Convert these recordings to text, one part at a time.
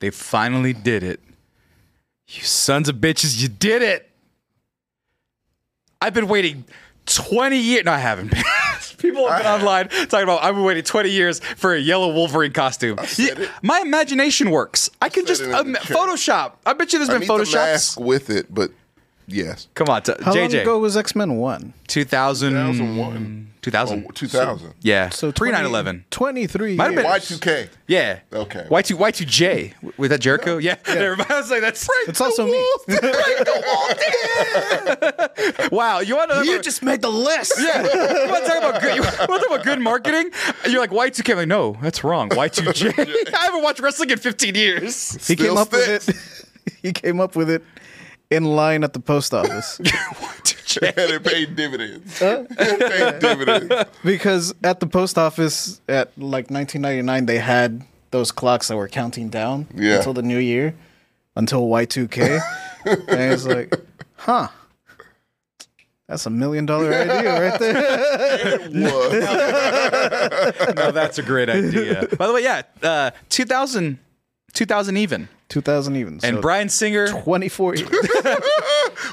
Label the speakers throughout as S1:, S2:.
S1: They finally did it. You sons of bitches, you did it. I've been waiting 20 years. No, I haven't. People have been online talking about I've been waiting 20 years for a yellow Wolverine costume.
S2: said
S1: Yeah,
S2: it.
S1: my imagination works. I can
S2: said
S1: just
S2: it in the
S1: um,
S2: chat.
S1: Photoshop. I bet you there's
S2: I
S1: been
S2: need the mask
S1: Photoshops.
S2: with it, but yes,
S1: Come on, t-
S3: How
S1: JJ.
S3: long ago was X Men One?
S1: 2000,
S3: Mm.
S2: 2001.
S1: 2000.
S2: Oh, 2000.
S1: yeah.
S3: So
S1: pre 9
S3: 20
S1: 11.
S3: Twenty-three.
S1: Might have been-
S3: years.
S2: Y2K.
S1: Yeah.
S2: Okay.
S1: Y two Y two J. Was that Jericho? Yeah. Never mind. I was like, that's
S3: It's also me.
S1: wow. You want to
S3: just made the list.
S1: yeah. You want to talk about good? You want to talk about good marketing? You're like Y two K. I'm like, no, that's wrong. Y two J. I haven't watched wrestling in 15 years.
S3: He
S2: Still
S3: came up
S2: sticks.
S3: with it. he came up with it in line at the post office
S1: Y two J.
S2: And it paid dividends. it paid dividends.
S3: because at the post office at like 1999 they had those clocks that were counting down
S2: Yeah.
S3: until the new year, until Y2K, and it's like, huh. That's a million dollar idea right there.
S2: Was.
S1: No, Oh, that's a great idea. By the way, yeah, uh, 2000, 2000 even,
S3: 2000 even.
S1: and
S3: so
S1: Brian Singer.
S3: 24 years.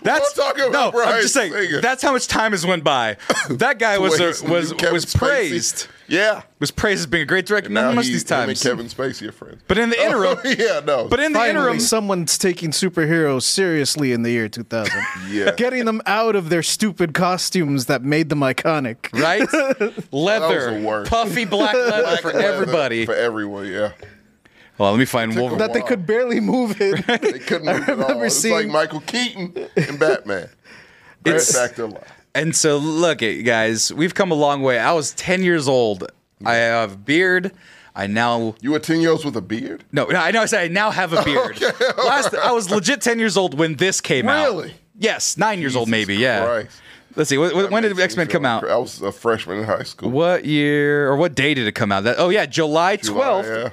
S1: That's
S2: We're talking about
S1: no. I'm
S2: Bryan
S1: just saying.
S2: Singer.
S1: That's how much time has went by. That guy was
S2: Ways
S1: a,
S2: to
S1: was
S2: do Kevin
S1: was
S2: Spacey.
S1: praised.
S2: Yeah.
S1: Was praised as being a great director. Not much
S2: he-
S1: these
S2: him and
S1: times.
S2: Kevin Spacey are friends. Oh,
S1: But in the interim,
S2: yeah, no.
S1: but in the
S3: Finally,
S1: interim,
S3: someone's taking superheroes seriously in the year 2000.
S2: Yeah.
S3: Getting them out of their stupid costumes that made them iconic.
S1: right?
S2: That was the
S1: Leather,
S2: worst.
S1: puffy black leather
S2: Black
S1: for
S2: leather
S1: everybody.
S2: For everyone, yeah.
S1: Well, let me find Wolverine.
S3: That they could barely move it.
S2: They couldn't move at all.
S3: remember
S2: It's like
S3: seeing-
S2: Michael Keaton and Batman. Right
S1: It's-
S2: back to life.
S1: And so, look, it, guys, we've come a long way. I was ten years old. I have a beard. I now
S2: You were 10 years with a beard?
S1: no, no I know. I said I now have a beard. Last, I was legit ten years old when this came out.
S2: Really?
S1: Yes, nine years old, maybe. Yeah.
S2: Christ.
S1: Let's see. wh- wh- when did
S2: Makes me
S1: X Men
S2: feel
S1: come out?
S2: like- I was a freshman in high school.
S1: What year or what day did it come out? That oh yeah, July
S2: July,
S1: twelfth. Is
S2: Yeah,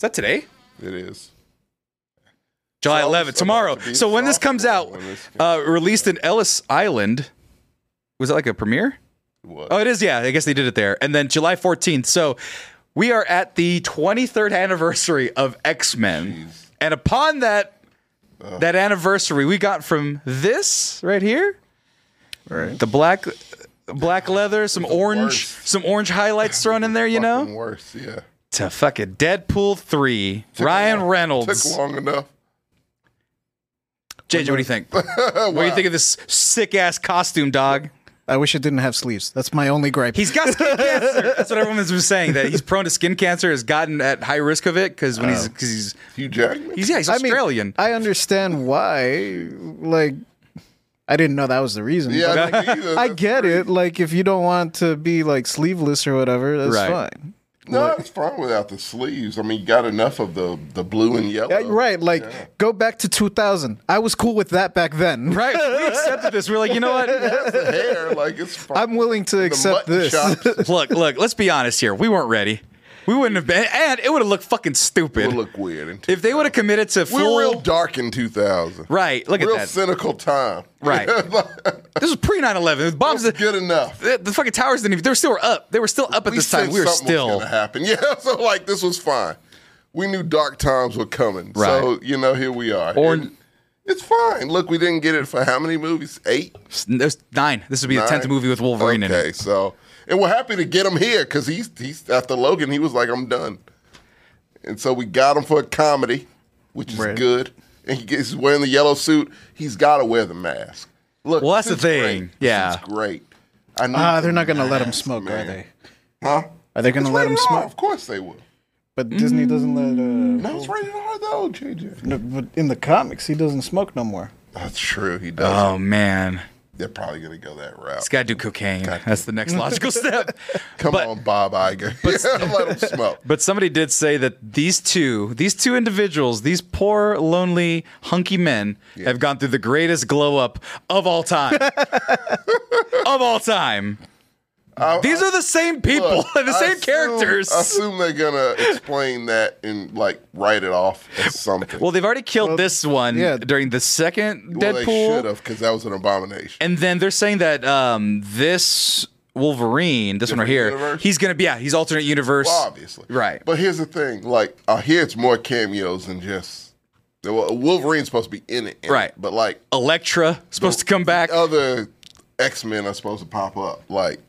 S1: that today?
S2: it is.
S1: July
S2: So it's
S1: 11th,
S2: about
S1: tomorrow.
S2: to be
S1: So when this comes out,
S2: softball when this comes
S1: uh, released in Ellis Island, was that like a premiere?
S2: It was.
S1: Oh, it is. Yeah, I guess they did it there. And then July 14th. So we are at the 23rd anniversary of X Men,
S2: Jeez.
S1: and upon that that anniversary, we got from this right here,
S3: Right.
S1: the black black leather, some orange,
S2: worst.
S1: some orange highlights thrown in there. You know,
S2: Fucking worse. Yeah,
S1: to fucking Deadpool 3, Ryan
S2: took
S1: Reynolds.
S2: long enough.
S1: JJ, what do you think? What do you think of this sick ass costume, dog?
S3: I wish it didn't have sleeves. That's my only gripe.
S1: He's got skin cancer. That's what everyone's been saying. That he's prone to skin cancer, has gotten at high risk of it because when
S2: Oh.
S1: he's because he's
S2: Hugh Jackman.
S1: he's yeah he's
S3: I mean,
S1: Australian.
S3: I understand why. Like, I didn't know that was the reason.
S2: yeah,
S3: but
S2: I, think he's a-
S3: I get it. Like, if you don't want to be like sleeveless or whatever, that's
S1: Right.
S3: fine.
S2: No, it's fine without the sleeves. I mean, you got enough of the the blue and yellow.
S3: Yeah, right. Like, go back to 2000. I was cool with that back then.
S1: Right, we accepted this. We're like, you know what?
S2: That's the hair. Like it's fine.
S3: I'm willing to
S2: The
S3: accept
S2: mutton
S3: this.
S2: chops would
S1: Look, look. Let's be honest here. We weren't ready. We wouldn't have been, and it would have looked fucking stupid
S2: look weird. in
S1: if they would have committed to
S2: 2000. we
S1: full.
S2: were real dark in 2000.
S1: right, look
S2: Real
S1: at that.
S2: cynical time.
S1: Right. This was pre 9/11. Bombs.
S2: That's good enough.
S1: The, the fucking towers didn't even. They were still up. They were still up at this time.
S2: sensed
S1: We were
S2: something was
S1: still.
S2: gonna happen. Yeah, so like this was fine. We knew dark times were coming. So
S1: Right.
S2: you know, here we are.
S1: Or-
S2: And it's fine. Look, we didn't get it for how many movies? Eight.
S1: There's nine. This would be the tenth
S2: Nine?
S1: movie with Wolverine in
S2: Okay,
S1: it.
S2: so and we're happy to get him here because he's he's after Logan. He was like, I'm done, and so we got him for a comedy, which is
S3: Right.
S2: good. And he gets, he's wearing the yellow suit. He's got to wear the mask. Look,
S1: Well, that's
S2: this
S1: the
S2: is
S1: thing.
S2: great.
S1: Yeah.
S2: it's great. I need
S3: Ah,
S2: the
S3: they're not going to let him
S2: mask,
S3: smoke,
S2: man.
S3: are they?
S2: Huh?
S3: Are they going to let him
S2: Rated R,
S3: smoke?
S2: Of course they will.
S3: But Disney doesn't let. Uh,
S2: No, it's
S1: Oh.
S2: rated R though, JJ.
S3: no, but in the comics, he doesn't smoke no more.
S2: That's true. He does.
S1: Oh man,
S2: They're probably gonna go that route.
S1: it's got to do cocaine. That's the next logical step.
S2: Come
S1: but-
S2: on, Bob Iger. yeah, let him smoke.
S1: But somebody did say that these two, these two individuals, these poor, lonely, hunky men, have gone through the greatest glow up of all time. of all time. these are the same people,
S2: Look,
S1: the
S2: I
S1: same
S2: assume-
S1: characters.
S2: I assume they're gonna explain that and like write it off as something.
S1: well, they've already killed this one
S3: yeah.
S1: during the second
S2: Well, they should
S1: Deadpool,
S2: have because that was an abomination.
S1: and then they're saying that um, this Wolverine, this one right here,
S2: Different universe?
S1: he's gonna be yeah, he's alternate universe.
S2: Well, obviously.
S1: Right.
S2: But here's the thing. Like, I hear it's more cameos than just. Well, Wolverine's supposed to be in it. in it,
S1: Right.
S2: But, like,
S1: Electra supposed to come back.
S2: other X Men are supposed to pop up. Like,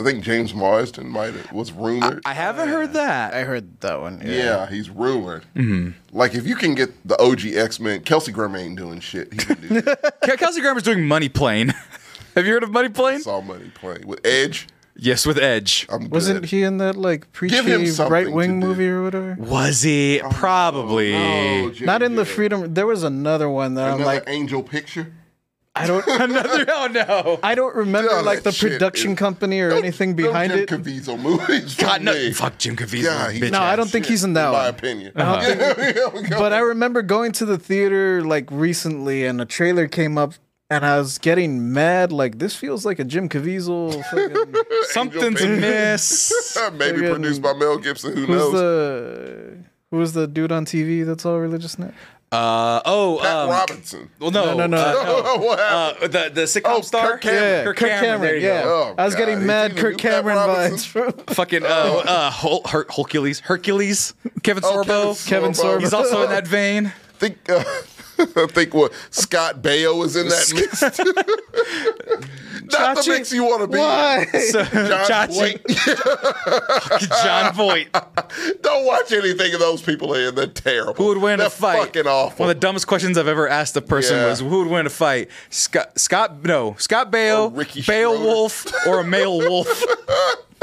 S2: I think James Marsden might have, was rumored.
S1: I haven't heard that.
S3: I heard that one. Yeah.
S2: yeah, he's rumored.
S1: Mm-hmm.
S2: Like, if you can get the OG X Men, Kelsey Grammer ain't doing shit. He can do it.
S1: Ke- Kelsey Grammer's doing Money Plane. Have you heard of Money Plane?
S2: It's all money playing with Edge.
S1: Yes, with Edge.
S2: I'm
S3: Wasn't
S2: good.
S3: he in that like preachy
S2: something
S3: right
S2: to
S3: wing
S2: do.
S3: movie or whatever?
S1: Was he? Probably.
S2: Oh,
S3: uh, Not in the
S2: JJ.
S3: freedom. There was another one that
S2: Another
S3: I'm like,
S2: angel picture.
S3: I don't,
S1: Another, oh no.
S3: I don't remember
S2: Yeah,
S3: like
S2: that
S3: the
S2: shit
S3: production
S2: is-
S3: company or anything
S2: No
S3: behind
S2: Jim
S3: it.
S2: Caviezel movies. for
S1: God, no.
S2: me.
S1: Fuck Uh-huh. Jim Caviezel.
S2: Yeah, he-
S1: bitch
S3: No, I
S1: ass.
S3: don't think he's in that
S2: my
S3: one.
S2: opinion.
S3: But I remember going to the theater like recently, and a trailer came up, and I was getting mad. Like this feels like a Jim Caviezel. Fucking,
S1: Something's
S2: Angel
S1: amiss.
S2: maybe
S3: friggin-
S2: produced by Mel Gibson. Who
S3: who's
S2: knows?
S3: the who was the dude on TV that's all religious now?
S1: Uh, oh,
S2: Pat
S1: um,
S2: Robinson.
S1: well, no,
S3: No, no, no.
S1: uh,
S2: what happened?
S1: Uh, the the sitcom
S2: Oh,
S1: star,
S2: Kirk Cameron.
S3: Yeah,
S1: Kirk Cameron. there you
S3: yeah,
S1: go.
S2: Oh,
S3: I was
S2: God. Is
S3: getting
S2: he
S3: mad
S2: the new
S3: Kirk
S2: Pat
S3: Cameron
S2: Robinson?
S3: vibes from.
S1: Fucking uh, uh, Hol- Her- Hercules, Hercules, Kevin
S2: Oh,
S1: Sorbo.
S3: Kevin Sorbo.
S1: He's also in that vein.
S2: I think uh, I think what Scott Baio is in that mix. Not
S3: Chachi?
S2: the mix you want to be. in.
S3: Why?
S1: So,
S2: John
S1: Chachi,
S2: Voight.
S1: John Voight.
S2: Don't watch anything of those people in. They're terrible.
S1: Who would win
S2: They're
S1: a fight?
S2: Fucking awful.
S1: One of the dumbest questions I've ever asked a person
S2: Yeah.
S1: was, "Who would win a fight? Scott, Scott, no, Scott Bale,
S2: Or Ricky
S1: Beowulf, or a male wolf?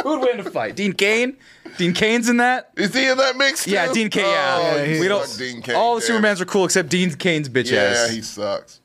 S1: Who would win a fight? Dean Kane? Dean Kane's in that?
S2: is he in that mix?
S1: Yeah,
S2: too?
S1: Dean Kane. Yeah,
S2: Oh,
S3: Yeah,
S2: you
S3: he-
S1: we don't.
S2: suck, Dean Kane,
S1: all the
S2: damn it.
S1: Supermans are cool except Dean Kane's bitch
S2: Yeah,
S1: ass.
S2: he sucks.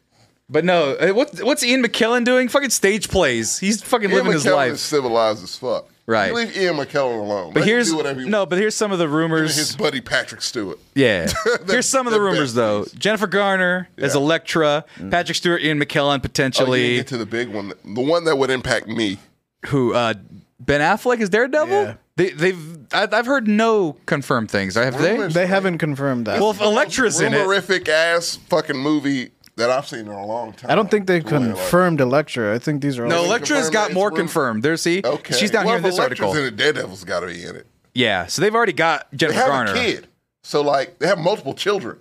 S1: But no, uh, what, what's Ian McKellen doing? Fucking stage plays. He's fucking living
S2: Ian
S1: his
S2: McKellen
S1: life.
S2: is civilized as fuck.
S1: Right.
S2: You leave Ian McKellen alone.
S1: but here's
S2: do whatever he
S1: no.
S2: wants.
S1: But here's some of the rumors.
S2: his buddy Patrick Stewart.
S1: Yeah. Here's some of the
S2: they're
S1: rumors,
S2: big
S1: though. Jennifer Garner as
S2: Yeah. Mm.
S1: Electra, Patrick Stewart, Ian McKellen,
S2: Oh, you didn't
S1: potentially.
S2: get to the big one, the one that would impact me.
S1: who? Uh, ben Affleck is Daredevil.
S3: Yeah.
S1: They, they've. I, I've heard no confirmed things. I have they.
S2: Rumors.
S3: They haven't confirmed that.
S1: Well, if Electra's in it,
S2: Rumorific ass fucking movie that I've seen in a long time.
S3: I don't think they
S2: Boy, like-
S3: confirmed Electra. I think these are all
S1: no. Electra's
S2: confirmed
S1: got
S2: it's
S1: more
S2: rumored.
S1: confirmed. There, see.
S2: Okay,
S1: She's down
S2: well,
S1: here in
S2: if
S1: this
S2: Electra's
S1: article.
S2: In it, Daredevil's got to be in it.
S1: yeah. So they've already got
S2: They
S1: Jennifer
S2: have
S1: Garner.
S2: a kid, so like they have multiple children.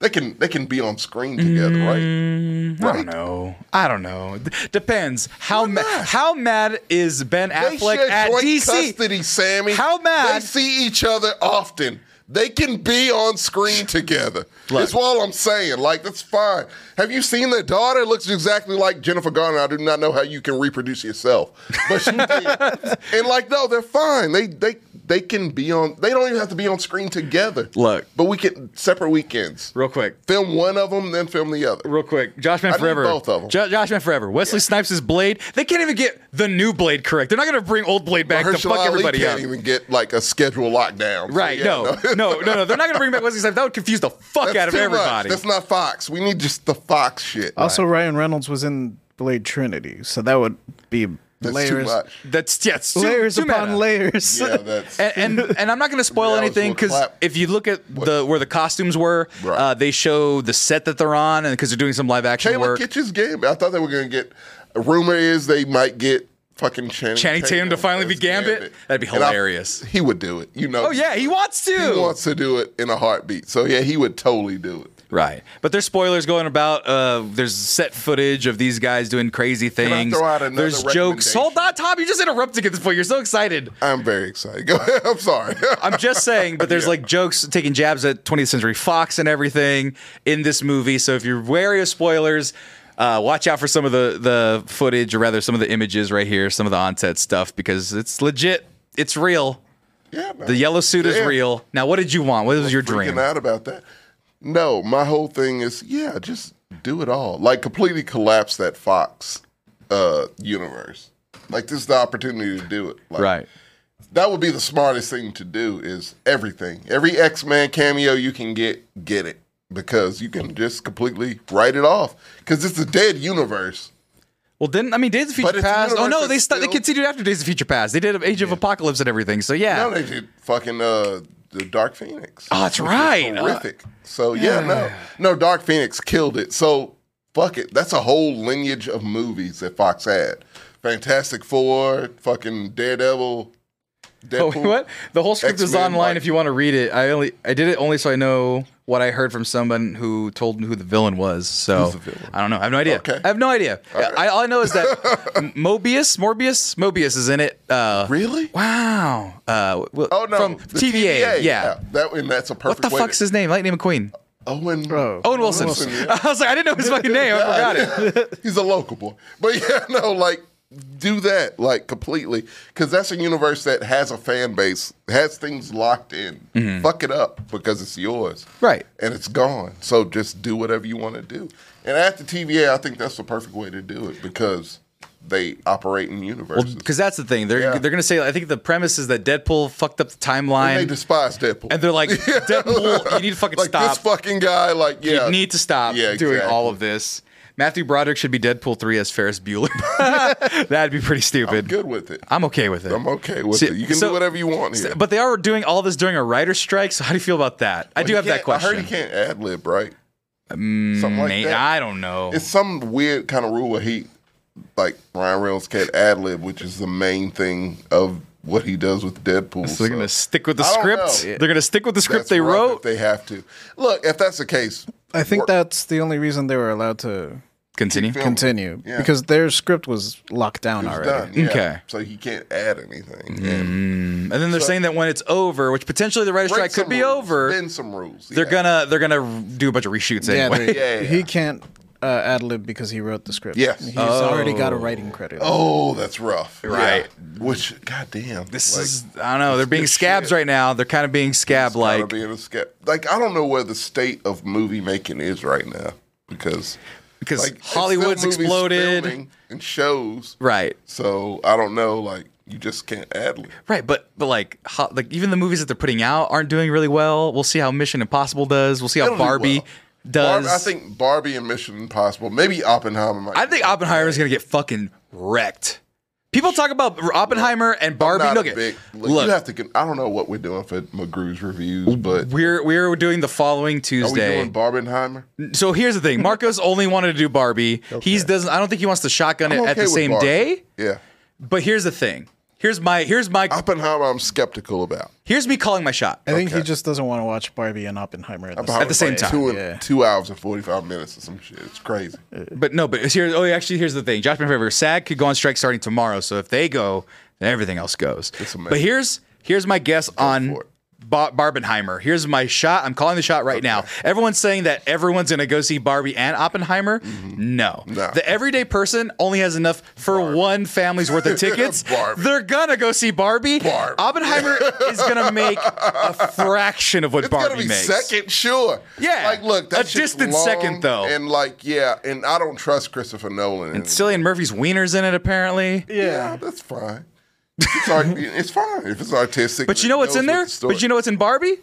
S2: They can they can be on screen together, right?
S1: Mm-hmm. I don't know. I don't know. D- depends. How ma-
S2: not?
S1: how mad is Ben
S2: They
S1: Affleck
S2: share
S1: at
S2: joint
S1: DC?
S2: custody, Sammy.
S1: How mad-
S2: They see each other often. They can be on screen together. That's all I'm saying. Like that's fine. Have you seen their daughter? It looks exactly like Jennifer Garner. I do not know how you can reproduce yourself, but she did. And like, no, they're fine. They they they can be on. They don't even have to be on screen together.
S1: Look.
S2: but we can separate weekends.
S1: Real quick.
S2: Film one of them, then film the other.
S1: real quick. Josh Man
S2: need
S1: Forever.
S2: both of 'em.
S1: Jo- Josh Man Forever. Wesley Snipes' Blade. They can't even get the new Blade correct. They're not going to bring old Blade back to
S2: Mahershala
S1: fuck
S2: Ali
S1: everybody up.
S2: can't even get like a schedule lockdown. So,
S1: Right.
S2: yeah,
S1: no, no, no, no. They're not going to bring back Wesley Snipes. That would confuse the fuck out of
S2: too much.
S1: everybody.
S2: That's not Fox. We need just the Fox shit.
S3: Also, Ryan Reynolds was in Blade Trinity, so that would be
S2: That's
S3: layers,
S2: too much.
S1: That's, yeah, it's too-
S3: layers
S1: too
S3: upon
S1: meta.
S3: layers.
S2: Yeah, that's
S1: And, and and I'm not going to spoil
S2: Yeah, I was
S1: anything
S2: gonna
S1: because
S2: clap.
S1: if you look at the where the costumes were,
S2: Right.
S1: uh, they show the set that they're on, and because they're doing some live action
S2: Taylor
S1: work.
S2: Kitsch's game. I thought they were gonna get. a rumor is they might get fucking Channing,
S1: Channing Tatum to finally be
S2: as
S1: Gambit? That'd be
S2: And I-
S1: hilarious.
S2: he would do it. You know.
S1: oh yeah, he wants to.
S2: He wants to do it in a heartbeat. So yeah, he would totally do it.
S1: Right. But there's spoilers going about. Uh, there's set footage of these guys doing crazy
S2: I
S1: things.
S2: throw out another
S1: there's jokes.
S2: recommendation?
S1: Hold on, Tom. You're just interrupting at this point. You're so excited.
S2: I'm very excited. Go ahead. I'm sorry.
S1: I'm just saying, but there's like jokes taking jabs at 20th Century Fox and everything in this movie. So if you're wary of spoilers, uh, watch out for some of the, the footage, or rather, some of the images right here, some of the onset stuff, because it's legit. It's real.
S2: yeah, man.
S1: The yellow suit is
S2: Yeah.
S1: real. Now, what did you want? What was your
S2: freaking
S1: dream?
S2: out about that. No, my whole thing is yeah, just do it all. Like completely collapse that Fox uh universe. Like this is the opportunity to do it. Like,
S1: Right.
S2: That would be the smartest thing to do is everything. Every X-Men cameo you can get, get it because you can just completely write it off cuz it's a dead universe.
S1: Well, didn't I mean Days of Future
S2: But it's
S1: Past? Oh no,
S2: universe
S1: they
S2: that's
S1: stu- they
S2: still-
S1: continued after Days of Future Past. They did Age of Apocalypse and everything. So yeah,
S2: Now they did fucking uh the Dark Phoenix.
S1: oh, that's
S2: which was
S1: right. Uh,
S2: horrific. so yeah, no, no, Dark Phoenix killed it. So fuck it. That's a whole lineage of movies that Fox had. Fantastic Four, fucking Daredevil,
S1: Oh,
S2: Deadpool.
S1: wait, what? The whole script is
S2: X-Men,
S1: online
S2: like-
S1: if you want to read it. I only I did it only so I know what I heard from someone who told me who the villain was. So I don't know. I have no idea.
S2: Okay.
S1: I have no idea. I, all I know is that M- Mobius, Morbius, Mobius is in it. Uh,
S2: Really?
S1: Wow. Uh, well,
S2: Oh no,
S1: From
S2: the
S1: TVA. Yeah.
S2: That and that's a
S1: What
S2: perfect.
S1: the
S2: way
S1: fuck's
S2: to,
S1: his name? Lightning McQueen.
S2: Owen?
S3: Bro.
S1: Owen Wilson.
S2: Wilson, yeah.
S1: I was like, I didn't know his fucking name. I forgot it.
S2: He's a local boy. But yeah, no, like do that like completely because that's a universe that has a fan base, has things locked in. Fuck it up because it's yours,
S1: Mm-hmm. Right.
S2: And it's gone. So just do whatever you want to do. And after TVA, I think that's the perfect way to do it because they operate in universes.
S1: Because that's the thing. They're
S2: Yeah.
S1: they're gonna say. I think the premise is that Deadpool fucked up the timeline.
S2: and they despise Deadpool.
S1: And they're like, Deadpool, you need to fucking
S2: like
S1: stop.
S2: this fucking guy. Like, yeah,
S1: You need to stop
S2: Yeah,
S1: doing
S2: exactly.
S1: all of this. Matthew Broderick should be Deadpool 3 as Ferris Bueller. That'd be pretty stupid. I'm,
S2: good with it.
S1: okay with it.
S2: I'm okay with
S1: See,
S2: it. You can
S1: so-
S2: do whatever you want here.
S1: But they are doing all this during a writer strike, so how do you feel about that? I do
S2: He
S1: have that
S2: can't-
S1: question. Mm,
S2: I heard he can't ad lib, right? Something like
S1: May-
S2: that.
S1: I don't know.
S2: it's some weird kind of rule where he, like Ryan Reynolds, can't ad lib, which is the main thing of what he does with Deadpool.
S1: So they're going to
S2: so
S1: stick with the
S2: I don't
S1: script.
S2: know.
S1: They're going to stick with the script
S2: that's
S1: they
S2: rough
S1: wrote.
S2: if they have to. Look, if that's the case,
S3: I think
S2: work-
S3: that's the only reason they were allowed to
S1: Continue.
S2: Film.
S3: continue
S2: Oh, Yeah.
S3: because their script was locked down
S2: it's
S3: already.
S2: done. yeah.
S1: Okay.
S2: so he can't add anything.
S1: And then they're saying that when it's over, which potentially the writer strike could be over,
S2: Then some rules.
S1: they're
S2: yeah.
S1: gonna they're gonna do a bunch of reshoots
S3: Yeah,
S1: anyway.
S3: they-
S2: Yeah, yeah,
S3: he
S2: yeah.
S3: can't uh, ad lib because he wrote the script.
S2: Yes.
S3: he's already got a writing credit.
S2: Oh, that's rough.
S1: Right.
S2: Yeah. Which, goddamn,
S1: This
S2: like,
S1: is I don't know. They're being
S2: good
S1: scabs
S2: shit.
S1: right now. They're kind of being scab
S2: gotta
S1: like.
S2: be in a skep- like I don't know where the state of movie making is right now because
S1: because
S2: like it's still
S1: Hollywood's
S2: movies
S1: exploded.
S2: filming and shows
S1: Right,
S2: So I don't know. Like you just can't ad lib.
S1: right, but but like ho- like even the movies that they're putting out aren't doing really well. We'll see how Mission Impossible does. We'll see how
S2: It'll do
S1: Barbie
S2: well.
S1: does.
S2: Barb- I think Barbie and Mission Impossible. Maybe Oppenheimer. Might
S1: I think Oppenheimer is gonna get fucking wrecked. People talk about Oppenheimer and Barbie.
S2: Not
S1: Look,
S2: a
S1: at
S2: big, look,
S1: look,
S2: you have to. con- I don't know what we're doing for McGrew's reviews, but
S1: we're we're doing the following
S2: are we
S1: Tuesday.
S2: doing Barbenheimer?
S1: so here's the thing: Marcos only wanted to do Barbie. He's doesn't. I don't think he wants to shotgun it
S2: I'm
S1: at
S2: okay
S1: the
S2: with
S1: same
S2: Barbie.
S1: day.
S2: Yeah,
S1: But here's the thing. Here's my here's my
S2: Oppenheimer. I'm skeptical about.
S1: here's me calling my shot.
S3: I think he just doesn't want to watch Barbie and Oppenheimer at the
S1: At the same
S2: Like
S1: time,
S2: two, and-
S3: yeah.
S2: two hours and forty five minutes or some shit. It's crazy.
S1: But no, but it's here. Oh, actually, here's the thing. Josh McFavor, SAG could go on strike starting tomorrow. So if they go, then everything else goes.
S2: amazing.
S1: But here's here's my guess on
S2: for it.
S1: ba- Barbenheimer. Here's my shot. I'm calling the shot right now. Everyone's saying that everyone's going to go see Barbie and Oppenheimer. No.
S2: Mm-hmm. No.
S1: the everyday person only has enough for one family's worth of tickets.
S2: Barbie.
S1: They're gonna go see Barbie.
S2: Barbie.
S1: Oppenheimer is gonna make a fraction of what
S2: It's
S1: Barbie
S2: gotta be
S1: makes.
S2: second, sure.
S1: Yeah.
S2: like look,
S1: A
S2: that's
S1: distant second, though.
S2: and like yeah, and I don't trust Christopher Nolan. And
S1: Cillian Murphy's wiener's in it apparently.
S2: yeah, that's fine. It's, art, it's fine if it's artistic.
S1: But you know what's in there? but you know what's in Barbie?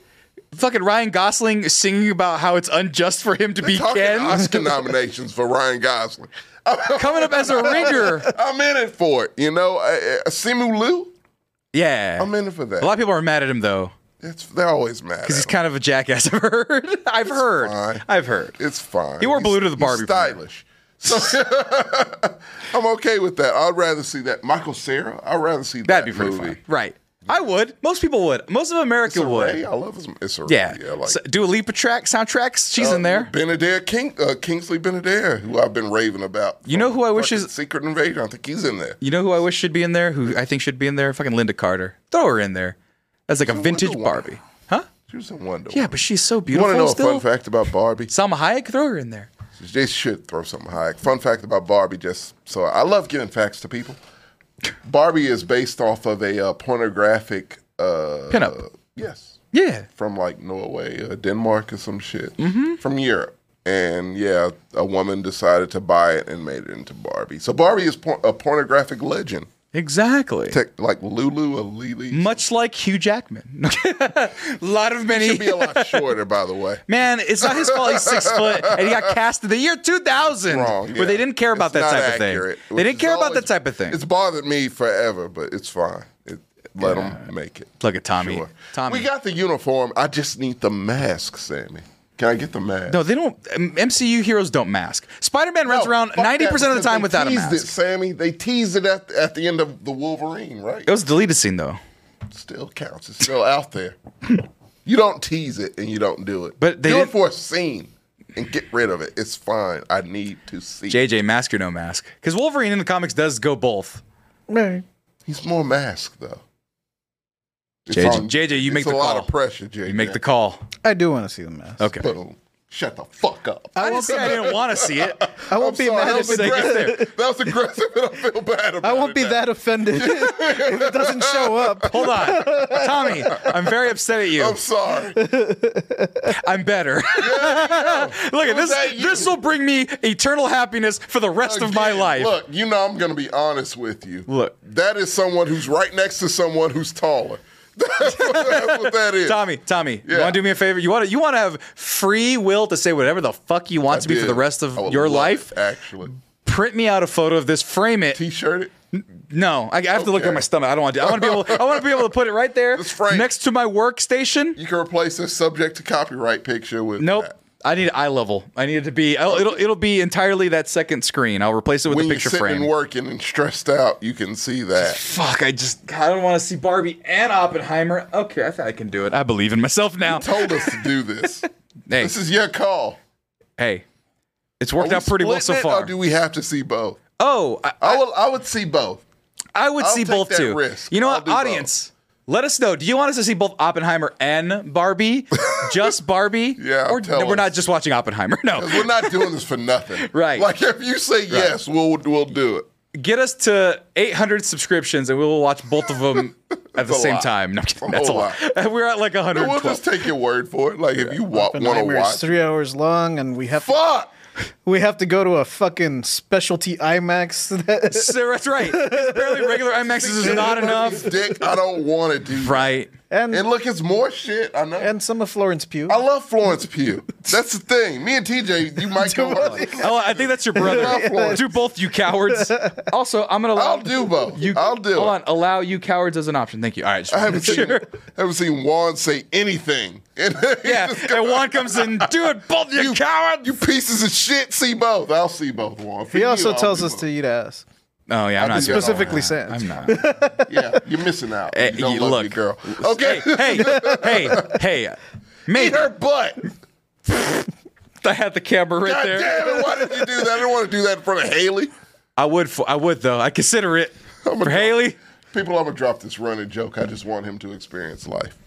S1: Fucking Ryan Gosling singing about how it's unjust for him to be
S2: talking
S1: Ken,
S2: Oscar nominations for Ryan Gosling. I'm
S1: coming up as a ringer.
S2: I'm in it for it. You know, I, I, Simu Liu.
S1: Yeah,
S2: I'm in it for
S1: a lot
S2: that.
S1: of people are mad at him though
S2: It's, they're always mad.
S1: because he's
S2: at him.
S1: kind of a jackass. I've heard. I've heard.
S2: fine.
S1: I've heard.
S2: It's fine.
S1: He wore
S2: He's-
S1: blue to the
S2: he's
S1: Barbie premiere.
S2: stylish. So I'm okay with that. I'd rather see that Michael Sarah. I'd rather see
S1: That'd
S2: that
S1: be pretty
S2: movie.
S1: fun, right? I would. Most people would. Most of America would.
S2: Ray, I love his. It's a
S1: Yeah.
S2: yeah like, Uh,
S1: So, do a Lipa track soundtracks. She's in there.
S2: Benadare King, uh, Kingsley Benadare, who I've been raving about.
S1: You know
S2: from
S1: who I wish
S2: fucking
S1: is-
S2: Secret Invasion. I think he's in there.
S1: You know who I wish should be in there? Who I think should be in there? Fucking Linda Carter. Throw her in there. That's like a vintage
S2: Wonder Woman.
S1: Barbie, huh?
S2: She was in Wonder.
S1: Yeah, but she's so
S2: you
S1: beautiful.
S2: want to know
S1: still.
S2: a fun fact about Barbie?
S1: Salma Hayek, throw her in there.
S2: They should throw something high. Fun fact about Barbie, just so I love giving facts to people. Barbie is based off of a uh, pornographic. Uh,
S1: Pinup.
S2: Yes.
S1: Yeah.
S2: from like Norway or Denmark or some shit
S1: Mm-hmm.
S2: from Europe. And yeah, a woman decided to buy it and made it into Barbie. So Barbie is por- a pornographic legend,
S1: Exactly.
S2: Tech like Lulu or Lily.
S1: Much like Hugh Jackman. a lot of many.
S2: Should be a lot shorter, by the way.
S1: Man, it's not his fault he's six foot and he got cast in the year 2000
S2: Wrong, yeah.
S1: where they didn't care about
S2: It's
S1: that
S2: not
S1: type
S2: accurate,
S1: of thing. They
S2: which
S1: didn't
S2: is
S1: care about
S2: always-
S1: that type of thing.
S2: It's bothered me forever, but it's fine. It, let them make it.
S1: Look at Tommy.
S2: Sure.
S1: Tommy.
S2: We got the uniform. I just need the mask, Sammy. Can I get the mask?
S1: No, they don't. um, MCU heroes don't mask. Spider Man runs
S2: No,
S1: around
S2: fuck
S1: ninety
S2: that,
S1: percent of the
S2: because
S1: time
S2: they
S1: without a
S2: teased
S1: mask.
S2: It, Sammy, they teased it at, at the end of the Wolverine, right?
S1: It was a deleted scene though,
S2: still counts. It's still out there. You don't tease it and you don't do it.
S1: But they
S2: do it
S1: didn't-
S2: for a scene and get rid of it. It's fine. I need to see.
S1: JJ mask or no mask, because Wolverine in the comics does go both.
S3: Man,
S2: He's more masked though. It's
S1: JJ JJ, you
S2: it's
S1: make the
S2: a lot
S1: call.
S2: of pressure, JJ.
S1: You make the call.
S3: I do want to see the mask.
S1: Okay.
S2: Boom. Shut the fuck up.
S1: I didn't say I didn't want to see it.
S3: I won't
S2: I'm
S3: be
S2: sorry,
S3: mad.
S2: that was
S1: just
S3: If
S1: saying
S3: it,
S1: it's
S2: aggressive. that was aggressive, and I feel bad about
S3: I
S2: it
S3: won't be
S2: now.
S3: that offended if it doesn't show up.
S1: Hold on, Tommy. I'm very upset at you.
S2: I'm sorry.
S1: I'm better. Look at
S2: Was
S1: this.
S2: that you?
S1: This will bring me eternal happiness for the rest of my
S2: Again,
S1: life.
S2: Look, you know I'm going to be honest with you.
S1: Look.
S2: that is someone who's right next to someone who's taller. That's what, that's what that is.
S1: Tommy, Tommy, you
S2: Yeah.
S1: want to do me a favor? You want to you want to have free will to say whatever the fuck you want
S2: I
S1: to be for
S2: did.
S1: the rest of
S2: I would
S1: your
S2: love
S1: life?
S2: it, actually.
S1: Print me out a photo of this, frame it.
S2: T-shirt it.
S1: No, I, I have to look
S2: Okay.
S1: at my stomach. I don't want to. I want to be able. I want to be able to put it right there
S2: Just frame it.
S1: next to my workstation.
S2: You can replace this subject to copyright picture with
S1: Nope.
S2: that.
S1: I need eye level. I need it to be. I'll, it'll it'll be entirely that second screen. I'll replace it with
S2: When
S1: a
S2: you're
S1: picture
S2: sitting
S1: frame.
S2: and working and stressed out, you can see that.
S1: Fuck! I just God, I don't want to see Barbie and Oppenheimer. Okay, I think I can do it. I believe in myself now.
S2: Told us to do this.
S1: Hey,
S2: This is your call.
S1: hey, it's
S2: Are
S1: worked
S2: we
S1: out pretty well so
S2: splitting it,
S1: far.
S2: Or do we have to see both?
S1: oh, I,
S2: I would. I would see both.
S1: I would
S2: I'll
S1: see
S2: take
S1: both
S2: that
S1: too.
S2: risk.
S1: You know
S2: I'll
S1: what,
S2: do both.
S1: audience? Let us know. Do you want us to see both Oppenheimer and Barbie? just Barbie?
S2: Yeah,
S1: Or
S2: tell
S1: no, we're
S2: us.
S1: not just watching Oppenheimer. No.
S2: We're not doing this for nothing.
S1: Right.
S2: Like if you say yes, we'll we'll do it.
S1: Get us to 800 subscriptions and we will watch both of them at the
S2: a
S1: same
S2: lot.
S1: time. No, I'm kidding. that's a
S2: whole
S1: lot. we're at like
S2: But
S1: 112.
S2: we'll just take your word for it. Like if you want to
S3: Oppenheimer is
S2: watch,
S3: three hours long, and we have to,
S2: fuck.
S3: we have to go to a fucking specialty IMAX. That,
S1: So that's right. Apparently regular IMAXs is not enough.
S2: Dick, I don't want to do.
S1: Right.
S2: Right.
S3: and
S2: And look, it's more shit. I know.
S3: and some of Florence Pugh.
S2: I love Florence Pugh. That's the thing. Me and TJ, you might go. hard.
S1: Oh, I think that's your brother.
S2: Florence.
S1: do both, you cowards. Also, I'm gonna. Allow,
S2: I'll do both. I'll do
S1: Hold
S2: it.
S1: on, allow you cowards as an option. Thank you. All right, just
S2: I haven't
S1: sure.
S2: seen haven't seen Juan say anything. And
S1: Yeah, and Juan comes in, do it, both you,
S2: You-
S1: cowards.
S2: you pieces of shit. See both. I'll see both. Juan. For
S3: he
S2: you,
S3: also
S2: I'll
S3: tells
S2: do
S3: us
S2: both.
S3: to eat ass.
S1: Oh yeah, I'm not
S2: think that's
S3: Specifically Sans.
S1: I'm not.
S2: Yeah, you're missing out.
S1: Hey,
S2: you don't
S1: you
S2: love
S1: look.
S2: your girl. Okay.
S1: hey, hey, hey, hey.
S2: Eat
S1: Maybe
S2: her butt.
S1: I had the camera right
S2: God
S1: there.
S2: damn it! Why did you do that? I didn't want to do that in front of Haley.
S1: I would, f- I would though. I consider it
S2: I'm a-
S1: for Haley.
S2: People, I'm gonna drop this running joke. I just want him to experience life.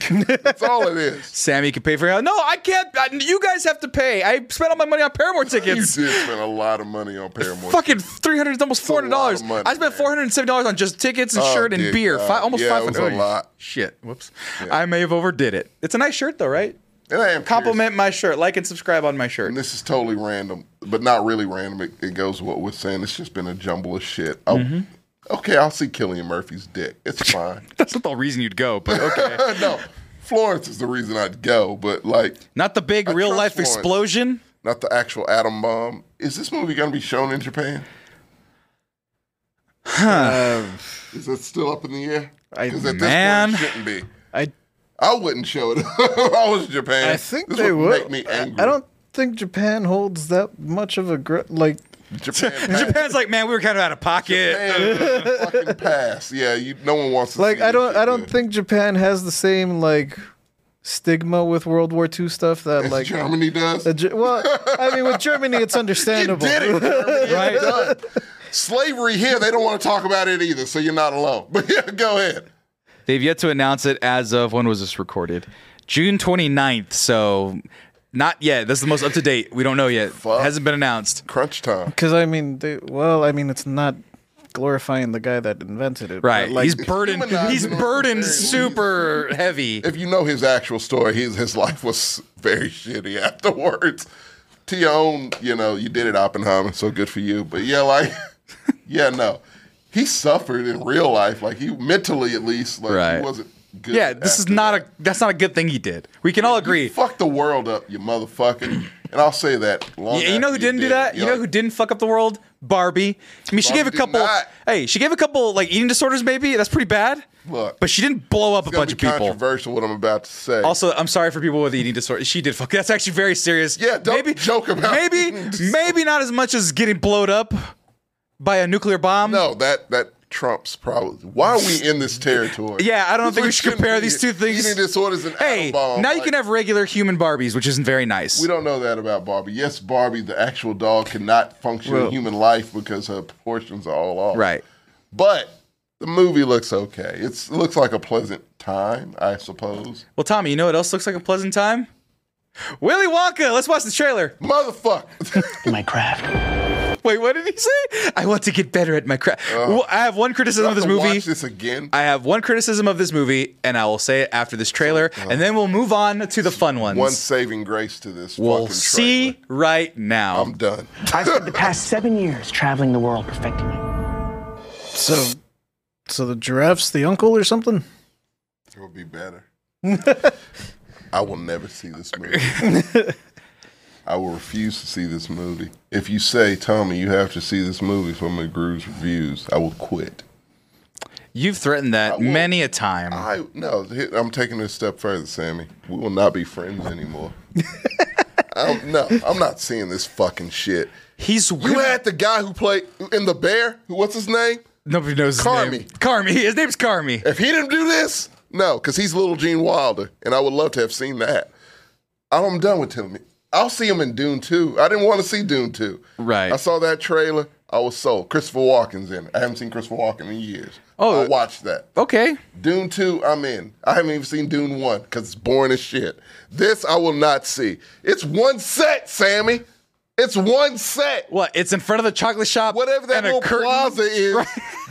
S2: That's all it is.
S1: Sammy can pay for it. No, I can't. I, you guys have to pay. I spent all my money on Paramore
S2: You did
S1: tickets.
S2: spend a lot of money on Paramore.
S1: Fucking three hundred, almost four
S2: lot
S1: hundred
S2: of
S1: dollars.
S2: money,
S1: I spent
S2: man.
S1: four hundred and seventy dollars on just tickets and
S2: Oh,
S1: shirt and
S2: dear
S1: beer.
S2: God.
S1: Fi- almost
S2: Yeah,
S1: five
S2: it was
S1: hundred.
S2: a lot.
S1: Shit. Whoops. I may have overdid it. It's a nice shirt though, right?
S2: And I am curious.
S1: Compliment my shirt. Like and subscribe on my shirt.
S2: And this is totally random, but not really random. It, it goes with what we're saying. It's just been a jumble of shit. Oh,
S1: Mm-hmm.
S2: Okay, I'll see Killian Murphy's dick. It's fine.
S1: That's not the reason you'd go, but okay.
S2: no, Florence is the reason I'd go, but like
S1: Not the big real
S2: trust
S1: life
S2: Lawrence.
S1: explosion.
S2: not the actual atom bomb. Is this movie going to be shown in Japan? Uh, Is that still up in the air?
S3: I-
S2: Because at
S1: Man.
S2: this point, it shouldn't be.
S3: I
S2: I wouldn't show it if I was in Japan.
S3: I think
S2: this
S3: they
S2: make
S3: would.
S2: me
S3: I-
S2: angry.
S3: I, don't think Japan holds that much of a gr- like.
S2: Japan.
S1: Japan's like, man, we were kind of out of pocket.
S2: Japan, fucking pass. Yeah, you, no one wants to.
S3: Like
S2: see
S3: I
S2: this
S3: don't
S2: shit,
S3: I don't
S2: man.
S3: think Japan has the same like stigma with World War II stuff that like.
S2: Germany does.
S3: the Ge- well, I mean, with Germany, it's
S2: You
S3: understandable.
S2: did it, Germany.
S1: Right.
S2: You're done. Slavery here, they don't want to talk about it either, so you're not alone. But yeah, go ahead.
S1: They've yet to announce it as of when was this recorded? June 29th. So not yet. That's the most up to date. We don't know yet. Hasn't been announced.
S2: Crunch time.
S3: Because I mean, they, well, I mean, it's not glorifying the guy that invented it. but,
S1: Right.
S3: Like,
S1: he's burdened.
S2: humanizing
S1: He's
S2: it
S1: burdened
S2: very least.
S1: super heavy.
S2: If you know his actual story, his his life was very shitty afterwards. To your own, you know, you did it, Oppenheimer, so good for you. But yeah, like, yeah, no. He suffered in real life, like, he mentally at least, like,
S1: Right.
S2: he wasn't good.
S1: Yeah, this is
S2: after
S1: not
S2: that.
S1: a that's not a good thing he did. We can all agree.
S2: Fuck the world up, you motherfucker. And I'll say that. Long
S1: Yeah, you know who
S2: after
S1: didn't do
S2: did it.
S1: that? You know
S2: You're
S1: who
S2: like,
S1: didn't fuck up the world? Barbie. I mean, she gave a
S2: Barbie did
S1: couple.
S2: not.
S1: Hey, she gave a couple like eating disorders. Maybe that's pretty bad.
S2: Look.
S1: but she didn't blow up a
S2: It's gonna
S1: bunch of
S2: be
S1: people.
S2: controversial what I'm about to say.
S1: Also, I'm sorry for people with eating disorders. She did fuck. That's actually very serious.
S2: Yeah, don't joke about
S1: Maybe,
S2: eating disorders.
S1: maybe not as much as getting blowed up by a nuclear bomb.
S2: no, that that trumps probably. Why are we in this territory?
S1: Yeah, I don't think we should
S2: shouldn't
S1: compare
S2: be
S1: these two things.
S2: Eating disorders and
S1: Hey,
S2: atom bomb.
S1: now you
S2: Like,
S1: can have regular human Barbies, which isn't very nice.
S2: We don't know that about Barbie. Yes, Barbie, the actual dog, cannot function
S3: Well-
S2: in human life because her proportions are all off.
S1: Right.
S2: But the movie looks okay. It's, it looks like a pleasant time, I suppose.
S1: Well, Tommy, you know what else looks like a pleasant time? Willy Wonka. Let's watch the trailer.
S2: Motherfucker.
S4: my craft.
S1: Wait, what did he say? I want to get better at my craft. well, I have one criticism of
S2: have
S1: this
S2: Oh. to
S1: movie.
S2: Watch this again.
S1: I have one criticism of this movie, and I will say it after this trailer, and then we'll move on to the fun ones.
S2: Oh. One saving grace to this.
S1: we'll
S2: fucking
S1: see
S2: trailer. Um,
S1: right now.
S2: I'm done.
S4: I've spent the past seven years traveling the world perfecting it.
S3: So, so the giraffe's the uncle or something?
S2: It'll be better. I will never see this movie. I will refuse to see this movie. If you say, Tommy, you have to see this movie for McGrew's reviews, I will quit.
S1: You've threatened that
S2: will- Uh,
S1: many a time.
S2: I no, he- I'm taking it a step further, Sammy. We will not be friends anymore. I'm, no, I'm not seeing this fucking shit.
S1: He's
S2: You
S1: weird.
S2: had the guy who played in the bear. Who? What's his name?
S1: Nobody knows his name.
S2: Carmi.
S1: Carmi. His name's Carmi.
S2: If he didn't do this, no, because he's Little Gene Wilder, and I would love to have seen that. I'm done with him. I'll see him in Dune 2. I didn't want to see Dune 2.
S1: Right.
S2: I saw that trailer. I was sold. Christopher Walken's in it. I haven't seen Christopher Walken in years.
S1: Oh.
S2: I watched that.
S1: Okay.
S2: Dune 2, I'm in. I haven't even seen Dune 1 because it's boring as shit. This I will not see. It's one set, Sammy. It's one set
S1: What? It's in front of the chocolate shop.
S2: whatever that
S1: and a
S2: little
S1: curtain.
S2: plaza is,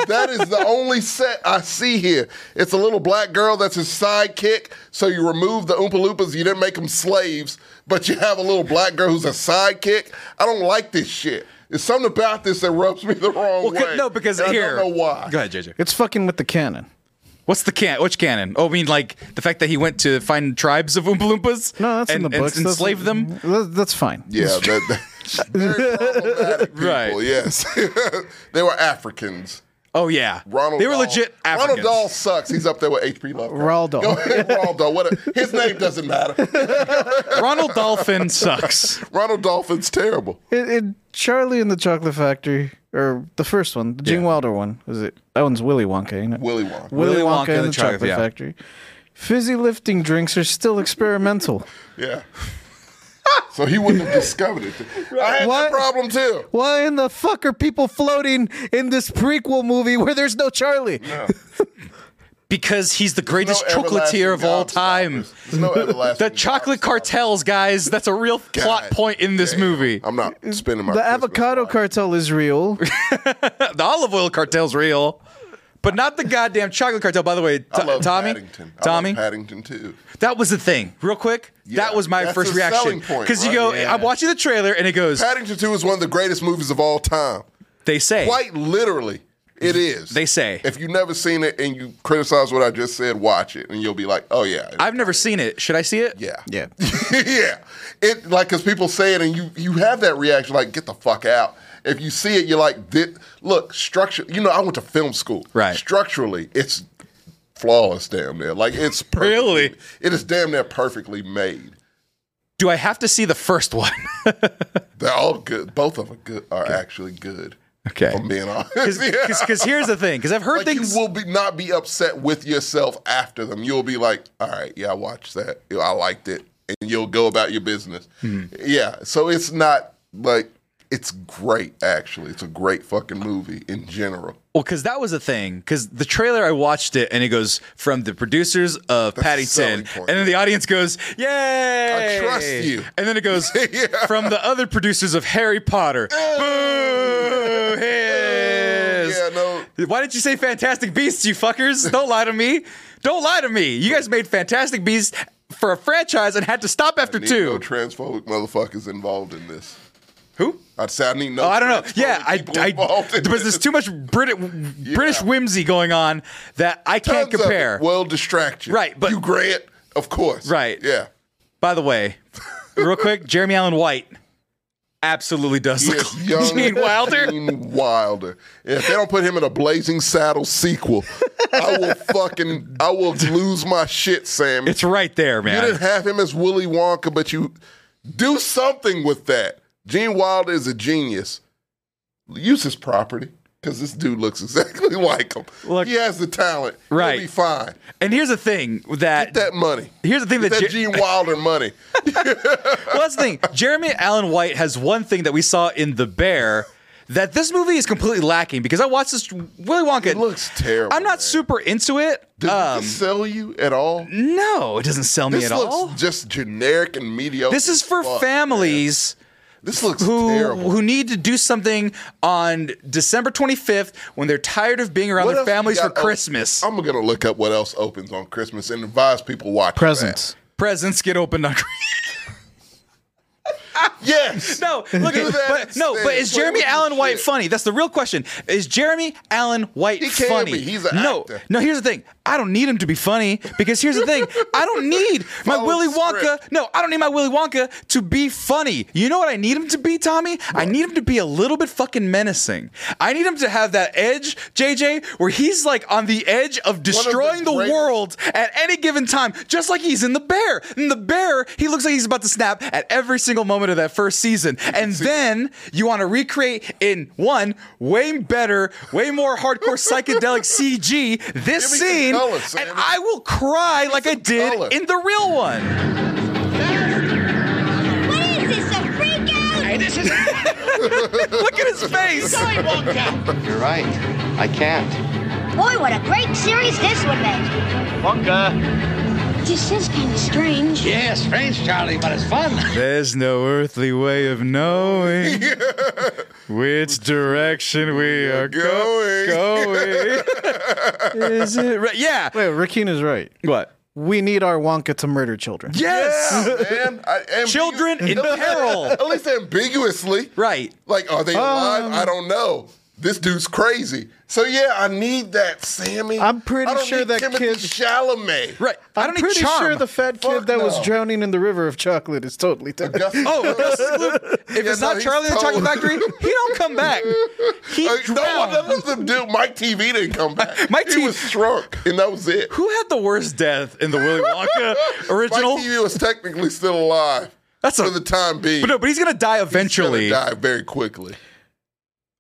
S2: that is the only set I see here. It's a little black girl that's his sidekick. So you remove the Oompa Loompas, you didn't make them slaves, but you have a little black girl who's a sidekick. I don't like this shit. There's something about this that rubs me the wrong
S1: Well, 'cause-
S2: way.
S1: no, because
S2: and
S1: here.
S2: I don't know why.
S1: Go ahead, JJ.
S3: It's fucking with the cannon.
S1: What's the can? Which canon? Oh, I mean, like the fact that he went to find tribes of Oompa Loompas.
S3: No, that's
S1: and,
S3: in the books.
S1: And
S3: That's-
S1: enslave them.
S3: that- That's fine.
S2: Yeah, that, that, very problematic people.
S1: Right.
S2: Yes, they were Africans.
S1: Oh yeah.
S2: Ronald
S1: They were
S2: Dahl.
S1: legit Africans.
S2: Ronald Dahl sucks. He's up there with H.P.
S3: Roald
S2: Lovecraft.
S3: Dahl.
S2: Go ahead, Roald Dahl. What a- his name doesn't matter.
S1: Ronald Dolphin sucks.
S2: Ronald Dolphin's terrible.
S3: It, it, Charlie and the Chocolate Factory, or the first one, the Gene
S1: Yeah.
S3: Wilder one. Is it? That one's Willy Wonka, ain't it?
S2: Willy Wonka.
S3: Willy, Wonka, and the Chocolate Factory. Fizzy lifting drinks are still experimental.
S2: Yeah. so he wouldn't have discovered it. I had
S3: What?
S2: that problem too.
S3: Why in the fuck are people floating in this prequel movie where there's no Charlie?
S1: Because he's the greatest
S2: No
S1: chocolatier of
S2: everlasting
S1: all
S2: gobstoppers.
S1: time.
S2: There's no everlasting.
S1: The chocolate
S2: gobstoppers.
S1: cartels, guys. That's a real plot point in this
S2: Damn.
S1: movie.
S2: I'm not spending my
S3: The
S2: Christmas
S3: avocado
S2: life.
S3: cartel is real.
S1: The olive oil cartel's real, but not the goddamn chocolate cartel. By the way,
S2: I
S1: To-
S2: love
S1: Tommy,
S2: Paddington.
S1: Tommy,
S2: I love Paddington too.
S1: that was the thing. Real quick,
S2: Yeah,
S1: that was my
S2: that's
S1: first
S2: a
S1: reaction
S2: selling point,
S1: because you
S2: right?
S1: go,
S2: Yeah.
S1: I'm watching the trailer and it goes,
S2: Paddington Two is one of the greatest movies of all time.
S1: they say,
S2: Quite literally, it is.
S1: they say.
S2: If you've never seen it and you criticize what I just said, watch it, and you'll be like, "Oh yeah,
S1: I've never seen it. Should I see it?
S2: yeah,
S3: yeah.
S2: yeah. It like because people say it and you you have that reaction like get the fuck out. If you see it, you're like, "Thi- look, structure. You know, I went to film school.
S1: Right.
S2: Structurally, it's flawless, damn near. Like it's perfectly-
S1: Really?
S2: it is damn near perfectly made.
S1: Do I have to see the first one?
S2: They're all good. Both of them good are actually good.
S1: Okay.
S2: if I'm being honest. Yeah.
S1: Because here's the thing. Because I've heard
S2: Like
S1: things.
S2: you will be not be upset with yourself after them. You'll be like, all right, yeah, I watched that. Yeah, I liked it. And you'll go about your business.
S1: Hmm.
S2: Yeah. So it's not like it's great actually. It's a great fucking movie in general.
S1: Well, because that was a thing. Because the trailer, I watched it, and it goes from the producers of Paddington,
S2: selling
S1: and
S2: point.
S1: then the audience goes, "Yay!"
S2: I trust you.
S1: And then it goes from the other producers of Harry Potter. Boo! Hiss.
S2: Yeah, no.
S1: Why did you say Fantastic Beasts, you fuckers? Don't lie to me. Don't lie to me. You guys made Fantastic Beasts for a franchise and had to stop after
S2: Need no
S1: two.
S2: transphobic motherfuckers involved in this.
S1: Who?
S2: I'd say I need no
S1: Oh, I don't know.
S2: transphobic
S1: Yeah, I,
S2: people
S1: I
S2: involved in
S1: because there's
S2: this.
S1: too much Brit- British whimsy going on that I can't
S2: Tons of it
S1: compare.
S2: will distract you.
S1: Right, but-
S2: you grant, of course.
S1: Right.
S2: Yeah.
S1: By the way, real quick, Jeremy Allen White absolutely does
S2: He
S1: look
S2: is
S1: like
S2: young
S1: Gene Wilder.
S2: Gene Wilder. If they don't put him in a Blazing Saddle sequel, I will fucking I will lose my shit, Sam.
S1: It's right there,
S2: you
S1: man.
S2: didn't have him as Willy Wonka, but you do something with that. Gene Wilder is a genius. Use his property because this dude looks exactly like him.
S1: Look-
S2: he has the talent.
S1: Right.
S2: He'll be fine.
S1: And here's the thing that,
S2: Get that money.
S1: here's the thing
S2: Get
S1: that,
S2: that
S1: Jer-
S2: Gene Wilder money.
S1: well, that's the thing. Jeremy Allen White has one thing that we saw in The Bear that this movie is completely lacking because I watched this Willy Wonka.
S2: It looks terrible.
S1: I'm not
S2: man.
S1: super into it.
S2: Did
S1: Um,
S2: this sell you at all?
S1: no, it doesn't sell me
S2: This
S1: at
S2: looks
S1: all.
S2: just generic and mediocre.
S1: This is for
S2: Fuck,
S1: families.
S2: man. This looks
S1: who
S2: terrible.
S1: who need to do something on December 25th when they're tired of being around
S2: What
S1: their
S2: else we
S1: families for
S2: got? Oh,
S1: Christmas.
S2: I'm gonna look up what else opens on Christmas and advise people watch
S3: Presents.
S1: Presents get opened on
S2: that. Yes.
S1: No, look
S2: Do
S1: at
S2: that
S1: but, no,
S2: instead.
S1: but is
S2: Play
S1: Jeremy
S2: with your
S1: Allen White
S2: shit.
S1: funny? That's the real question. Is Jeremy Allen White
S2: He can
S1: funny?
S2: be. He's an
S1: no,
S2: actor.
S1: no. Here's the thing. I don't need him to be funny because here's the thing. I don't need my
S2: Follow
S1: Willy
S2: the script.
S1: Wonka. No, I don't need my Willy Wonka to be funny. You know what I need him to be, Tommy? I need him to be a little bit fucking menacing. I need him to have that edge, JJ, where he's like on the edge of destroying the,
S2: greatest-
S1: world at any given time, just like he's in the bear. In the bear, he looks like he's about to snap at every single moment of that first season. And then you want to recreate in one way better, way more hardcore psychedelic CG this
S2: Give me some
S1: scene,
S2: color, Sam.
S1: and I will cry like I
S2: some
S1: did
S2: color.
S1: in the real one.
S5: What is this, a freak out?
S6: Hey, this is
S1: Look at his face.
S6: Willy Wonka.
S7: You're right. I can't.
S5: Boy, what a great series this would make.
S6: Wonka.
S5: This is kind of strange.
S6: Yeah, strange, Charlie, but it's fun.
S1: There's no earthly way of knowing which direction we are
S2: go-
S1: going. Is it right? Yeah.
S3: Wait, Rakina's right.
S1: What?
S3: We need our Wonka to murder children.
S1: Yes.
S2: Yeah, man. I, ambigu-
S1: Children in
S2: At least-
S1: peril.
S2: At least ambiguously.
S1: Right. Um,
S2: Like, are they alive? I don't know. This dude's crazy. So yeah, I need that, Sammy.
S3: I'm pretty
S2: I don't
S3: sure
S2: need
S3: that
S2: Timothy
S3: kid-
S2: Chalamet.
S1: Right. I
S3: I'm
S1: don't
S3: pretty
S1: need charm.
S3: sure the fat kid
S2: Fuck
S3: that was
S2: no.
S3: drowning in the river of chocolate is totally dead.
S2: Gus-
S1: Oh, Gus Gloop- if
S2: Yeah,
S1: it's
S2: no,
S1: not
S2: he's
S1: Charlie in the Chocolate
S2: told.
S1: Factory, he don't come back. He
S2: Uh, no,
S1: drowned.
S2: none of them do. Mike TV didn't come back.
S1: Mike
S2: he
S1: T-
S2: was shrunk, and that was it.
S1: Who had the worst death in the Willy Wonka original?
S2: Mike TV was technically still alive.
S1: That's
S2: for
S1: a-
S2: the time being.
S1: But no, but he's gonna die
S2: He's gonna
S1: eventually.
S2: die very quickly.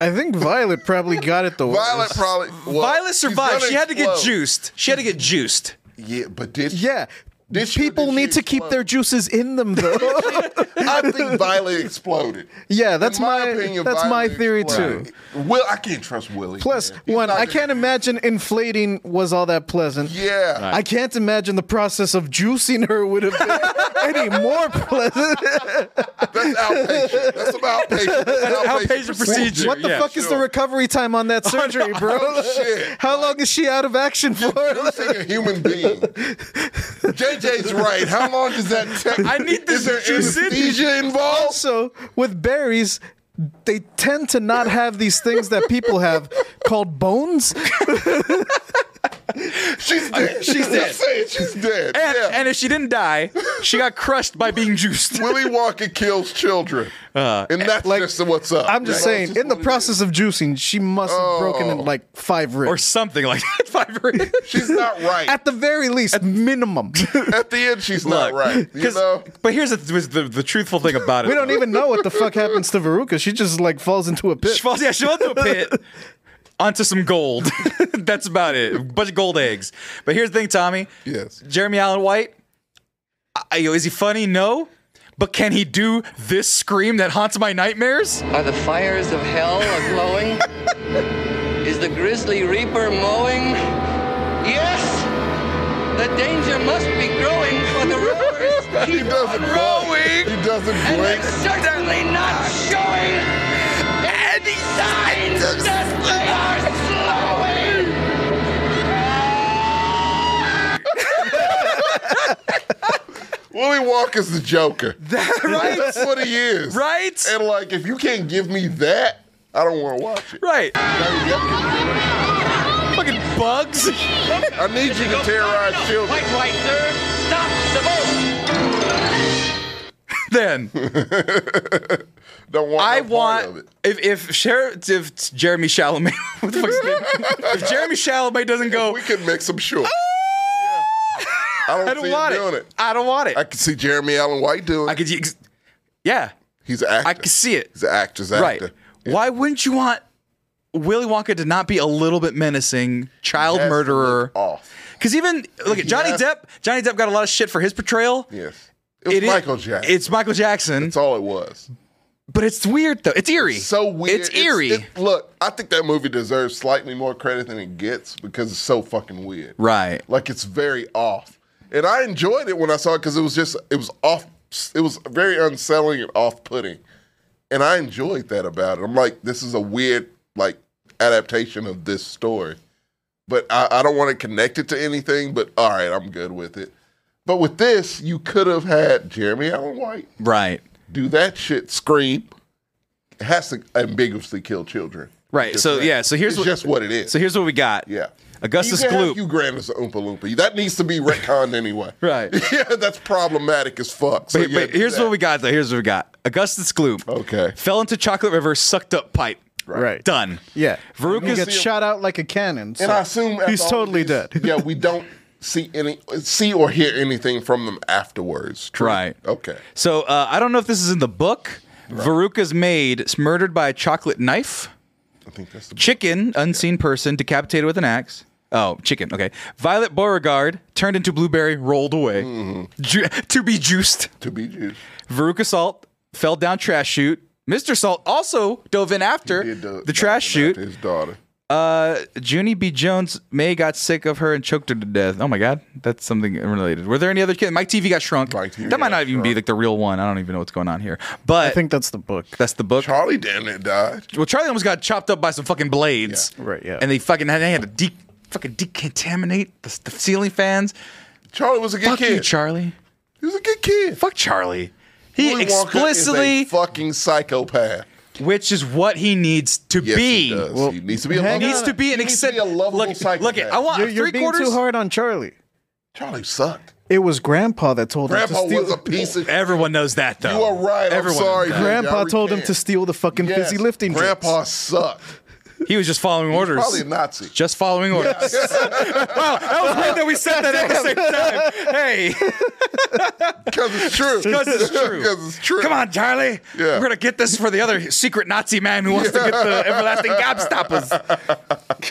S3: I think Violet probably got it the worst.
S2: Violet probably. well,
S1: Violet
S2: she's
S1: survived.
S2: gonna
S1: She had to get
S2: explode.
S1: juiced. She had to get juiced.
S2: Yeah, but did
S3: Yeah.
S2: This year
S3: People
S2: did
S3: need
S2: she
S3: to keep their
S2: explode?
S3: juices in them though.
S2: I think Violet exploded.
S3: yeah, that's
S2: In
S3: my, that's my
S2: Violet
S3: theory
S2: exploded.
S3: too.
S2: Will I can't trust Willie.
S3: Plus,
S2: man. He's
S3: one,
S2: not
S3: I
S2: gonna-
S3: can't imagine inflating was all that pleasant.
S2: Yeah,
S3: I can't imagine the process of juicing her would have been any more pleasant.
S2: that's outpatient. That's about outpatient. That's
S1: Outpatient procedure.
S3: what the
S1: yeah,
S3: fuck is the
S2: sure.
S3: recovery time on that surgery, bro?
S2: shit.
S3: How long is she out of action for?
S2: Just like a human being. JJ's right. How long does that take?
S1: I need this
S2: Is there
S1: juice in-
S2: anesthesia involved?
S3: also, with berries, they tend to not have these things that people have called bones.
S2: She's dead.
S1: Oh, uh, she's
S2: I'm
S1: dead.
S2: saying she's dead.
S1: And,
S2: yeah.
S1: and if she didn't die, she got crushed by being juiced.
S2: Willy Wonka kills children,
S1: Uh,
S2: and that's
S3: like,
S2: just what's up.
S3: I'm just
S2: You know,
S3: saying,
S2: it's just
S3: in the
S2: what it
S3: process of juicing, she must have broken
S2: Oh.
S3: in like five
S1: Or
S3: ribs.
S1: something like that. Fiber.
S2: is. she's not right. At,
S3: At the very least, minimum.
S2: the end, she's
S1: Look,
S2: not right. You
S1: 'cause-
S2: know,
S1: But here's the, the, the truthful thing about it.
S3: we don't
S1: though.
S3: even know what the fuck happens to Veruca. She just like falls into a pit.
S1: She falls, yeah, she fell into a pit onto some gold. That's about it. A bunch of gold eggs. But here's the thing, Tommy.
S2: Yes.
S1: Jeremy Allen White. I, is he funny? No. But can he do this scream that haunts my nightmares?
S7: Are the fires of hell a glowing? Is the grizzly reaper mowing? Yes! The danger must be growing for the reapers
S2: he
S7: keep
S2: doesn't
S7: on
S2: blink.
S7: rolling.
S2: He doesn't
S7: And
S2: blink.
S7: they're certainly not showing any signs that they are slowing.
S2: Willy Wonka's the Joker.
S1: right?
S2: That's what he is.
S1: Right?
S2: And like, if you can't give me that, I don't want to watch it.
S1: Right.
S2: I
S1: Fucking bugs.
S2: need you to terrorize
S6: No,
S2: children.
S6: Quite right, sir. Stop the boat.
S1: then.
S2: Don't want.
S1: I
S2: no part of
S1: want
S2: it.
S1: if if Sheriff if Jeremy Chalamet what the fuck's his name? if Jeremy Chalamet doesn't go
S2: We could make some sure. I don't,
S1: Ah! I don't
S2: see
S1: want it.
S2: him doing it.
S1: I don't want it.
S2: I
S1: I,
S2: can see Jeremy Allen White doing. it.
S1: could ex- Yeah,
S2: He's an actor.
S1: I could see it.
S2: He's an actor's actor.
S1: Right. Why wouldn't you want Willy Wonka to not be a little bit menacing, child
S2: Has to
S1: murderer?
S2: look Off.
S1: Because even look at Johnny
S2: Yes.
S1: Depp. Johnny Depp got a lot of shit for his portrayal.
S2: Yes. It was
S1: It is-
S2: Michael Jackson.
S1: It's Michael Jackson.
S2: That's all it was.
S1: but it's weird though. It's eerie.
S2: So weird.
S1: It's eerie.
S2: it- look, I think that movie deserves slightly more credit than it gets because it's so fucking weird.
S1: right.
S2: Like it's very off. And I enjoyed it when I saw it because it was just it was off. It was very unsettling and off-putting. And I enjoyed that about it. I'm like, this is a weird like adaptation of this story. But I, I don't want to connect it to anything. But all right, I'm good with it. But with this, you could have had Jeremy Allen White
S1: Right.
S2: do that shit scream it has to ambiguously kill children.
S1: Right.
S2: Just
S1: So
S2: that.
S1: yeah. So here's
S2: It's
S1: what.
S2: just what it is.
S1: so here's what we got.
S2: yeah.
S1: Augustus
S2: you can
S1: Gloop.
S2: You grant us an Oompa Loompa. That needs to be retconned anyway.
S1: Right.
S2: yeah, that's problematic as fuck. So
S1: But,
S2: yeah,
S1: but
S2: do
S1: here's
S2: that.
S1: what we got though. Here's what we got. Augustus Gloop.
S2: Okay.
S1: Fell into Chocolate River, sucked up pipe.
S3: Right.
S1: Done.
S3: Yeah.
S1: Veruca
S3: Veruca gets shot out like a cannon. so
S2: And I assume after
S3: he's
S2: all
S3: totally
S2: of this,
S3: dead.
S2: yeah, we don't see any, see or hear anything from them afterwards. True.
S1: Right.
S2: Okay.
S1: So uh, I don't know if this is in the book. Veruca's maid murdered by a chocolate knife.
S2: I think that's the
S1: Chicken, unseen person, decapitated with an axe. Oh, chicken. Okay. Violet Beauregard turned into blueberry, rolled away.
S2: Mm-hmm.
S1: Ju- to be juiced.
S2: to be used.
S1: Veruca Salt fell down trash chute. Mr. Salt also dove in after
S2: Did
S1: the trash
S2: after
S1: chute.
S2: His daughter.
S1: Uh, Junie B. Jones May got sick of her and choked her to death. Oh my God, that's something related. Were there any other kids? Mike TV got shrunk.
S2: Mike TV
S1: that might
S2: got
S1: not even be
S2: shrunk.
S1: like the real one. I don't even know what's going on here. But
S3: I think that's the book.
S1: that's the book.
S2: Charlie damn near died.
S1: well, Charlie almost got chopped up by some fucking blades.
S3: Yeah, right, yeah.
S1: And they fucking had, they had to de- fucking decontaminate the, the ceiling fans.
S2: Charlie was a good
S1: Fuck
S2: kid.
S1: you, Charlie.
S2: he was a good kid.
S1: Fuck Charlie. He
S2: Willy Wonka is a
S1: explicitly,
S2: fucking psychopath.
S1: which is what he needs to
S2: Yes,
S1: be.
S2: he does.
S3: Well,
S2: he needs to be a
S3: hang
S2: lovable.
S3: on.
S1: Needs to be an
S2: he needs to
S1: except.
S2: be a lovable
S1: Look,
S2: psychopath.
S1: look, I want
S3: You're,
S1: 3
S3: you're being
S1: Uh, quarters.
S3: too hard on Charlie.
S2: Charlie sucked.
S3: It was Grandpa that told
S2: Grandpa
S3: him to steal.
S2: was a piece of.
S1: Everyone knows that, though.
S2: You are right.
S1: Everyone
S2: I'm sorry.
S1: knows
S2: dude.
S1: that.
S3: Grandpa
S2: Y'all
S3: told him
S2: recant.
S3: to steal the fucking
S2: Yes,
S3: fizzy lifting drinks.
S2: Grandpa sucked.
S1: He was just following orders.
S2: Probably a Nazi.
S1: just following orders. wow, that was weird that we said that at the same time. Hey,
S2: Because it's true.
S1: 'Cause it's true.
S2: 'Cause it's true.
S1: come on, Charlie.
S2: Yeah.
S1: We're gonna get this for the other secret Nazi man who wants to get the everlasting gobstoppers.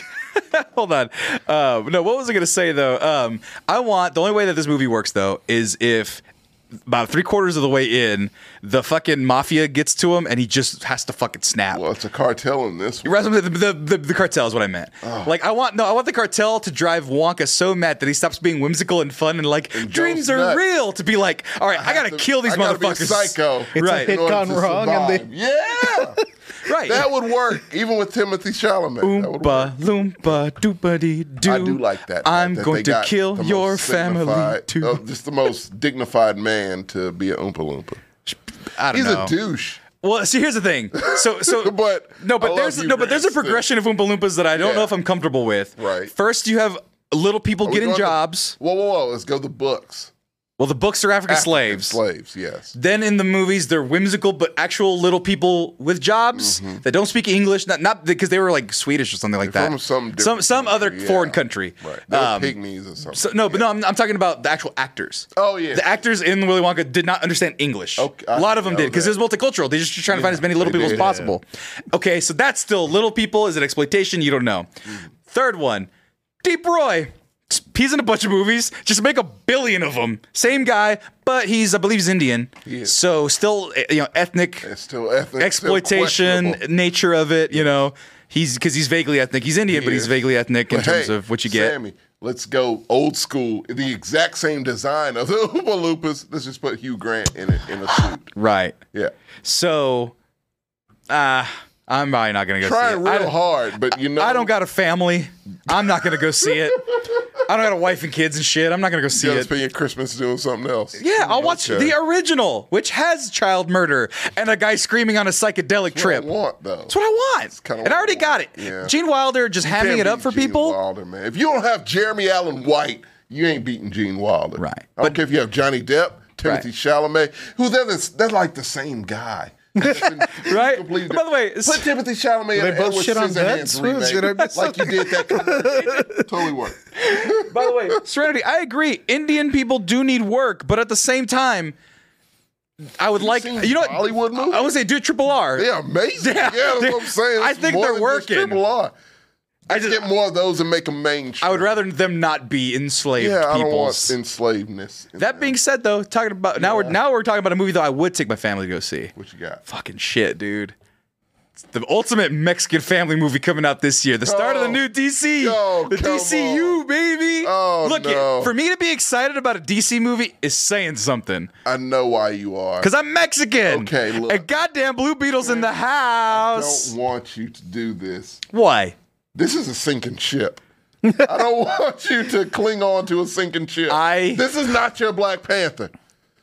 S1: Hold on. Uh, no, what was I gonna say though? Um, I want the only way that this movie works though is if about three quarters of the way in, the fucking mafia gets to him and he just has to fucking snap.
S2: Well, it's a cartel in this one.
S1: Rasmus, the, the, the, the cartel is what I meant.
S2: Oh.
S1: Like I want no, I want the cartel to drive Wonka so mad that he stops being whimsical and fun and like
S2: And
S1: dreams
S2: goes
S1: are
S2: nuts.
S1: real. To be like, all right, I, gotta
S2: have to-
S1: kill these
S2: I gotta be a
S1: motherfuckers.
S2: psycho.
S3: It's
S1: Right.
S3: a
S2: in
S3: hit
S2: order
S3: gone
S2: to
S3: wrong,
S2: survive.
S3: and they
S2: Yeah.
S1: right.
S2: that would work, even with Timothy Chalamet. That would
S1: Oompa
S2: work.
S1: loompa doopity doo.
S2: I do like that.
S1: I'm
S2: that
S1: going
S2: they
S1: to
S2: got the
S1: kill
S2: most
S1: your family
S2: signified-
S1: too.
S2: uh, just the most dignified man to be an Oompa Loompa.
S1: I don't
S2: He's
S1: know.
S2: a douche.
S1: Well, see, here's the thing. So, so,
S2: But
S1: no,
S2: I
S1: but
S2: love
S1: there's
S2: you,
S1: no, but there's a
S2: Grant, still.
S1: progression of Oompa Loompas that I don't
S2: Yeah.
S1: know if I'm comfortable with.
S2: Right.
S1: First, you have little people
S2: Are we
S1: getting
S2: going to-
S1: jobs.
S2: whoa, whoa, whoa. Let's go to the books.
S1: well, the books are African,
S2: African
S1: slaves.
S2: Slaves, yes.
S1: Then in the movies, they're whimsical but actual little people with jobs that don't speak English. Not not because they were like Swedish or something like
S2: Mm-hmm. They're
S1: that.
S2: from some
S1: some
S2: different
S1: some other
S2: country, yeah.
S1: foreign country.
S2: Right. They're
S1: Um,
S2: pygmies or something.
S1: so, no, but no, I'm, I'm talking about the actual actors.
S2: Oh, yeah.
S1: the actors in Willy Wonka did not understand English.
S2: Okay, I
S1: a lot of them
S2: know
S1: did because it
S2: that.
S1: was multicultural. They just were trying to find as many little
S2: they
S1: people
S2: did.
S1: as possible. Okay, so that's still little people. Is it exploitation? You don't know. Third one, Deep Roy. He's in a bunch of movies. Just make a billion of them. Same guy, but he's I believe he's Indian.
S2: is.
S1: So still, eh, you know, ethnic
S2: It's still ethnic.
S1: exploitation
S2: still questionable.
S1: nature of it. You know, he's because he's vaguely ethnic. He's Indian, but
S2: He
S1: he's
S2: is.
S1: vaguely ethnic in
S2: But
S1: terms
S2: hey,
S1: of what you get.
S2: Sammy, let's go old school. The exact same design of the Oompa Loompas. Let's just put Hugh Grant in it in a suit.
S1: Right.
S2: Yeah.
S1: So, uh, I'm probably not gonna go see
S2: Trying
S1: it. I
S2: real
S1: don't-
S2: hard, but you know.
S1: I don't got a family. I'm not gonna go see it. I don't got a wife and kids and shit. I'm not gonna go see
S2: You gotta
S1: it.
S2: spend your Christmas doing something else.
S1: Yeah, I'll watch
S2: Okay.
S1: the original, which has child murder and a guy screaming on a psychedelic trip.
S2: What I want though.
S1: That's what I want.
S2: kinda
S1: and I
S2: what I
S1: already got it.
S2: want. Yeah.
S1: Gene Wilder just hamming
S2: Can't
S1: it up
S2: beat
S1: for
S2: Gene
S1: people.
S2: Wilder, man. If you don't have Jeremy Allen White, you ain't beating Gene Wilder.
S1: Right.
S2: I don't
S1: But-
S2: care if you have Johnny Depp, Timothy Chalamet, who they're, this, they're like the same guy.
S1: Right?
S2: Completely
S1: By the way,
S2: different.
S1: s-
S2: put Timothy Chalamet
S3: They
S2: and
S3: both
S2: Edward
S3: shit on
S2: Scissorhands
S3: Dead's
S2: remake,
S3: roots, and I missed
S2: like you did that. commercial. totally worked.
S1: By the way, Serenity, I agree. Indian people do need work, but at the same time, I would like
S2: seen
S1: you know what?
S2: Bollywood movies?
S1: I would say do triple R.
S2: They're amazing.
S1: Yeah,
S2: Yeah,
S1: they-
S2: that's what I'm saying.
S1: I
S2: It's
S1: think
S2: more
S1: they're
S2: than just
S1: working.
S2: Triple R.
S1: I
S2: Just
S1: just
S2: get more of those and make them mainstream.
S1: I would rather them not be enslaved
S2: Yeah, I don't want
S1: peoples.
S2: enslavedness. in
S1: that
S2: there.
S1: being said, though, talking about now we're now we're talking about a movie though I would take my family to go see.
S2: what you got?
S1: Fucking shit, dude. It's the ultimate Mexican family movie coming out this year. The start of the
S2: Oh.
S1: new DC.
S2: Yo,
S1: the
S2: come
S1: DCU,
S2: on.
S1: baby.
S2: Oh,
S1: Look,
S2: no.
S1: it, for me to be excited about a DC movie is saying something.
S2: I know why you are.
S1: Because I'm Mexican.
S2: Okay, look.
S1: And goddamn Blue Beetles in the
S2: I
S1: house.
S2: don't want you to do this.
S1: Why?
S2: This is a sinking ship. I don't want you to cling on to a sinking ship.
S1: I-
S2: This is not your Black Panther.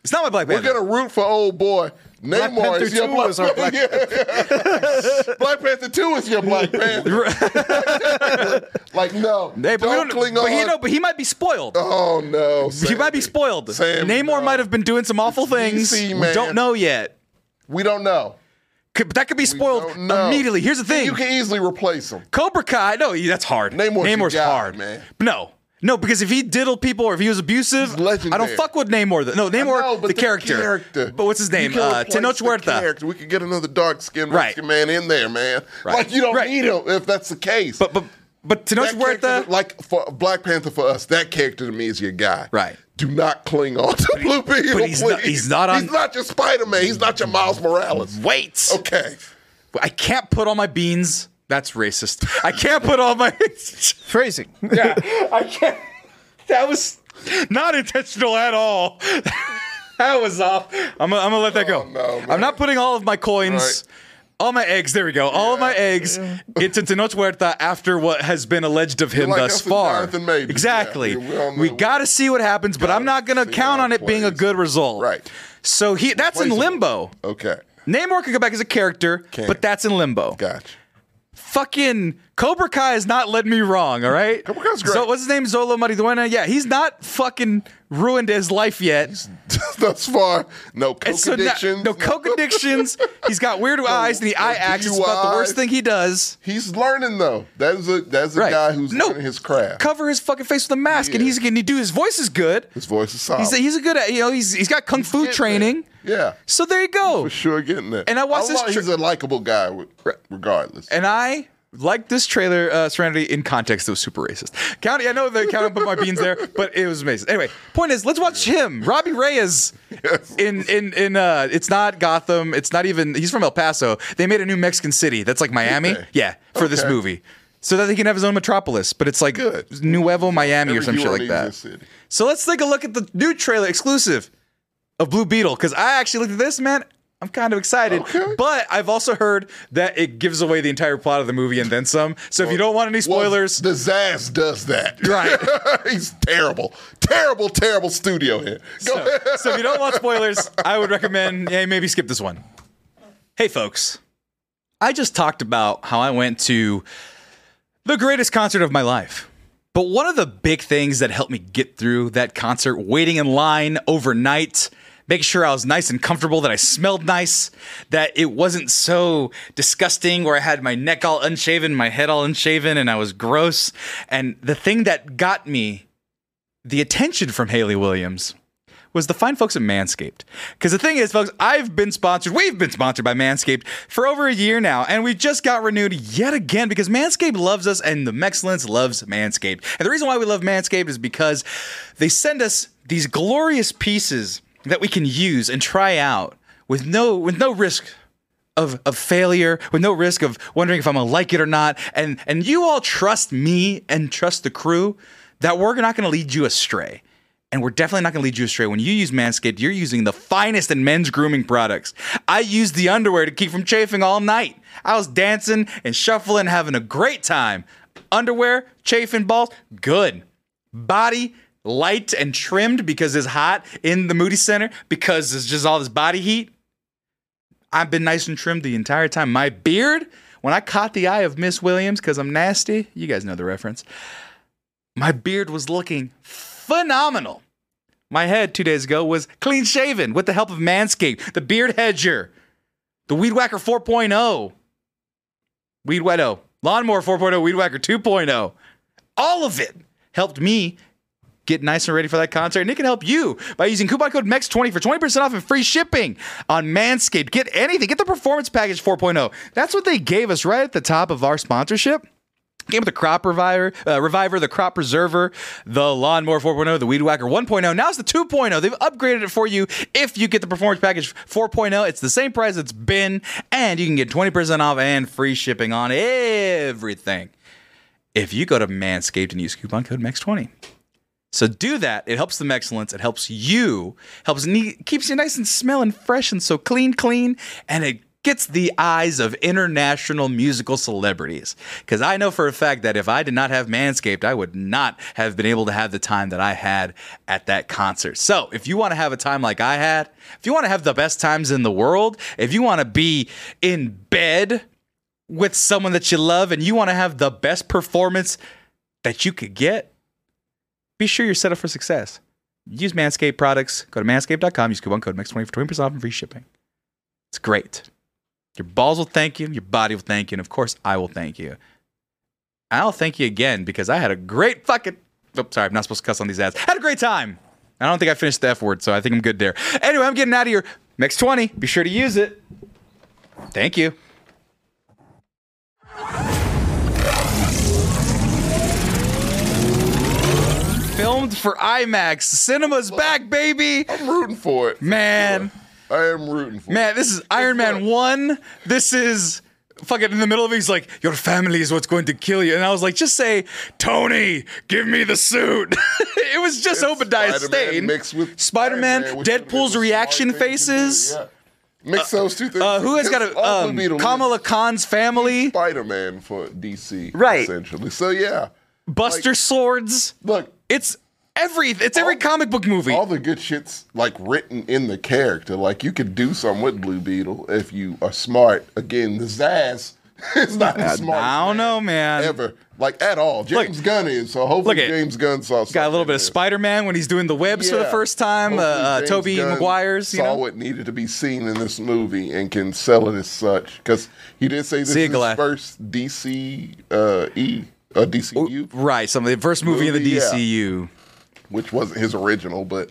S1: It's not my Black
S2: We're
S1: Panther.
S2: gonna root for old boy.
S3: Black
S2: Namor
S3: Panther
S2: is your
S3: 2
S2: Black,
S3: is our Black
S2: Yeah. Black Panther Two is your Black Panther. like no,
S1: Hey, but we
S2: don't,
S1: don't-
S2: cling
S1: but
S2: on.
S1: he, no, but he might be spoiled.
S2: oh no,
S1: he might be
S2: Sandy.
S1: spoiled.
S2: Sam,
S1: Namor
S2: no.
S1: might have been doing some awful things.
S2: DC,
S1: we
S2: man.
S1: don't know yet.
S2: We don't know.
S1: Could, but that could be
S2: We
S1: spoiled
S2: don't know.
S1: immediately. Here's the thing.
S2: You can easily replace him.
S1: Cobra Kai. No, that's hard.
S2: Namor's your guy,
S1: hard,
S2: man.
S1: No, no, because if he diddled people or if he was abusive, I don't
S2: legendary.
S1: fuck with Namor. though. No, Namor,
S2: I know,
S1: the, character. But what's his
S2: You
S1: name?
S2: can
S1: Uh,
S2: replace
S1: Tenoch
S2: the
S1: Huerta.
S2: character. We could get another dark skinned
S1: Right.
S2: Mexican man in there, man.
S1: Right.
S2: Like you don't
S1: Right.
S2: need him if that's the case.
S1: But but but Tenoch
S2: that character,
S1: Huerta.
S2: like for Black Panther for us, that character to me is your guy.
S1: Right.
S2: Do not cling on to Blue Beetle.
S1: but he's not-
S2: please.
S1: he's not on-
S2: He's not your Spider Man. He's not your Miles Morales.
S1: Wait.
S2: Okay.
S1: I can't put all my beans. That's racist. I can't put all my.
S3: Phrasing.
S1: I can't. That was not intentional at all. that was off. I'm gonna, I'm gonna let that go.
S2: Oh, no,
S1: I'm
S2: man.
S1: not putting all of my coins. All my eggs, there we go. All of my eggs into Tenoch Huerta after what has been alleged of him
S2: Like
S1: thus
S2: us and
S1: far.
S2: Jonathan Majors.
S1: Exactly.
S2: Yeah, we- we all know
S1: we
S2: what-
S1: got to see what happens, but I'm not going to
S2: see
S1: count
S2: how
S1: on
S2: it
S1: it being a
S2: plays.
S1: good result.
S2: Right.
S1: So he that's in
S2: Replaceable.
S1: limbo.
S2: Okay.
S1: Namor could go back as a character,
S2: Can't.
S1: but that's in limbo
S2: Gotcha.
S1: fucking Cobra Kai has not led me wrong, all right?
S2: Cobra Kai's great.
S1: So, what's his name? Zolo Mariduena? Yeah, he's not fucking ruined his life yet.
S2: Thus far, no coke
S1: And so now-
S2: addiction.
S1: no coke addictions. He's got weird eyes and the
S2: no
S1: eye acts is about the worst
S2: DUIs.
S1: thing he does.
S2: He's learning though. That is a that's a
S1: Right.
S2: guy who's
S1: No.
S2: learning his craft.
S1: Cover his fucking face with a mask and
S2: Yeah.
S1: he's and he do his voice is good.
S2: his voice is solid.
S1: He's a, he's a good you know, he's he's got kung fu
S2: Oh. Getting
S1: training.
S2: there. Yeah.
S1: So there you go.
S2: For sure getting there.
S1: And I watched this
S2: love-
S1: tr-
S2: he's a likable guy with, regardless.
S1: And I like this trailer, uh, Serenity, in context. It was super racist. County, I know the county put my beans there, but it was amazing. Anyway, point is, let's watch him, Robbie Reyes. In in in uh, it's not Gotham. It's not even. He's from El Paso. They made a new Mexican city that's like Miami.
S2: Okay.
S1: Yeah, for this
S2: Okay.
S1: movie. So that he can have his own metropolis, but it's like
S2: Good.
S1: Nuevo Miami or
S2: Every
S1: some shit
S2: hero
S1: like
S2: needs
S1: that.
S2: a city.
S1: So let's take a look at the new trailer exclusive of Blue Beetle because I actually looked at this, man. I'm kind of excited,
S2: Okay.
S1: but I've also heard that it gives away the entire plot of the movie and then some. So if you don't want any spoilers,
S2: Well, the Zaz does that.
S1: Right.
S2: He's terrible. Terrible, terrible studio here. Go
S1: so, so if you don't want spoilers, I would recommend yeah, maybe skip this one. Hey, folks, I just talked about how I went to the greatest concert of my life. But one of the big things that helped me get through that concert, waiting in line overnight, making sure I was nice and comfortable, that I smelled nice, that it wasn't so disgusting where I had my neck all unshaven, my head all unshaven, and I was gross. And the thing that got me the attention from Haley Williams was the fine folks at Manscaped. Because the thing is, folks, I've been sponsored, we've been sponsored by Manscaped for over a year now, and we just got renewed yet again because Manscaped loves us and the Mexcellence loves Manscaped. And the reason why we love Manscaped is because they send us these glorious pieces that we can use and try out with no with no risk of, of failure with no risk of wondering if I'm gonna like it or not. And and you all trust me and trust the crew that we're not gonna lead you astray. And we're definitely not gonna lead you astray. When you use Manscaped, you're using the finest in men's grooming products. I used the underwear to keep from chafing all night. I was dancing and shuffling, having a great time. Underwear, chafing balls, good. Body light and trimmed because it's hot in the Moody Center, because it's just all this body heat. I've been nice and trimmed the entire time. My beard, when I caught the eye of Miss Williams, because I'm nasty, you guys know the reference, my beard was looking phenomenal. My head two days ago was clean shaven with the help of Manscaped, the beard hedger, the Weed Whacker 4.0, Weed Wedo, Lawnmower 4.0, Weed Whacker 2.0. All of it helped me get nice and ready for that concert. And it can help you by using coupon code MEX20 for 20% off and free shipping on Manscaped. Get anything, get the Performance Package 4.0. That's what they gave us right at the top of our sponsorship. Came with the crop reviver, uh, reviver, the crop preserver, the lawnmower 4.0, the weed whacker 1.0. Now it's the 2.0. They've upgraded it for you if you get the performance package 4.0. It's the same price it's been, and you can get 20% off and free shipping on everything if you go to Manscaped and use coupon code MEX20. So do that. It helps them excellence. It helps you. Helps ne- keeps you nice and smelling fresh and so clean, clean. And it gets the eyes of international musical celebrities. Because I know for a fact that if I did not have Manscaped, I would not have been able to have the time that I had at that concert. So if you want to have a time like I had, if you want to have the best times in the world, if you want to be in bed with someone that you love and you want to have the best performance that you could get be sure you're set up for success. Use Manscaped products. Go to manscaped.com. Use coupon code MAX20 for 20% off and free shipping. It's great. Your balls will thank you. Your body will thank you. And of course, I will thank you. I'll thank you again because I had a great fucking. Oops, sorry, I'm not supposed to cuss on these ads. Had a great time. I don't think I finished the F word, so I think I'm good there. Anyway, I'm getting out of here. MAX20, be sure to use it. Thank you. Filmed for IMAX. Cinema's back, baby.
S2: I'm rooting for it.
S1: Man.
S2: I am rooting for
S1: Man, this is Iron Man One. This is fucking in the middle of it. He's like, "Your family is what's going to kill you," and I was like, "Just say, Tony, give me the suit." it was just Obadiah
S2: Spider-Man
S1: Stane
S2: mixed with
S1: Spider-Man,
S2: Iron Man, which would've been the
S1: Deadpool's
S2: smart
S1: reaction
S2: thing to do,
S1: faces.
S2: yeah. Mix those two things.
S1: Uh, who has got a um, Kamala Khan's family?
S2: Spider Man for DC,
S1: Right.
S2: Essentially, so yeah.
S1: Buster swords.
S2: Look,
S1: It's every. It's every comic book movie.
S2: all the good shit's like written in the character. Like you could do something with Blue Beetle if you are smart. Again, the Zaz is not as smart.
S1: I don't know, man.
S2: Ever like at all? James Gunn is so. Hopefully,
S1: look at-
S2: James Gunn saw.
S1: Got a little
S2: something
S1: bit
S2: in
S1: of
S2: there.
S1: Spider Man when he's doing the webs for the
S2: Yeah.
S1: first time. Uh,
S2: Hopefully
S1: uh,
S2: James
S1: Toby
S2: Gunn
S1: Maguire's, you
S2: saw
S1: know.
S2: what needed to be seen in this movie and can sell it as such because he did say this
S1: See you,
S2: is his
S1: Goliath.
S2: first DC uh, E uh, DCU,
S1: Right, some of the first movie, in
S2: Movie,
S1: the
S2: yeah.
S1: DCU.
S2: which wasn't his original, but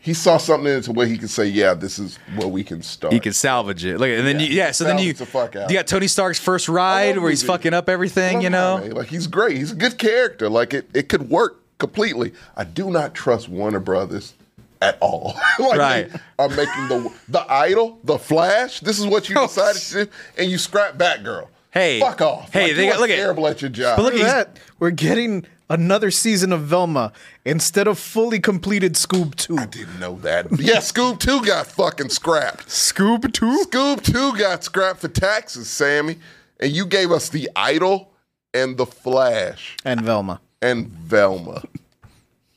S2: he saw something into where he could say, "Yeah, this is where we can start."
S1: He can salvage it. Look, and then yeah,
S2: Yeah,
S1: you, yeah so then you
S2: salvage the fuck out.
S1: you got Tony Stark's first ride
S2: love
S1: where he's
S2: movies.
S1: fucking up everything, you know.
S2: Anime. Like he's great. He's a good character. Like it, it could work completely. I do not trust Warner Brothers at all. like
S1: Right.
S2: they are making the the Idol, the Flash. This is what you decided to do, and you scrap Batgirl.
S1: Oh, Hey.
S2: fuck off.
S1: Hey,
S2: Like,
S1: they
S2: you
S1: got-
S2: are
S1: look at-
S2: terrible at your job.
S1: But look
S3: Look
S1: at
S3: at
S1: he's-
S3: that. We're getting another season of Velma instead of fully completed Scoob 2.
S2: I didn't know that. Yeah, Scoob Two got fucking scrapped.
S1: Scoob too.
S2: Scoob Two got scrapped for taxes, Sammy, and you gave us the Idol and the Flash
S3: And Velma.
S2: and Velma.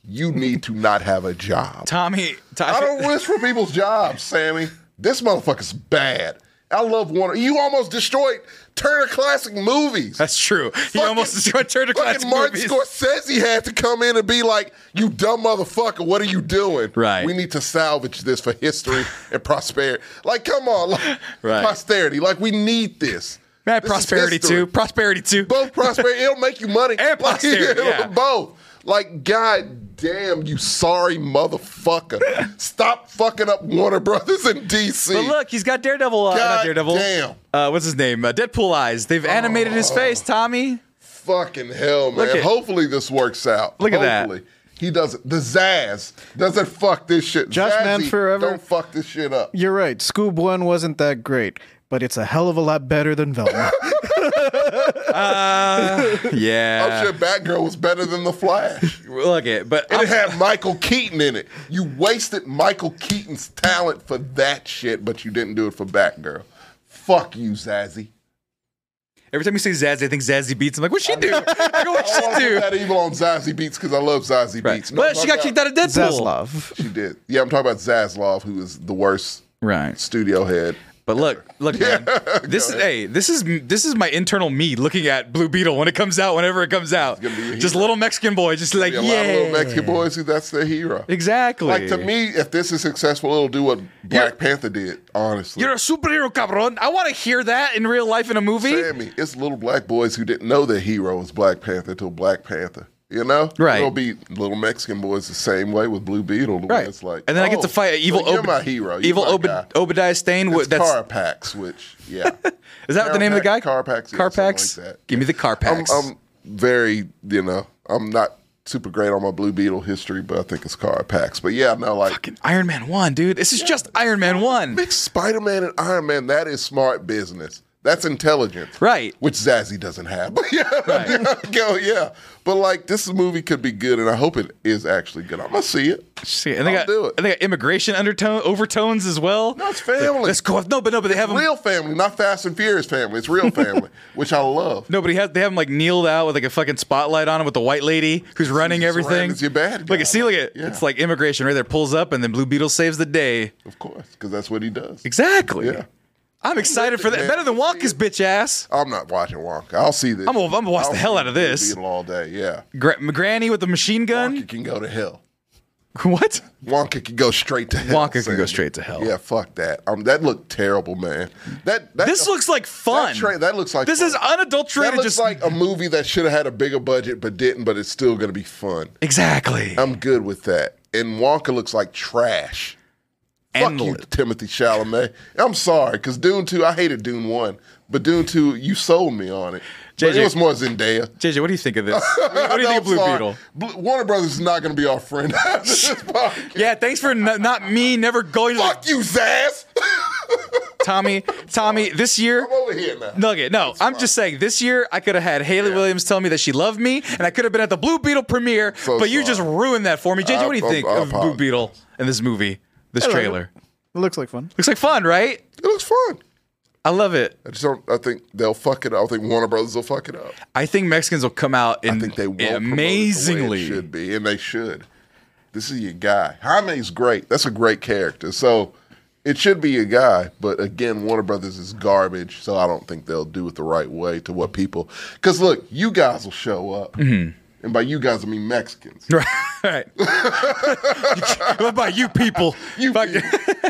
S2: You need to not have a job.
S1: Tommy, Tommy
S2: I don't risk for people's jobs, Sammy. This motherfucker's bad. I love Warner. You almost destroyed Turner Classic Movies.
S1: that's true. He almost destroyed Turner
S2: fucking
S1: Classic
S2: Martin
S1: Movies.
S2: Scorsese had to come in and be like, "You dumb motherfucker, what are you doing?
S1: Right.
S2: We need to salvage this for history and prosperity. Like, come on, like,
S1: Right.
S2: posterity. Like, we need this.
S1: Man,
S2: This is
S1: prosperity
S2: history
S1: too. Prosperity too.
S2: both prosperity. It'll make you money
S1: And prosperity, yeah.
S2: both. Like, god damn, you sorry motherfucker! Stop fucking up Warner Brothers in DC.
S1: But look, he's got Daredevil. Uh, not
S2: God
S1: Daredevil.
S2: damn. Oh.
S1: Uh, what's his name? Uh, Deadpool eyes. They've animated his face. Tommy.
S2: fucking hell, man.
S1: Look at-
S2: Hopefully this works out.
S1: Look at that.
S2: Hopefully. He doesn't. The Zaz doesn't fuck this shit.
S3: Josh
S2: Zazzy,
S3: Man forever.
S2: Don't fuck this shit up.
S3: You're right. Scoob 1 wasn't that great, but it's a hell of a lot better than Velma.
S2: Oh
S1: Uh, Yeah.
S2: shit, Batgirl was better than the Flash.
S1: Look at. But
S2: And
S1: I'm-
S2: it had Michael Keaton in it. You wasted Michael Keaton's talent for that shit, but you didn't do it for Batgirl. Fuck you, Zazzy.
S1: every time you say Zazzy, I think Zazzy beats. I'm like, what'd she do? I go, what'd
S2: I
S1: she
S2: want to
S1: do?
S2: put that evil on Zazie Beats because I love Zazie
S1: Right.
S2: Beats.
S1: But she got kicked out of Deadpool.
S3: Zaslav.
S2: She did. Yeah, I'm talking about Zaslav, who is the worst
S1: Right.
S2: studio head.
S1: But look, look, man. This is hey, this is this is my internal me looking at Blue Beetle when it comes out, whenever it comes out.
S2: gonna be a
S1: Just
S2: hero.
S1: little Mexican boy, just like
S2: Be a
S1: Uh, yeah,
S2: lot of little Mexican boys who that's their hero.
S1: exactly.
S2: Like to me, if this is successful, it'll do what Black Panther did. Honestly,
S1: you're a superhero, cabron. I want to hear that in real life in a movie.
S2: Sammy, it's little black boys who didn't know their hero was Black Panther till Black Panther. You know,
S1: Right.
S2: It'll be little Mexican boys the same way with Blue Beetle. Right.
S1: Right,
S2: It's like,
S1: and then I get
S2: oh,
S1: to fight an evil
S2: so you're
S1: Obad-
S2: my hero. You're
S1: evil
S2: my
S1: Obad-
S2: guy.
S1: Obadiah Stane.
S2: It's
S1: wh- That's
S2: Carpax, which yeah.
S1: is that the name of the guy?
S2: Carpax. yeah,
S1: Carpax.
S2: something like that. Um,
S1: Give me the
S2: I'm,
S1: Carpax.
S2: I'm very, you know, I'm not super great on my Blue Beetle history, but I think it's Carpax. But yeah, no, like
S1: Fucking Iron Man One, dude. This is just Iron Man One.
S2: mix Spider Man and Iron Man. That is smart business. That's intelligent,
S1: Right.
S2: Which Zazzy doesn't have. But yeah, go yeah. But like this movie could be good, and I hope it is actually good. I'm gonna see it.
S1: See, and they
S2: I'll
S1: got
S2: do it.
S1: and they got immigration undertone overtones as well.
S2: No, it's family.
S1: Let's go. No, but no, but they have them.
S2: Real family, not Fast and Furious family. It's real family, which I love.
S1: No, but he has. They have him like kneeled out with like a fucking spotlight on him with the white lady who's running
S2: just
S1: everything.
S2: runs your bad
S1: Like
S2: guy.
S1: see, like it.
S2: Yeah.
S1: It's like immigration right there. Pulls up and then Blue Beetle saves the day.
S2: Of course, because that's what he does.
S1: Exactly.
S2: Yeah.
S1: I'm excited for that.
S2: Man,
S1: Better than
S2: let's see
S1: Wonka's bitch ass.
S2: I'm not watching Wonka. I'll see this.
S1: I'm gonna- I'm gonna watch the hell
S2: see
S1: out of
S2: Blue
S1: this.
S2: Beetle all day. Yeah,
S1: Gra- Granny with the machine
S2: Wonka
S1: gun.
S2: can go to hell.
S1: What?
S2: Wonka can go straight to hell.
S1: Wonka can
S2: Sam.
S1: go straight to hell.
S2: Yeah, fuck that. Um, that looked terrible, man. That, that
S1: This looks like fun.
S2: That, tra- that looks like
S1: This
S2: fun.
S1: is unadulterated.
S2: That looks
S1: just
S2: like a movie that should have had a bigger budget but didn't, but it's still gonna be fun.
S1: exactly.
S2: I'm good with that. And Wonka looks like trash.
S1: Endless.
S2: Fuck you, Timothy Chalamet. I'm sorry, because Dune 2, I hated Dune 1, but Dune 2, you sold me on it. But
S1: JJ.
S2: it was more Zendaya.
S1: JJ, what do you think of this? what do you
S2: No,
S1: think
S2: I'm
S1: of Blue
S2: sorry.
S1: Beetle?
S2: Bl- Warner Brothers is not going to be our friend after this podcast.
S1: Yeah, thanks for n- not me never going. to
S2: Fuck you, Zaz.
S1: Tommy, Tommy, this year.
S2: I'm over here now.
S1: Nugget, no, I'm just saying. This year, I could have had Haley Williams tell me that she loved me, and I could have been at the Blue Beetle premiere.
S2: So
S1: but you
S2: sorry.
S1: just ruined that for me, JJ. What do you
S2: I- I-
S1: think
S2: I
S1: of Blue
S2: apologize.
S1: Beetle and this movie, this
S3: like it.
S1: trailer?
S3: It looks like fun.
S1: Looks like fun, right?
S2: It looks fun.
S1: I love it.
S2: I just don't. I think they'll fuck it up. I think Warner Brothers will fuck it up.
S1: I think Mexicans will come out and
S2: I think they will. promote it the way it
S1: amazingly.
S2: should be, and they should. This is your guy. Jaime's great. That's a great character. So it should be your guy. But again, Warner Brothers is garbage. So I don't think they'll do it the right way to what people. Because look, you guys will show up,
S1: Mm-hmm.
S2: and by you guys I mean Mexicans.
S1: Right. right. what about you people?
S2: You,
S1: Fuck-
S2: you,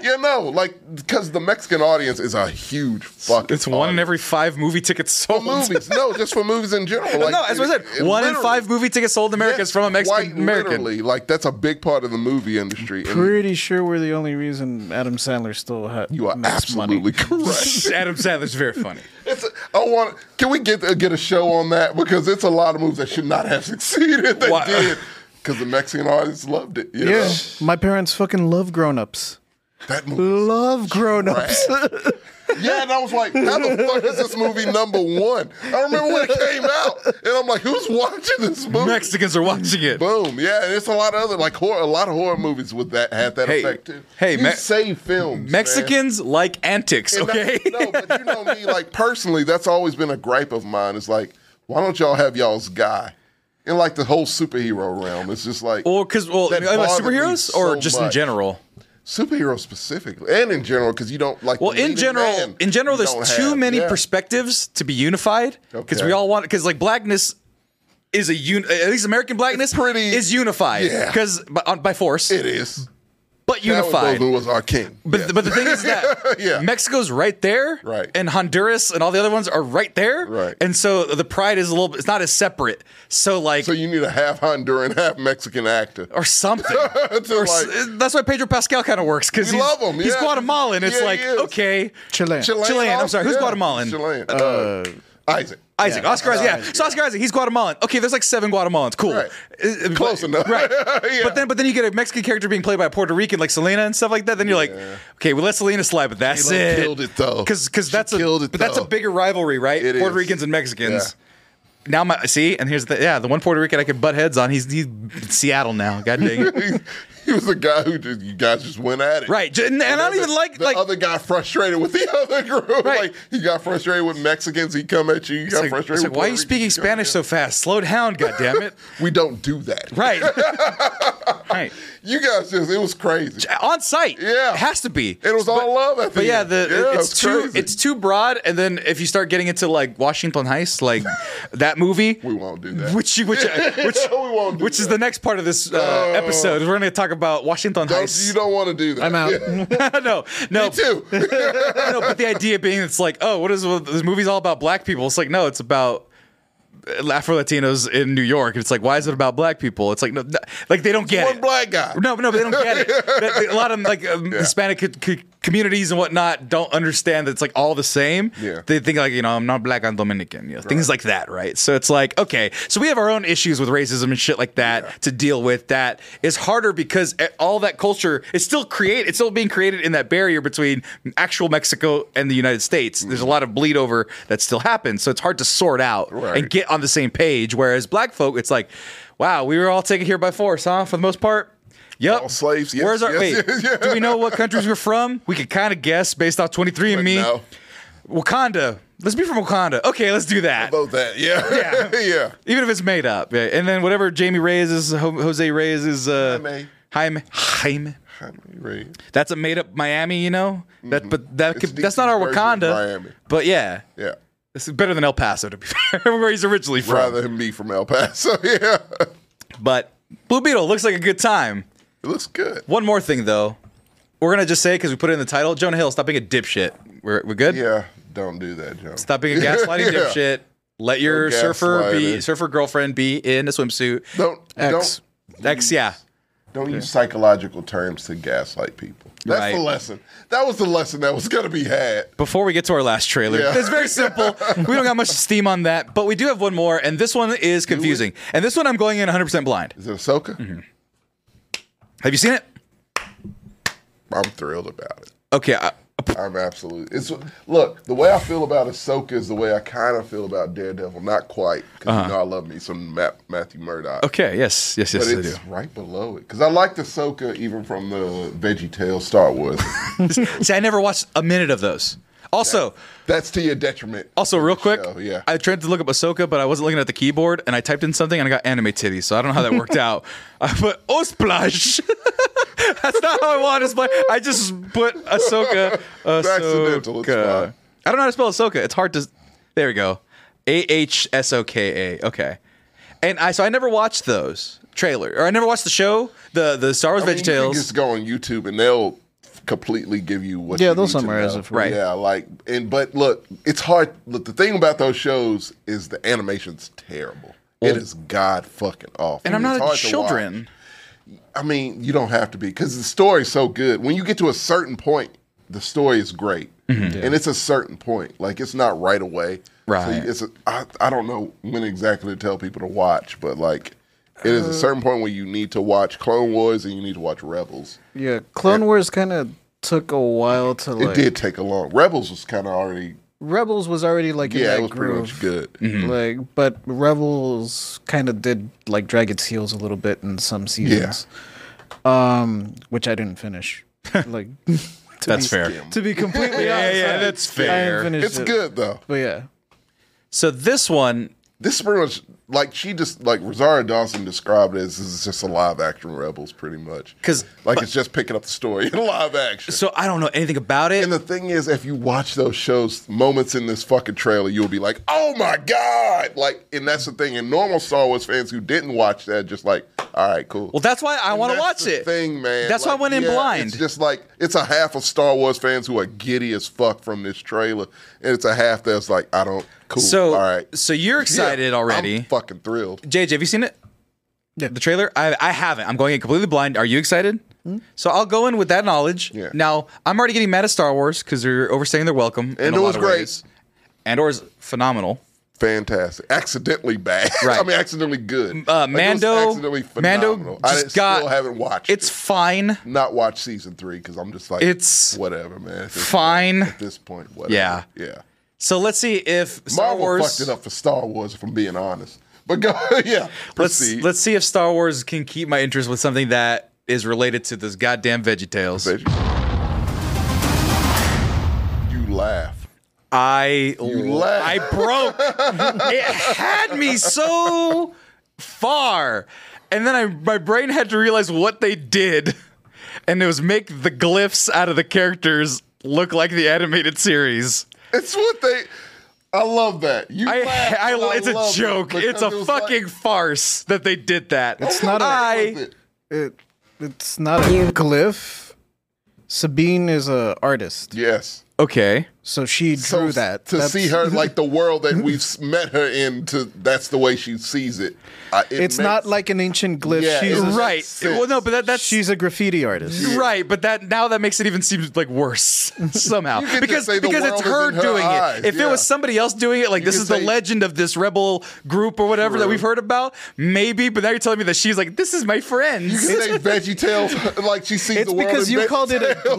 S2: you know, like because the Mexican audience is a huge fucking.
S1: It's one in
S2: audience.
S1: every five movie tickets sold.
S2: movies. No, just for movies in general. Like,
S1: no, as I said,
S2: it- it
S1: one in
S2: literally-
S1: five movie tickets sold in America is
S2: Yes,
S1: from a Mexican
S2: quite
S1: American.
S2: Literally, like that's a big part of the movie industry. and
S3: Pretty sure we're the only reason Adam Sandler still had.
S2: you are
S3: makes money.
S2: absolutely correct.
S1: Adam Sandler's very funny.
S2: It's a, I want. Can we get uh, get a show on that because it's a lot of movies that should not have succeeded that
S1: Why-
S2: did because the Mexican audience loved it. You
S3: Yeah,
S2: know?
S3: my parents fucking love grown ups.
S2: that movie.
S3: Love grown ups.
S2: Yeah, and I was like, how the fuck is this movie number one? I remember when it came out, and I'm like, who's watching this movie?
S1: Mexicans are watching it.
S2: Boom. Yeah, and it's a lot of other like horror, a lot of horror movies with that had that
S1: Hey,
S2: effect too.
S1: hey,
S2: you
S1: Me-
S2: save films. man.
S1: Mexicans like antics,
S2: And
S1: okay?
S2: that- no, but you know me, like personally, that's always been a gripe of mine. It's like, why don't y'all have y'all's guy? In like the whole superhero realm, it's just like
S1: Or because well,
S2: That
S1: about
S2: bothered me
S1: superheroes or
S2: so
S1: just in
S2: much.
S1: general.
S2: superhero specifically, and in general, because you don't like.
S1: Well,
S2: the
S1: in
S2: leading
S1: general,
S2: man,
S1: in general,
S2: you
S1: there's
S2: don't
S1: too
S2: have-
S1: many
S2: yeah.
S1: perspectives to be unified because
S2: Okay.
S1: we all want because like blackness is a un at least American blackness
S2: pretty-
S1: is unified
S2: yeah.
S1: because by, on- by force,
S2: It is
S1: but
S2: Chadwick
S1: unified.
S2: Boseman was our king.
S1: But,
S2: Yes.
S1: but the thing is that
S2: Yeah.
S1: Mexico's right there,
S2: Right.
S1: And Honduras and all the other ones are right there,
S2: Right.
S1: And so the pride is a little, it's not as separate. So like,
S2: so you need a half Honduran, half Mexican actor.
S1: or something.
S2: To
S1: Or s-
S2: like-
S1: that's why Pedro Pascal kind of works because
S2: We
S1: he's,
S2: love him,
S1: he's
S2: yeah.
S1: Guatemalan. It's
S2: Yeah,
S1: like
S2: he is.
S1: okay,
S3: Chilean.
S1: Chilean. I'm sorry, who's
S2: yeah,
S1: Guatemalan?
S2: Chilean. Uh, Isaac.
S1: Isaac, Oscar Isaac, yeah. So Oscar Isaac, he's Guatemalan. Okay, there's like seven Guatemalans. Cool,
S2: Right.
S1: Uh, uh,
S2: Close
S1: but-
S2: enough.
S1: right?
S2: Yeah.
S1: But then, but then you get a Mexican character being played by a Puerto Rican, like Selena and stuff like that. Then you're
S2: Yeah.
S1: like, okay, we let Selena slide, but that's
S2: Selena
S1: it.
S2: killed it, though.
S1: because because
S2: She
S1: that's a
S2: killed it,
S1: but that's a
S2: though.
S1: bigger rivalry, right?
S2: It
S1: Puerto
S2: is.
S1: Ricans and Mexicans. Now my see, and here's the yeah, the one Puerto Rican I could butt heads on. He's he's in Seattle now. God dang it.
S2: He, he was a guy who just you guys just went at it.
S1: Right, j- and, and I don't
S2: then
S1: even
S2: the-
S1: like
S2: the
S1: like
S2: other guy frustrated with the other group.
S1: Right.
S2: Like he got frustrated with Mexicans. He come at you. You got
S1: It's like,
S2: frustrated.
S1: it's like,
S2: with
S1: why are
S2: Puerto
S1: you speaking
S2: Ricans, you come
S1: Spanish
S2: at
S1: so fast? Slow down, goddammit.
S2: you. We don't do that.
S1: Right. Right.
S2: You guys just, it was crazy.
S1: On site.
S2: Yeah.
S1: It has to be.
S2: It was all love at the
S1: But yeah,
S2: end.
S1: the
S2: Yeah,
S1: it's,
S2: it's
S1: too
S2: crazy.
S1: it's too broad, and then if you start getting into like Washington Heist, like that movie,
S2: We won't do that.
S1: which you- which uh, which
S2: We won't do
S1: which is
S2: that.
S1: the next part of this uh, episode. We're going to talk about Washington
S2: Don't,
S1: Heist.
S2: you don't want to do that.
S3: I'm out.
S1: no, no,
S2: Me too.
S1: no, but the idea being, it's like, oh, what is what, this movie's all about? Black people. It's like, no, it's about Afro Latinos in New York. It's like, why is it about black people? It's like, no, no- like they don't get
S2: One
S1: it.
S2: black guy.
S1: No, no, but they don't get it. That- that- A lot of like um, Hispanic co- co- communities and whatnot don't understand that it's like all the same.
S2: Yeah.
S1: They think like you know I'm not black, I'm Dominican, you know, things like that, right? So it's like okay, so we have our own issues with racism and shit like that to deal with. That is harder because eh, all that culture is still create, it's still being created in that barrier between actual Mexico and the United
S2: Mm-hmm.
S1: States. There's a lot of bleed over that still happens, so it's hard to sort out
S2: Right.
S1: and get on the same page. Whereas black folk, it's like. Wow, we were all taken here by force, huh? For the most part, Yep.
S2: All slaves, yes,
S1: Where's our
S2: yes,
S1: wait?
S2: yes, yes.
S1: Do we know what countries we're from? We could kind of guess based off 23 and me.
S2: No.
S1: Wakanda. Let's be from Wakanda. Okay, let's do that.
S2: About that. Yeah.
S1: Yeah.
S2: yeah.
S1: Even if it's made up. Yeah. And then whatever Jamie Reyes is, Ho- Jose Reyes is uh
S2: Jaime.
S1: Jaime. Jaime.
S2: Right.
S1: That's a made up Miami, you know? That but that
S2: Mm-hmm. It's
S1: could, that's not our
S2: DC's version
S1: Wakanda.
S2: of Miami.
S1: But yeah.
S2: Yeah.
S1: This is better than El Paso to be fair, where he's originally from.
S2: Rather than me from El Paso. Yeah.
S1: But Blue Beetle looks like a good time.
S2: It looks good.
S1: One more thing though. We're gonna just say because we put it in the title, Jonah Hill, stop being a dipshit. We're we good?
S2: Yeah. Don't do that, Joe.
S1: Stop being a gaslighting
S2: Yeah.
S1: dipshit. Let your
S2: Don't
S1: surfer be
S2: gaslight.
S1: surfer girlfriend be in a swimsuit.
S2: Don't
S3: X.
S2: don't
S1: X, yeah.
S2: don't use psychological terms to gaslight people. That's
S1: Right.
S2: the lesson. That was the lesson that was gonna be had.
S1: Before we get to our last trailer,
S2: Yeah.
S1: it's very simple. we don't got much steam on that, but we do have one more, and this one is confusing. And this one I'm going in 100% blind.
S2: Is it Ahsoka?
S1: Mm-hmm. Have you seen it?
S2: I'm thrilled about it.
S1: Okay. uh, I,
S2: I'm absolutely. It's look the way I feel about Ahsoka is the way I kind of feel about Daredevil. Not quite because you know I love me some Ma- Matthew Murdock.
S1: Uh-huh. okay. Yes. Yes.
S2: But
S1: Yes. I do.
S2: it's right below it because I liked Ahsoka even from the Veggie Tale Star Wars.
S1: See, I never watched a minute of those. Also,
S2: That's to your detriment.
S1: also, real quick,
S2: show, yeah.
S1: I tried to look up Ahsoka, but I wasn't looking at the keyboard, and I typed in something, and I got anime titties. So I don't know how that worked out. I put Osplash. That's not how I want to display. I just put Ahsoka.
S2: accidental, it's
S1: Ahsoka.
S2: fine.
S1: I don't know how to spell Ahsoka. It's hard to. There we go. A H S O K A. Okay. And I so I never watched those trailer, or I never watched the show, the the Star Wars
S2: I mean, you can
S1: VeggieTales.
S2: just go on YouTube and they'll completely give you what.
S3: Yeah,
S2: you
S3: they'll
S2: need to
S3: summarize
S2: know.
S3: it for you.
S1: Right.
S2: Yeah, like and but look, it's hard. Look, the thing about those shows is the animation's terrible. it is god fucking awful.
S1: and I'm
S2: It's
S1: not a
S2: hard to
S1: children.
S2: watch. I mean, you don't have to be because the story's so good. When you get to a certain point, the story is great, and it's a certain point. Like it's not right away.
S1: Right.
S2: So it's a, I, I don't know when exactly to tell people to watch, but like it
S3: Uh.
S2: is a certain point where you need to watch Clone Wars and you need to watch Rebels.
S3: Yeah, Clone Wars kind of took a while to
S2: It
S3: like.
S2: did take a long. Rebels was kind of already.
S3: Rebels was already like in
S2: Yeah,
S3: that
S2: it was pretty
S3: groove.
S2: much good.
S3: Mm.
S1: Hmm.
S3: Like, but Rebels kind of did like drag its heels a little bit in some seasons. Um, which I didn't finish. like,
S1: That's fair.
S3: to be completely
S1: Yeah,
S3: honest,
S1: yeah,
S3: I-
S1: that's
S3: I
S1: fair.
S3: haven't finished
S2: It's
S3: it.
S2: good though.
S3: but yeah,
S1: So this one,
S2: This is pretty much like she just like Rosario Dawson described it as this is just a live action Rebels, pretty much.
S1: 'Cause-
S2: like it's just picking up the story in live action.
S1: so I don't know anything about it.
S2: And the thing is, if you watch those shows, moments in this fucking trailer, you'll be like, "Oh my god!" Like, and that's the thing. And normal Star Wars fans who didn't watch that, just like, "All right, cool."
S1: Well, that's why I want to
S2: That's
S1: watch
S2: the
S1: it.
S2: Thing, man.
S1: That's why I
S2: Like,
S1: went in
S2: yeah,
S1: blind.
S2: It's just like it's a half of Star Wars fans who are giddy as fuck from this trailer, and it's a half that's like, "I don't." Cool.
S1: so,
S2: all right.
S1: so you're excited
S2: Yeah,
S1: already?
S2: I'm fucking thrilled.
S1: JJ, have you seen it? Yeah. The trailer? I, I haven't. I'm going in completely blind. Are you excited? So I'll go in with that knowledge.
S2: Yeah.
S1: Now I'm already getting mad at Star Wars because they're overstaying their welcome. in a
S2: Andor
S1: lot
S2: was
S1: of
S2: great.
S1: ways. Andor is phenomenal.
S2: Fantastic. Accidentally bad.
S1: Right.
S2: I mean, accidentally good.
S1: Uh,
S2: Like, it was
S1: Mando.
S2: accidentally
S1: Mando
S2: phenomenal.
S1: just
S2: I just
S1: got.
S2: still haven't watched.
S1: It's
S2: it.
S1: fine.
S2: not watch season three because I'm just like
S1: It's
S2: whatever, man. At this
S1: fine.
S2: point, at this point, whatever.
S1: Yeah.
S2: yeah.
S1: So let's see if Star
S2: Marvel
S1: Wars
S2: fucked it up for Star Wars, if I'm being honest. But go, yeah,
S1: Let's
S2: proceed.
S1: let's see if Star Wars can keep my interest with something that is related to this goddamn VeggieTales.
S2: You laugh.
S1: I
S2: laugh.
S1: I broke. it had me so far. And then I, my brain had to realize what they did, and it was make the glyphs out of the characters look like the animated series.
S2: It's what they. I love that. You.
S1: I,
S2: laughed,
S1: I,
S2: and
S1: it's a
S2: loved it
S1: joke. It's
S2: because
S1: a
S2: it was
S1: fucking
S2: like-
S1: farce that they did that.
S3: It's not a-
S1: I-
S2: With it.
S3: It, it's not a glyph. Sabine is a artist,
S2: Yes.
S1: okay.
S3: so she drew
S2: So
S3: that.
S2: to
S3: That's-
S2: see her like the world that we've s- met her in. To that's the way she sees it. I, it
S3: It's not
S2: makes-
S3: like an ancient glyph.
S2: Yeah,
S3: she's
S2: it
S3: a,
S2: doesn't
S1: Right.
S2: make sense.
S1: Well, no, but that, that's
S3: she's a graffiti artist.
S1: Right, but that now that makes it even seem like worse somehow
S2: You could just
S1: because
S2: say the
S1: because it's
S2: world is
S1: her
S2: in her
S1: doing
S2: eyes,
S1: it. If
S2: yeah.
S1: it was somebody else doing it, like this
S2: could
S1: is
S2: say-
S1: the legend of this rebel group or whatever that
S2: True.
S1: we've heard about, maybe. But now you're telling me that she's like, this is my friends.
S2: You can say Veggie Tales like she sees
S3: It's
S2: the world.
S3: because
S2: in
S3: you
S2: Veggie
S3: called it a
S2: Tales.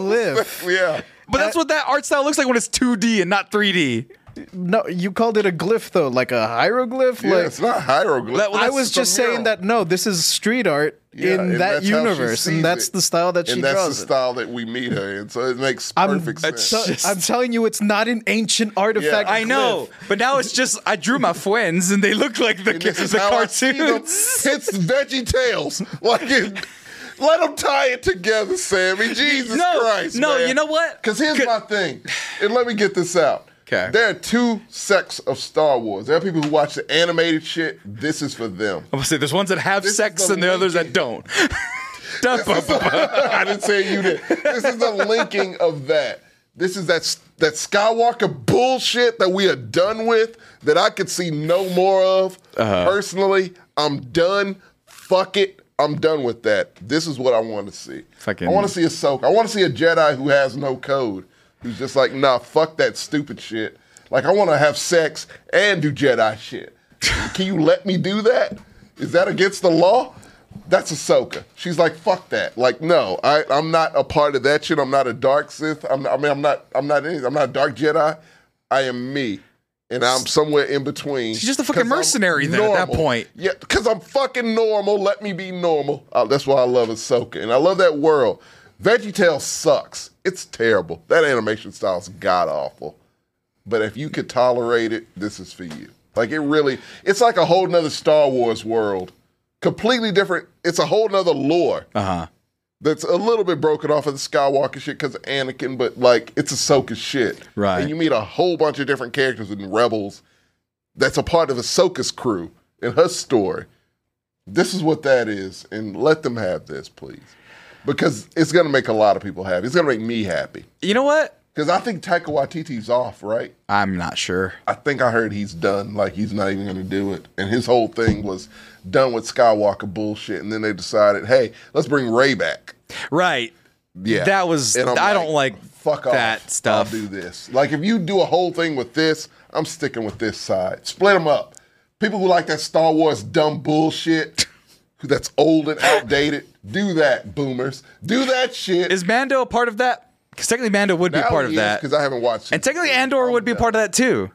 S3: glyph.
S2: yeah.
S1: but that's what that art style looks like when it's 2D and not 3D.
S3: No, you called it a glyph though, like a hieroglyph.
S2: Yeah,
S3: like
S2: it's not hieroglyph.
S1: That- well,
S3: I
S1: that's
S3: was
S2: It's a
S3: just saying
S2: mural.
S3: that no, this is street art
S2: Yeah,
S3: in
S2: and
S3: that
S2: that's how she
S3: universe,
S2: sees
S3: and that's
S2: it.
S3: the style that she
S2: and that's the
S3: draws. it.
S2: style that we meet her in. So it makes
S3: I'm-
S2: perfect
S1: it's
S2: sense.
S1: so- Just-
S3: I'm telling you, it's not an ancient artifact.
S1: I know,
S3: glyph.
S1: but now it's just I drew my friends and they look like the
S2: And this is
S1: the
S2: how I see them.
S1: cartoons.
S2: It's Veggie Tales. Like, it, let them tie it together, Sammy. Jesus
S1: No,
S2: Christ.
S1: no, you know what?
S2: Because here's
S1: Could-
S2: my thing, and let me get this out.
S1: 'Kay.
S2: There are two sects of Star Wars. There are people who watch the animated shit. This is for them.
S1: I'm gonna say there's ones that have
S2: This is
S1: sex
S2: the
S1: and the others that
S2: Lincoln.
S1: don't. Dun, bum, bum, bum.
S2: I didn't say you did. This is the linking of that. This is that that Skywalker bullshit that we are done with. That I could see no more of. Personally, I'm done. Fuck it. I'm done with that. This is what I want to see.
S1: Fucking-
S2: I want to see a Ahsoka. I want to see a Jedi who has no code. Who's just like, nah, fuck that stupid shit. Like, I want to have sex and do Jedi shit. Can you let me do that? Is that against the law? That's Ahsoka. She's like, fuck that. Like, no, I, I'm not a part of that shit. I'm not a dark Sith. I'm, I mean, I'm not. I'm not anything. I'm not a dark Jedi. I am me, and I'm somewhere in between.
S1: She's just a fucking
S2: 'Cause I'm
S1: mercenary then at that
S2: normal.
S1: point.
S2: Yeah, because I'm fucking normal. Let me be normal. Uh, that's why I love Ahsoka, and I love that world. VeggieTales sucks. It's terrible. That animation style's god awful. But if you could tolerate it, this is for you. Like it really, it's like a whole nother Star Wars world, completely different. It's a whole nother lore. Uh huh. That's a little bit broken off of the Skywalker shit because of Anakin, but like it's Ahsoka shit.
S1: Right.
S2: And you meet a whole bunch of different characters and rebels that's a part of Ahsoka's crew and her story. This is what that is, and let them have this, please, because it's gonna make a lot of people happy. It's gonna make me happy
S1: you know what?
S2: because I think Taika Waititi's off, right?
S1: I'm not sure.
S2: I think I heard he's done. Like he's not even going to do it. And his whole thing was done with Skywalker bullshit. And then they decided, hey, let's bring Ray back.
S1: Right.
S2: Yeah,
S1: That was-
S2: And I'm
S1: I don't like
S2: fuck off.
S1: that stuff.
S2: I'll do this. Like if you do a whole thing with this, I'm sticking with this side. Split them up. People who like that Star Wars dumb bullshit, who that's old and outdated, do that, boomers. Do that shit.
S1: Is Mando a part of that? Because technically Mando would be a part of that.
S2: because I haven't watched.
S1: And technically Andor would be a part of that too.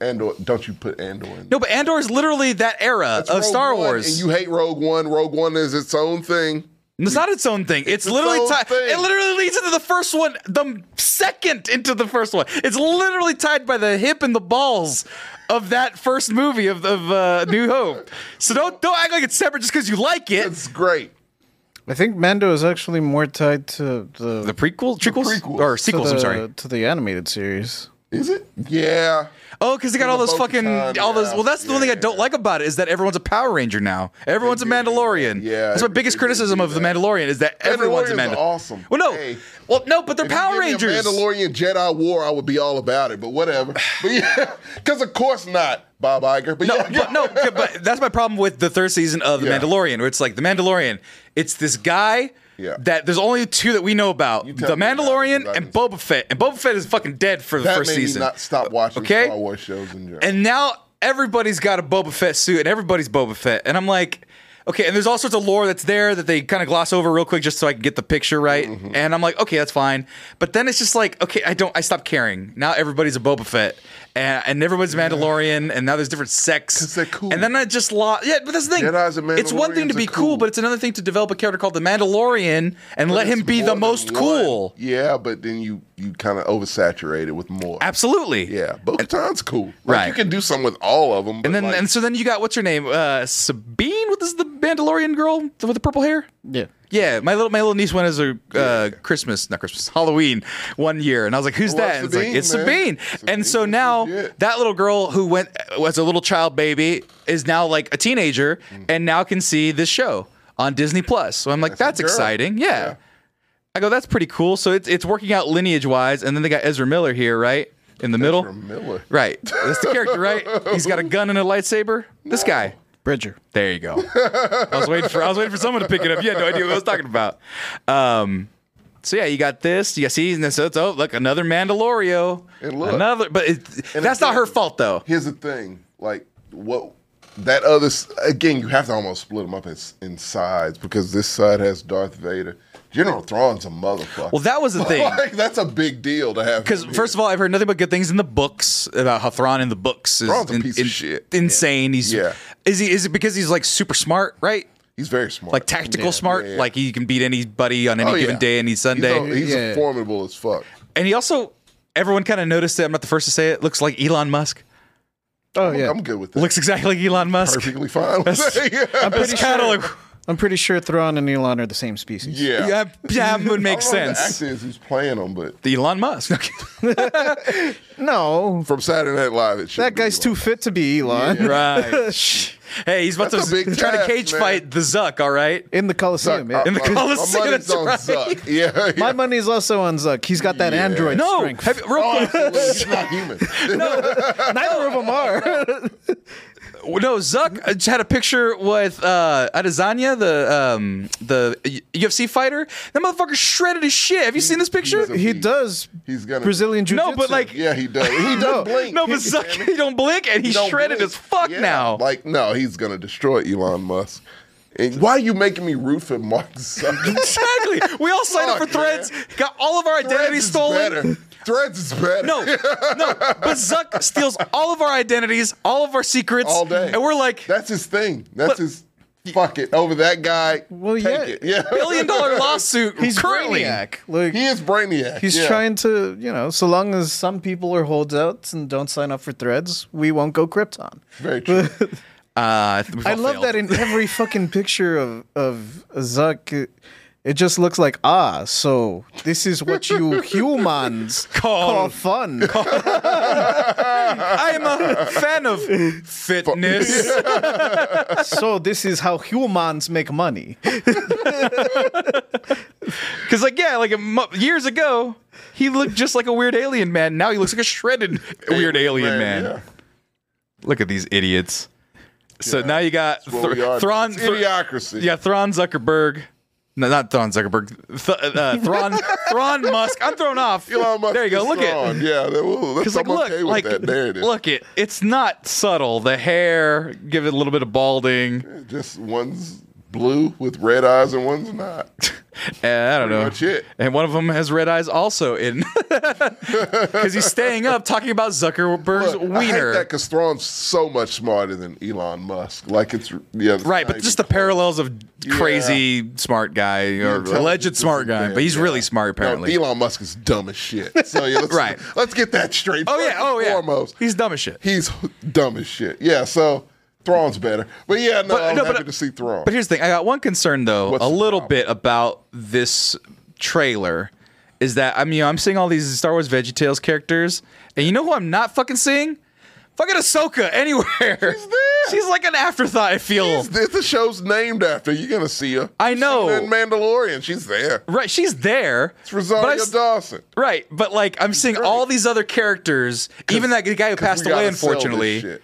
S2: Andor, don't you put Andor in?
S1: No, but Andor is literally that era
S2: That's
S1: of
S2: Rogue
S1: Star
S2: One, And
S1: Wars.
S2: you hate Rogue One. Rogue One is its own thing.
S1: it's not its own thing. It's, literally
S2: its own
S1: tied.
S2: thing.
S1: It literally leads into the first one, the second into the first one. It's literally tied by the hip and the balls of that first movie of, of uh, New Hope. So don't don't act like it's separate just because you like it.
S2: It's great.
S3: I think Mando is actually more tied to the,
S1: The prequel, trequels,
S2: prequels.
S1: or
S2: To
S3: to
S1: sequels.
S3: the,
S1: I'm sorry.
S3: to the animated series.
S2: Is it? Yeah.
S1: Oh, because they got
S2: To
S1: all
S2: the
S1: those fucking
S2: Bo-Katan,
S1: all those.
S2: yeah.
S1: Well, that's the one thing I
S2: Yeah.
S1: don't like about it is that everyone's a Power Ranger now. Everyone's a
S2: They did do
S1: Mandalorian.
S2: that. Yeah,
S1: that's my
S2: they
S1: biggest
S2: did
S1: criticism
S2: do
S1: of the
S2: that.
S1: Mandalorian is that everyone's a
S2: Mandalorians are
S1: Mandalorian.
S2: awesome.
S1: Well, no,
S2: Hey.
S1: well, no, but they're
S2: If you
S1: Power
S2: give me a
S1: Rangers.
S2: Mandalorian Jedi War, I would be all about it, but whatever. But yeah, because of course not, Bob Iger. But
S1: No,
S2: yeah,
S1: but, no, but that's my problem with the third season of The
S2: Yeah.
S1: Mandalorian, where it's like The Mandalorian. It's this guy
S2: Yeah.
S1: that there's only two that we know about: The
S2: tell me about it, 'cause
S1: Mandalorian
S2: I
S1: and
S2: just-
S1: Boba Fett. And Boba Fett is fucking dead for the
S2: that
S1: first
S2: made
S1: season.
S2: me not stop watching
S1: Okay?
S2: Star Wars shows in general.
S1: and now everybody's got a Boba Fett suit, and everybody's Boba Fett, and I'm like, okay. And there's all sorts of lore that's there that they kind of gloss over real quick just so I can get the picture right,
S2: Mm-hmm.
S1: and I'm like, okay, that's fine. But then it's just like, okay, I don't, I stopped caring. Now everybody's a Boba Fett, and, and everybody's Mandalorian, and now there's different sects,
S2: 'Cause they're cool.
S1: and then I just lost. Yeah, but that's the thing.
S2: Jedis and
S1: It's one thing to
S2: Mandalorians
S1: be
S2: are
S1: cool,
S2: cool.
S1: but it's another thing to develop a character called the Mandalorian and let him
S2: It's
S1: be
S2: more
S1: the
S2: than
S1: most
S2: one.
S1: cool.
S2: Yeah, but then you you kind of oversaturated with more.
S1: Absolutely.
S2: Yeah, Bo-Katan's cool. Like,
S1: Right.
S2: You can do something with all of them.
S1: And then,
S2: like,
S1: and so then you got what's her name, uh, Sabine. scene with this the Mandalorian girl with the purple hair?
S3: Yeah.
S1: Yeah, my little my little niece went as a uh, Christmas, not Christmas, Halloween one year, and I was like, "Who's
S2: Well,
S1: that?" And it's like,
S2: Sabine,
S1: "It's
S2: man.
S1: Sabine." And so
S2: Sabine's
S1: now
S2: legit.
S1: that little girl who went was a little child baby is now like a teenager,
S2: Mm.
S1: and now can see this show on Disney Plus. So I'm like,
S2: That's
S1: "That's,
S2: a girl."
S1: exciting!" Yeah.
S2: Yeah.
S1: I go, "That's pretty cool." So it's it's working out lineage wise, and then they got Ezra Miller here, right in the middle.
S2: Ezra Miller.
S1: right? That's the character, right? He's got a gun and a lightsaber. This guy.
S3: Bridger.
S1: There you go. I was waiting for I was waiting for someone to pick it up. You had no idea what I was talking about. Um, so yeah, you got this. You got see, and then so it's oh look another Mandalorio.
S2: And look.
S1: another, but it, that's not her
S2: again-
S1: fault though.
S2: Here's the thing, like what that other s- again, you have to almost split them up in, s- in sides because this side has Darth Vader. General Thrawn's a motherfucker.
S1: Well, that was the thing.
S2: like, that's a big deal to have.
S1: Because first of all, I've heard nothing but good things in the books about how Thrawn in the books is
S2: Thrawn's a piece of shit.
S1: insane. He's
S2: Yeah.
S1: Is he? Is it because he's like super smart, right?
S2: he's very smart.
S1: Like tactical smart,
S2: yeah, yeah.
S1: like he can beat anybody on any
S2: Oh, yeah.
S1: given day, any Sunday.
S2: He's, a, he's a
S3: Yeah.
S2: formidable as fuck.
S1: and he also, everyone kind of noticed it. I'm not the first to say it. Looks like Elon Musk.
S3: Oh yeah.
S2: I'm good with that.
S1: Looks exactly like Elon Musk.
S2: perfectly fine. With that. yeah.
S1: That's kind of like
S3: I'm pretty sure Thrawn and Elon are the same species.
S2: yeah.
S1: yeah, yeah, would make
S2: I don't know who the
S1: sense.
S2: actor is who's playing him, but
S1: The Elon Musk. Okay.
S3: No,
S2: from Saturday Night Live, it should
S3: that
S2: be
S3: guy's
S2: like-
S3: too fit to be Elon.
S1: right. Shh. hey, he's about
S2: That's a
S1: to
S2: big
S1: trying
S2: task,
S1: to cage
S2: man.
S1: fight the Zuck. All right.
S3: In the Coliseum. yeah.
S2: Uh,
S1: In the
S2: my- my
S1: Coliseum,
S2: money's
S1: that's
S2: on
S1: right.
S2: Zuck. Yeah, yeah.
S3: My money's also on Zuck. He's got that
S2: Yeah.
S3: android
S1: No,
S3: strength.
S1: have, you- real
S2: Oh,
S1: quick.
S2: absolutely. He's not human.
S3: Neither of them are.
S1: No, Zuck uh, had a picture with uh, Adesanya, the um, the U- UFC fighter. That motherfucker shredded his shit. Have you seen this picture?
S2: he's a-
S3: he does
S2: He's gonna-
S3: Brazilian jiu-jitsu.
S1: No, but like-
S2: yeah, he does. He does blink.
S1: No, but Zuck, he don't blink, and he's
S2: don't
S1: shredded
S2: blink.
S1: as fuck
S2: Yeah,
S1: now.
S2: Like, no, he's gonna destroy Elon Musk. And why are you making me root for Mark Zuckerberg?
S1: exactly. We all signed up for
S2: Fuck, man.
S1: Threads. Got all of our
S2: Threads
S1: identities
S2: is
S1: stolen.
S2: better. Threads is better.
S1: No, no. But Zuck steals all of our identities, all of our secrets,
S2: all day.
S1: and we're like
S2: that's his thing. That's
S1: Look-
S2: his. Fuck it, over that guy.
S3: Well,
S2: take
S3: yeah.
S2: it. Yeah,
S1: billion dollar lawsuit.
S3: he's
S1: currently,
S3: Brainiac. Like
S2: He is brainiac.
S3: he's
S2: yeah.
S3: trying to, you know, so long as some people are holdouts and don't sign up for threads, we won't go Krypton.
S2: Very true.
S1: Uh, we've
S3: I
S1: all
S3: love
S1: failed.
S3: that in every fucking picture of of Zuck, it- it just looks like ah. So this is what you humans
S1: Call-
S3: call, fun.
S1: I am a fan of fitness.
S3: so this is how humans make money.
S1: Because, like, yeah, like a mo- years ago, he looked just like a weird alien man. Now he looks like a shredded weird alien man.
S2: yeah.
S1: Look at these idiots. So now you got
S2: That's what we are.
S1: Thr- Thrawn.
S2: It's
S1: Thr-
S2: idiocracy.
S1: yeah, Thrawn Zuckerberg. No, not Thrawn Zuckerberg. Th- uh, Thrawn, Thrawn Musk. I'm thrown off.
S2: Elon Musk
S1: there you go.
S2: is
S1: Look at
S2: strong. yeah. That, ooh, that's,
S1: Because like,
S2: I'm
S1: look,
S2: okay with
S1: like,
S2: that. There it is.
S1: look it. It's not subtle. The hair, give it a little bit of balding. Uh,
S2: just one's blue with red eyes and one's not.
S1: And I don't know.
S2: much it.
S1: And one of them has red eyes also in, because he's staying up talking about Zuckerberg's
S2: Look, I hate
S1: wiener.
S2: that because Thrawn's so much smarter than Elon Musk. Like it's yeah, it's
S1: Right,
S2: not
S1: but
S2: even
S1: just the
S2: close.
S1: parallels of
S2: Yeah.
S1: crazy smart guy or
S2: intelligence
S1: alleged smart
S2: is
S1: guy,
S2: bad,
S1: but he's
S2: yeah.
S1: really smart
S2: No,
S1: apparently.
S2: Elon Musk is dumb as shit. So yeah, let's,
S1: Right.
S2: Let's get that straight.
S1: oh yeah,
S2: First and
S1: oh yeah.
S2: Foremost,
S1: He's dumb as shit.
S2: he's dumb as shit. Yeah. So Thrawn's better, but yeah, no, I'm
S1: no,
S2: happy to see Thrawn.
S1: But here's the thing: I got one concern though,
S2: What's
S1: a
S2: the
S1: little
S2: problem?
S1: bit about this trailer. Is that I mean, you know, I'm seeing all these Star Wars VeggieTales characters, and you know who I'm not fucking seeing? Fucking Ahsoka anywhere. She's
S2: there.
S1: She's like an afterthought. I feel.
S2: She's- it's the show's named after. You're gonna see her.
S1: I
S2: She's seen her
S1: know.
S2: in Mandalorian, she's there.
S1: Right, she's there.
S2: It's
S1: but I
S2: Rosario
S1: s-
S2: Dawson.
S1: Right, but like I'm seeing all these other characters, even that guy who
S2: 'Cause
S1: passed
S2: we gotta
S1: away,
S2: sell this
S1: unfortunately.
S2: shit.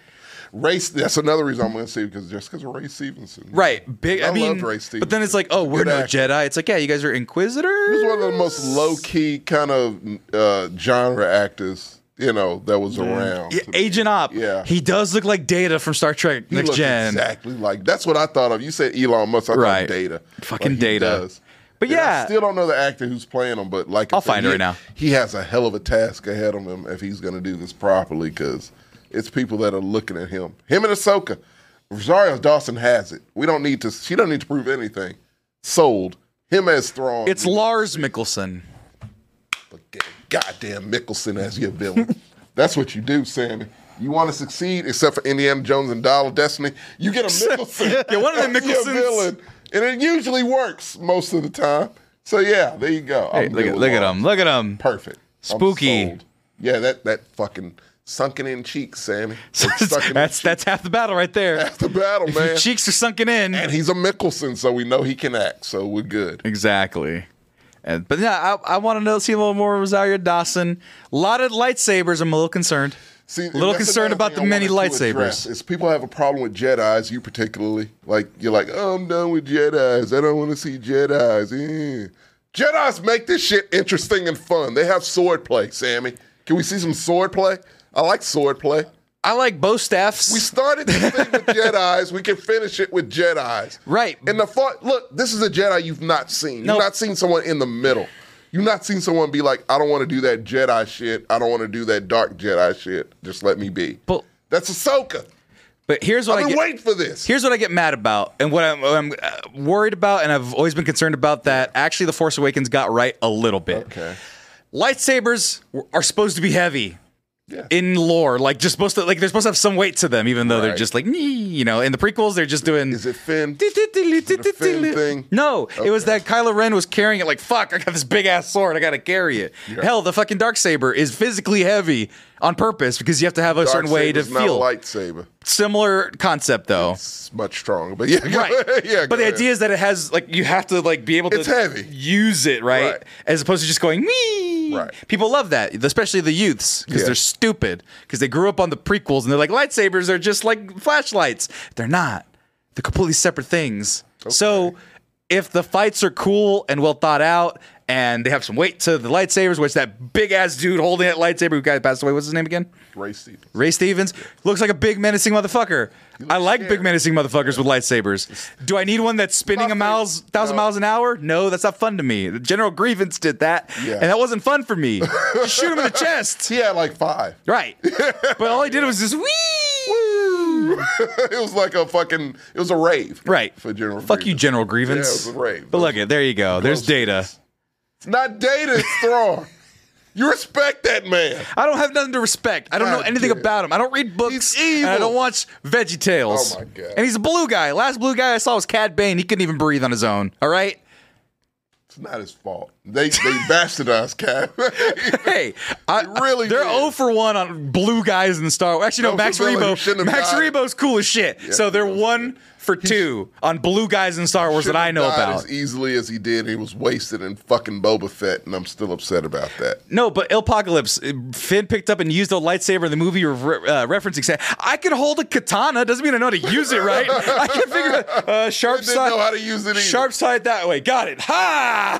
S2: Race. That's another reason I'm going to see because just because of Ray Stevenson.
S1: Right, big. I,
S2: I
S1: mean,
S2: loved Ray
S1: but then it's like, oh, we're
S2: Good
S1: no
S2: actor.
S1: Jedi. It's like, yeah, you guys are Inquisitors.
S2: He was one of the most low key kind of uh, genre actors, you know, that was around.
S1: Yeah, Agent Op.
S2: Yeah.
S1: he does look like Data from Star Trek
S2: He
S1: Next
S2: looked
S1: Gen.
S2: Exactly. Like that's what I thought of. You said Elon Musk. I thought
S1: Right.
S2: of Data.
S1: Fucking
S2: Like, he
S1: Data. But
S2: And
S1: yeah.
S2: I still don't know the actor who's playing him. But like, I
S1: I'll
S2: said,
S1: find it
S2: he-
S1: right now.
S2: He has a hell of a task ahead of him if he's going to do this properly because it's people that are looking at him. Him and Ahsoka. Rosario Dawson has it. We don't need to. She don't need to prove anything. Sold. Him as Thrawn.
S1: It's Lars Mickelson.
S2: Goddamn Mickelson as your villain. That's what you do, Sandy. You want to succeed, except for Indiana Jones and Dial of Destiny. You get a Mickelson.
S1: Yeah, one of the
S2: That's your
S1: Mickelsons.
S2: villain. And it usually works most of the time. So yeah, there you go. I'm
S1: Hey,
S2: good
S1: look at
S2: with
S1: look at
S2: Lawrence.
S1: him. Look at him.
S2: Perfect. I'm
S1: Spooky.
S2: sold. Yeah, that that fucking sunken in cheeks, Sammy. It's sunken in
S1: that's that's
S2: cheeks.
S1: half the battle right there.
S2: That's the battle,
S1: If
S2: man.
S1: your cheeks are sunken in.
S2: and he's a Mickelson, so we know he can act. So we're good.
S1: Exactly. And but yeah, I, I want to know see a little more Rosario Dawson. A lot of lightsabers. I'm a little concerned.
S2: See,
S1: little
S2: that's
S1: concerned
S2: another
S1: about
S2: thing
S1: the
S2: I
S1: many
S2: wanted to
S1: lightsabers.
S2: address, Is people have a problem with Jedi's, you particularly. Like you're like, oh, I'm done with Jedi's. I don't want to see Jedi's. Eh. Jedi's make this shit interesting and fun. They have sword play, Sammy. Can we see some sword play? I like sword play.
S1: I like bow
S2: We
S1: staffs.
S2: started this thing with Jedi's. We can finish it with Jedi's.
S1: Right.
S2: And the fun, look, this is a Jedi you've not seen. You've
S1: Nope.
S2: not seen someone in the middle. You've not seen someone be like, I don't want to do that Jedi shit. I don't want to do that dark Jedi shit. Just let me be.
S1: But-
S2: That's Ahsoka.
S1: but here's what
S2: I've
S1: I
S2: been
S1: get.
S2: waiting for this.
S1: Here's what I get mad about, and what I'm, what I'm uh, worried about, and I've always been concerned about that. Actually, The Force Awakens got right a little bit.
S2: okay.
S1: Lightsabers w- are supposed to be heavy
S2: Yeah.
S1: in lore, like just supposed to, like they're supposed to have some weight to them, even though they're
S2: Right.
S1: just like, "Nee," you know. In the prequels, they're just doing.
S2: Is it Finn? it a Finn thing?
S1: No, it was
S2: Okay.
S1: that Kylo Ren was carrying it like fuck. I got this big ass sword. I gotta carry it. Hell, the fucking dark saber is physically heavy on purpose because you have to have a certain way to
S2: Darksaber's not
S1: feel.
S2: a lightsaber.
S1: Similar concept though.
S2: It's much stronger. But yeah, go-
S1: Right.
S2: yeah.
S1: But
S2: go
S1: the
S2: ahead.
S1: idea is that it has like you have to like be able to
S2: It's heavy.
S1: use it, right?
S2: Right.
S1: As opposed to just going me.
S2: Right.
S1: People love that, especially the youths because
S2: Yeah.
S1: they're stupid because they grew up on the prequels and they're like lightsabers are just like flashlights. They're not. They're completely separate things. So if the fights are cool and well thought out and they have some weight to the lightsabers, which that big ass dude holding that lightsaber who guy passed away, what's his name again?
S2: Ray Stevens.
S1: Ray Stevens looks like a big menacing motherfucker. I like
S2: scary.
S1: big menacing motherfuckers with lightsabers. Do I need one that's spinning a
S2: favorite-
S1: miles thousand
S2: no.
S1: miles an hour? No, that's not fun to me. General Grievance did that,
S2: Yeah.
S1: and that wasn't fun for me. Just Shoot him in the chest,
S2: He had like five.
S1: right? But all he did was just wee.
S2: it was like a fucking. It was a rave.
S1: Right.
S2: For General.
S1: Fuck you,
S2: Grievance.
S1: General
S2: Yeah,
S1: Grievance.
S2: it was a rave.
S1: But look at there you go. There's data.
S2: It's not data. It's Thrawn. you respect that man.
S1: I don't have nothing to respect. I don't know
S2: God
S1: anything
S2: damn.
S1: about him. I don't read books.
S2: He's
S1: And I
S2: evil.
S1: don't watch Veggie Tales.
S2: Oh my God.
S1: And he's a blue guy. Last blue guy I saw was Cad Bane. He couldn't even breathe on his own. All right.
S2: It's not his fault. They they bastardized Cap.
S1: Hey, I,
S2: It really
S1: they're
S2: did.
S1: 0 for 1 on blue guys in Star Wars. Actually, no,
S2: Those
S1: Max
S2: are villains who
S1: Rebo.
S2: shouldn't have
S1: Max
S2: died.
S1: Rebo's cool as shit. so they're
S2: he was
S1: 1 for 2 on blue guys in Star Wars that I know
S2: Should've died
S1: about.
S2: as easily as he did. He was wasted in fucking Boba Fett, and I'm still upset about that.
S1: No, but Apocalypse, eh, Finn picked up and used a lightsaber in the movie you're re- uh, referencing. Said, I could hold a katana. Doesn't mean I know how to use it, right? I can figure out uh, sharp
S2: Didn't
S1: side.
S2: know how to use it either.
S1: Sharp side that way. Got it. Ha!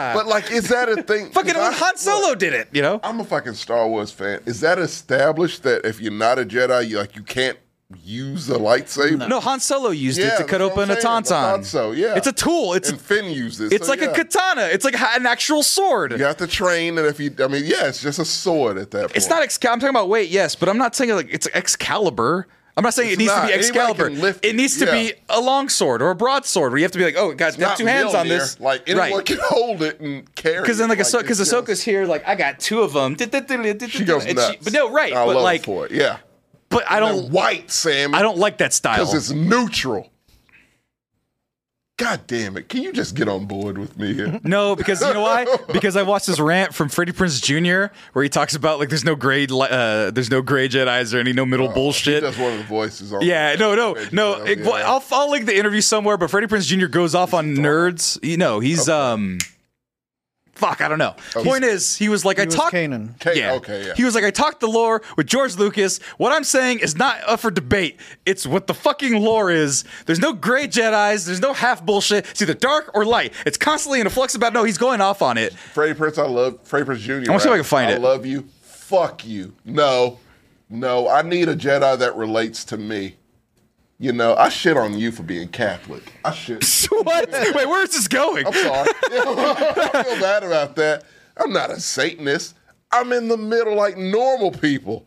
S2: But like, is that a thing?
S1: Fucking
S2: Cause I-
S1: when Han Solo
S2: look,
S1: did it, you know?
S2: I'm a fucking Star Wars fan. Is that established that if you're not a Jedi, you like you can't use a lightsaber?
S1: No, Han Solo used
S2: Yeah,
S1: it to cut
S2: that's what
S1: open a
S2: I'm saying. The
S1: tauntaun.
S2: Hanzo, yeah.
S1: It's a tool. It's
S2: And Finn used it.
S1: it's
S2: so
S1: like
S2: yeah.
S1: a katana. It's like an actual sword.
S2: You have to train, and if you, I mean, yeah, it's just a sword at that point.
S1: It's not Excalibur. I'm talking about weight, yes, but I'm not saying like it's Excalibur. I'm not saying
S2: It's
S1: it needs
S2: not.
S1: to be
S2: Anybody
S1: Excalibur.
S2: can lift
S1: It
S2: it,
S1: needs to be
S2: yeah.
S1: a longsword or a broadsword where you have to be like, oh, guys, got
S2: Not
S1: two hands on this.
S2: Mjolnir. Like anyone
S1: right.
S2: can hold it and carry.
S1: Because then, like, because
S2: it, it's just-
S1: Ahsoka's here, like, I got two of them.
S2: She goes nuts.
S1: But no, right.
S2: I
S1: but
S2: love
S1: like,
S2: her for it. Yeah.
S1: but I
S2: They're
S1: don't,
S2: white, Sam.
S1: I don't like that style.
S2: because it's neutral. God damn it! Can you just get on board with me here?
S1: No, because you know why? Because I watched this rant from Freddie Prince Jr. where he talks about like there's no grade, li- uh, there's no grade Jedi's or any no middle bullshit.
S2: That's one of the voices on.
S1: Yeah, no, no, no. it-
S2: Yeah.
S1: well, I'll, I'll link the interview somewhere, but Freddie Prince Jr. goes off on nerds. You know, he's um, fuck, I don't know. Point is, he was like, I
S3: was
S1: talked.
S3: Kanan.
S2: Okay, Okay. Yeah.
S1: He was like, I talked the lore with George Lucas. What I'm saying is not up for debate. It's what the fucking lore is. There's no gray Jedi's. There's no half bullshit. It's either dark or light. It's constantly in a flux about, no, he's going off on it.
S2: Freddie Prince, I love Freddie Prince Jr. I
S1: wanna see if I can find
S2: I
S1: it.
S2: love you. Fuck you. No, no. I need a Jedi that relates to me. You know, I shit on you for being Catholic. I shit.
S1: what? Wait, where is this going?
S2: I'm sorry. I feel bad about that. I'm not a Satanist. I'm in the middle like normal people.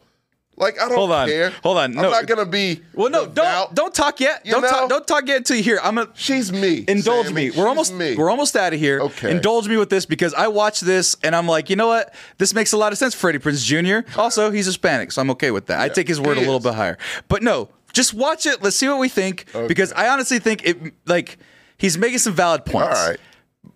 S2: Like I don't
S1: Hold on.
S2: care.
S1: Hold on. No.
S2: I'm not gonna be.
S1: Well, no,
S2: devout.
S1: don't don't talk yet.
S2: You
S1: don't
S2: know?
S1: talk. Don't talk yet until you hear. I'm gonna
S2: She's me.
S1: indulge
S2: Sammy.
S1: me.
S2: She's
S1: We're almost
S2: me.
S1: we're almost out of here.
S2: Okay.
S1: Indulge me with this because I watched this and I'm like, you know what? This makes a lot of sense. Freddie Prince Jr. Also, he's Hispanic, so I'm okay with that. I take his word a
S2: he
S1: little
S2: is.
S1: bit higher. But no, just watch it. Let's see what we think because I honestly think it like he's making some valid
S2: All
S1: points.
S2: right.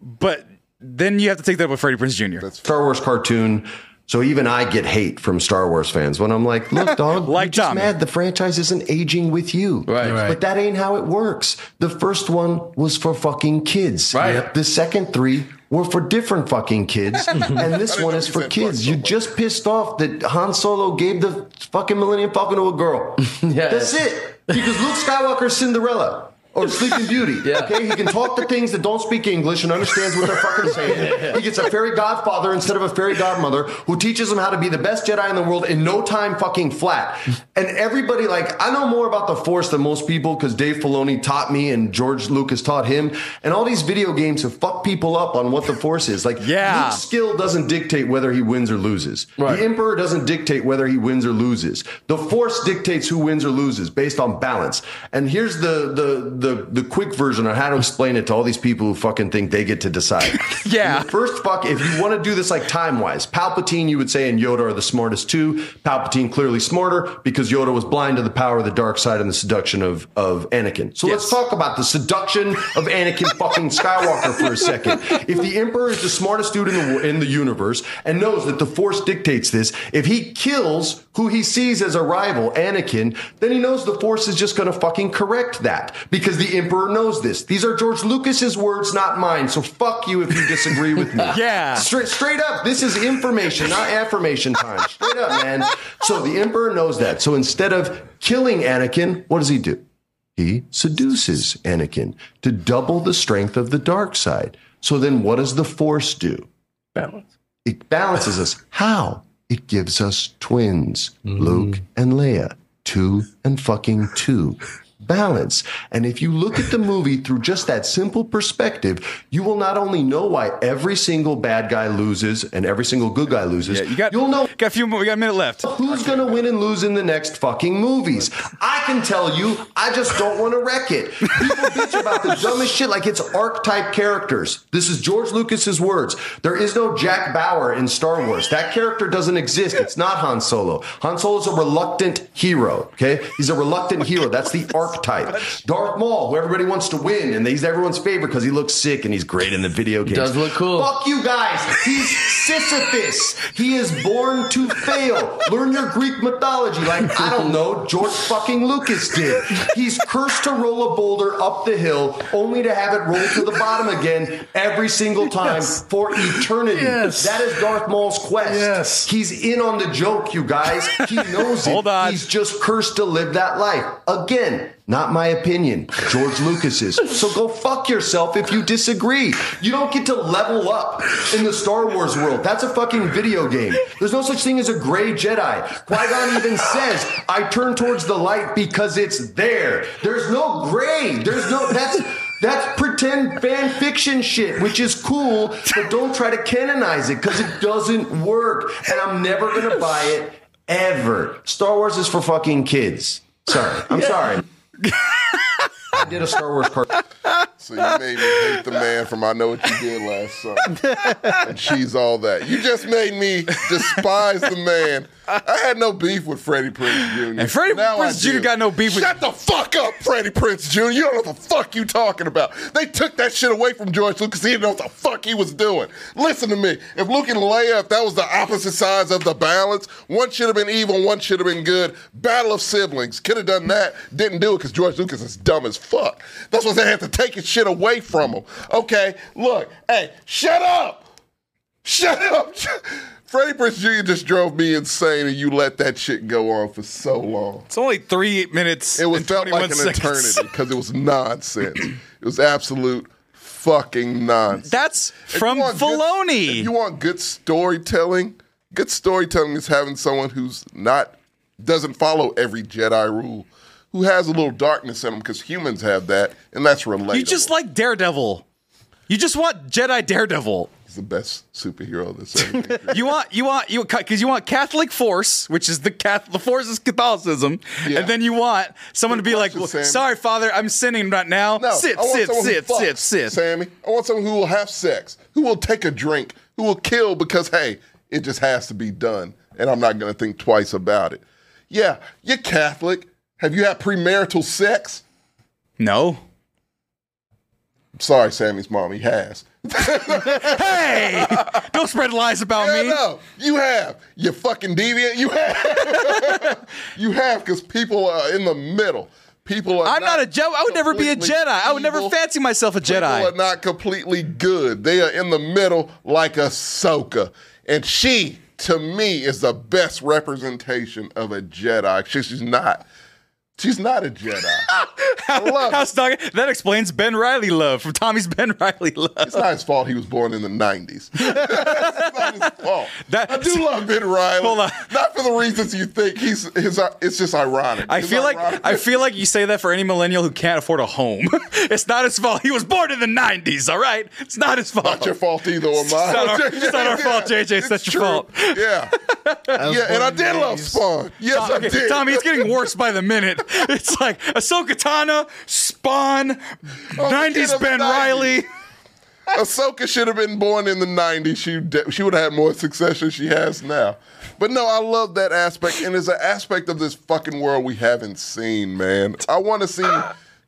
S1: But then you have to take that up with Freddie Prince Jr.
S8: Star Wars cartoon. So even I get hate from Star Wars fans when I'm like, look, dog,
S1: Like
S8: you're just
S1: Tommy.
S8: mad the franchise isn't aging with you.
S9: Right. Right.
S8: But that ain't how it works. The first one was for fucking kids.
S9: Right.
S8: Yep. The second three were for different fucking kids. and this one is
S2: you
S8: for
S2: said
S8: kids.
S2: fuck
S8: You
S2: so much.
S8: just pissed off that Han Solo gave the fucking Millennium Falcon to a girl. That's it. Because Luke Skywalker's Cinderella. Or Sleeping Beauty. Okay, he can talk to things that don't speak English and understands what they're fucking saying. He gets a fairy godfather instead of a fairy godmother who teaches him how to be the best Jedi in the world in no time fucking flat. And everybody, like, I know more about the Force than most people because Dave Filoni taught me and George Lucas taught him. And all these video games have fucked people up on what the Force is. Like,
S1: Yeah.
S8: Luke's skill doesn't dictate whether he wins or loses. The emperor doesn't dictate whether he wins or loses. The force dictates who wins or loses based on balance. And here's the the the, the quick version on how to explain it to all these people who fucking think they get to decide.
S1: Yeah.
S8: In the first fuck, if you want to do this like time wise, Palpatine, you would say, and Yoda are the smartest two. Palpatine clearly smarter because Yoda was blind to the power of the dark side and the seduction of, of Anakin. So let's talk about the seduction of Anakin fucking Skywalker for a second. If the Emperor is the smartest dude in the, in the universe and knows that the Force dictates this, if he kills who he sees as a rival, Anakin, then he knows the Force is just going to fucking correct that because the Emperor knows this. These are George Lucas's words, not mine. So fuck you if you disagree with me.
S1: Yeah.
S8: Straight, straight up, this is information, not affirmation time. Straight up, man. So the Emperor knows that. So instead of killing Anakin, what does he do? He seduces Anakin to double the strength of the dark side. So then what does the Force do?
S9: Balance.
S8: It balances us. How? It gives us twins,
S1: Mm-hmm.
S8: Luke and Leia, two and fucking two. Balance. And if you look at the movie through just that simple perspective, you will not only know why every single bad guy loses and every single good guy loses,
S1: Yeah, you got
S8: you'll know
S1: got a few more, we got a minute left.
S8: Who's going to win and lose in the next fucking movies? I can tell you, I just don't want to wreck it. People bitch about the dumbest shit like it's archetype characters. This is George Lucas's words. There is no Jack Bauer in Star Wars. That character doesn't exist. It's not Han Solo. Han Solo is a reluctant hero, okay? He's a reluctant hero. That's the archetype. Darth Maul, who everybody wants to win, and he's everyone's favorite because he looks sick and he's great in the video game.
S9: does look cool.
S8: Fuck you guys. He's Sisyphus. He is born to fail. Learn your Greek mythology, like I don't know, George fucking Lucas did. He's cursed to roll a boulder up the hill, only to have it roll to the bottom again every single time for eternity.
S9: Yes.
S8: That is Darth Maul's quest.
S9: Yes.
S8: He's in on the joke, you guys. He knows it.
S1: Hold on.
S8: He's just cursed to live that life. Again, not my opinion. George Lucas's. So go fuck yourself if you disagree. You don't get to level up in the Star Wars world. That's a fucking video game. There's no such thing as a gray Jedi. Qui-Gon even says, I turn towards the light because it's there. There's no gray. There's no that's that's pretend fan fiction shit, which is cool, but don't try to canonize it because it doesn't work. And I'm never gonna buy it ever. Star Wars is for fucking kids. Sorry, I'm sorry. I did a Star Wars cartoon.
S2: So you made me hate the man from I Know What You Did Last Summer. and she's all that. You just made me despise the man. I had no beef with Freddie Prince Jr.
S1: And Freddie
S2: Now I
S1: Prinze Jr.
S2: do.
S1: got no beef with-
S2: Shut the fuck up, Freddie Prince Jr. You don't know what the fuck you talking about. They took that shit away from George Lucas. He didn't know what the fuck he was doing. Listen to me. If Luke and Leia, if that was the opposite sides of the balance, one should have been evil, one should have been good. Battle of siblings. Could have done that. Didn't do it because George Lucas is dumb as fuck. That's why they had to take his shit away from him. Okay, look. Hey, shut up. Shut up. Freddie Prince Jr. just drove me insane, and you let that shit go on for so long.
S1: It's only three minutes.
S2: It was
S1: and
S2: felt like
S1: 21
S2: an
S1: seconds.
S2: eternity because it was nonsense. it was absolute fucking nonsense.
S1: That's
S2: If
S1: from
S2: you want good-
S1: Filoni.
S2: if you want good storytelling, good storytelling is having someone who's not doesn't follow every Jedi rule, who has a little darkness in them because humans have that, and that's relatable.
S1: You just like Daredevil. You just want Jedi Daredevil.
S2: the best superhero that's ever been created.
S1: You want you want you because you want Catholic force, which is the Catholic the force is Catholicism,
S2: Yeah.
S1: and then you want someone to be like,
S2: Force is
S1: "Well,
S2: Sam.
S1: "Sorry, Father, I'm sinning right now."
S2: No,
S1: sit,
S2: I want
S1: sit,
S2: someone who
S1: sit,
S2: fucks,
S1: sit, sit.
S2: Sammy, I want someone who will have sex, who will take a drink, who will kill because hey, it just has to be done, and I'm not going to think twice about it. Yeah, you're Catholic. Have you had premarital sex?
S1: No.
S2: Sorry, Sammy's mommy has.
S1: Hey, don't spread lies about
S2: Yeah,
S1: me.
S2: no, you have. You fucking deviant. You have. you have because people are in the middle. People are.
S1: I'm not, a Jedi. I would never be a Jedi.
S2: completely
S1: I would never
S2: evil.
S1: fancy myself a
S2: People
S1: Jedi.
S2: are not completely good. They are in the middle like Ahsoka. And she, to me, is the best representation of a Jedi. She- she's not. She's not a Jedi. I love it.
S1: House dog. That explains Ben Riley love from Tommy's Ben Riley love.
S2: It's not his fault he was born in the 90s. it's not his fault.
S1: That-
S2: I do love Ben Riley.
S1: Hold on.
S2: Not for the reasons you think. He's his, It's just ironic.
S1: I
S2: It's
S1: feel like
S2: ironic.
S1: I feel like you say that for any millennial who can't afford a home. it's not his fault. He was born in the '90s. All right, it's not his fault.
S2: not your fault either, or mine.
S1: not our- it's not our fault, JJ. It's
S2: It's
S1: not your
S2: true.
S1: fault.
S2: Yeah. yeah, and I did love Spawn. Yes, I
S1: Okay,
S2: did.
S1: Tommy, it's getting worse by the minute. It's like Ahsoka Tana, Spawn,
S2: kid
S1: '90s
S2: of
S1: Ben
S2: 90s.
S1: Riley.
S2: Ahsoka should have been born in the 90s. She de- she would have had more success than she has now. But no, I love that aspect. And it's an aspect of this fucking world we haven't seen, man. I want to see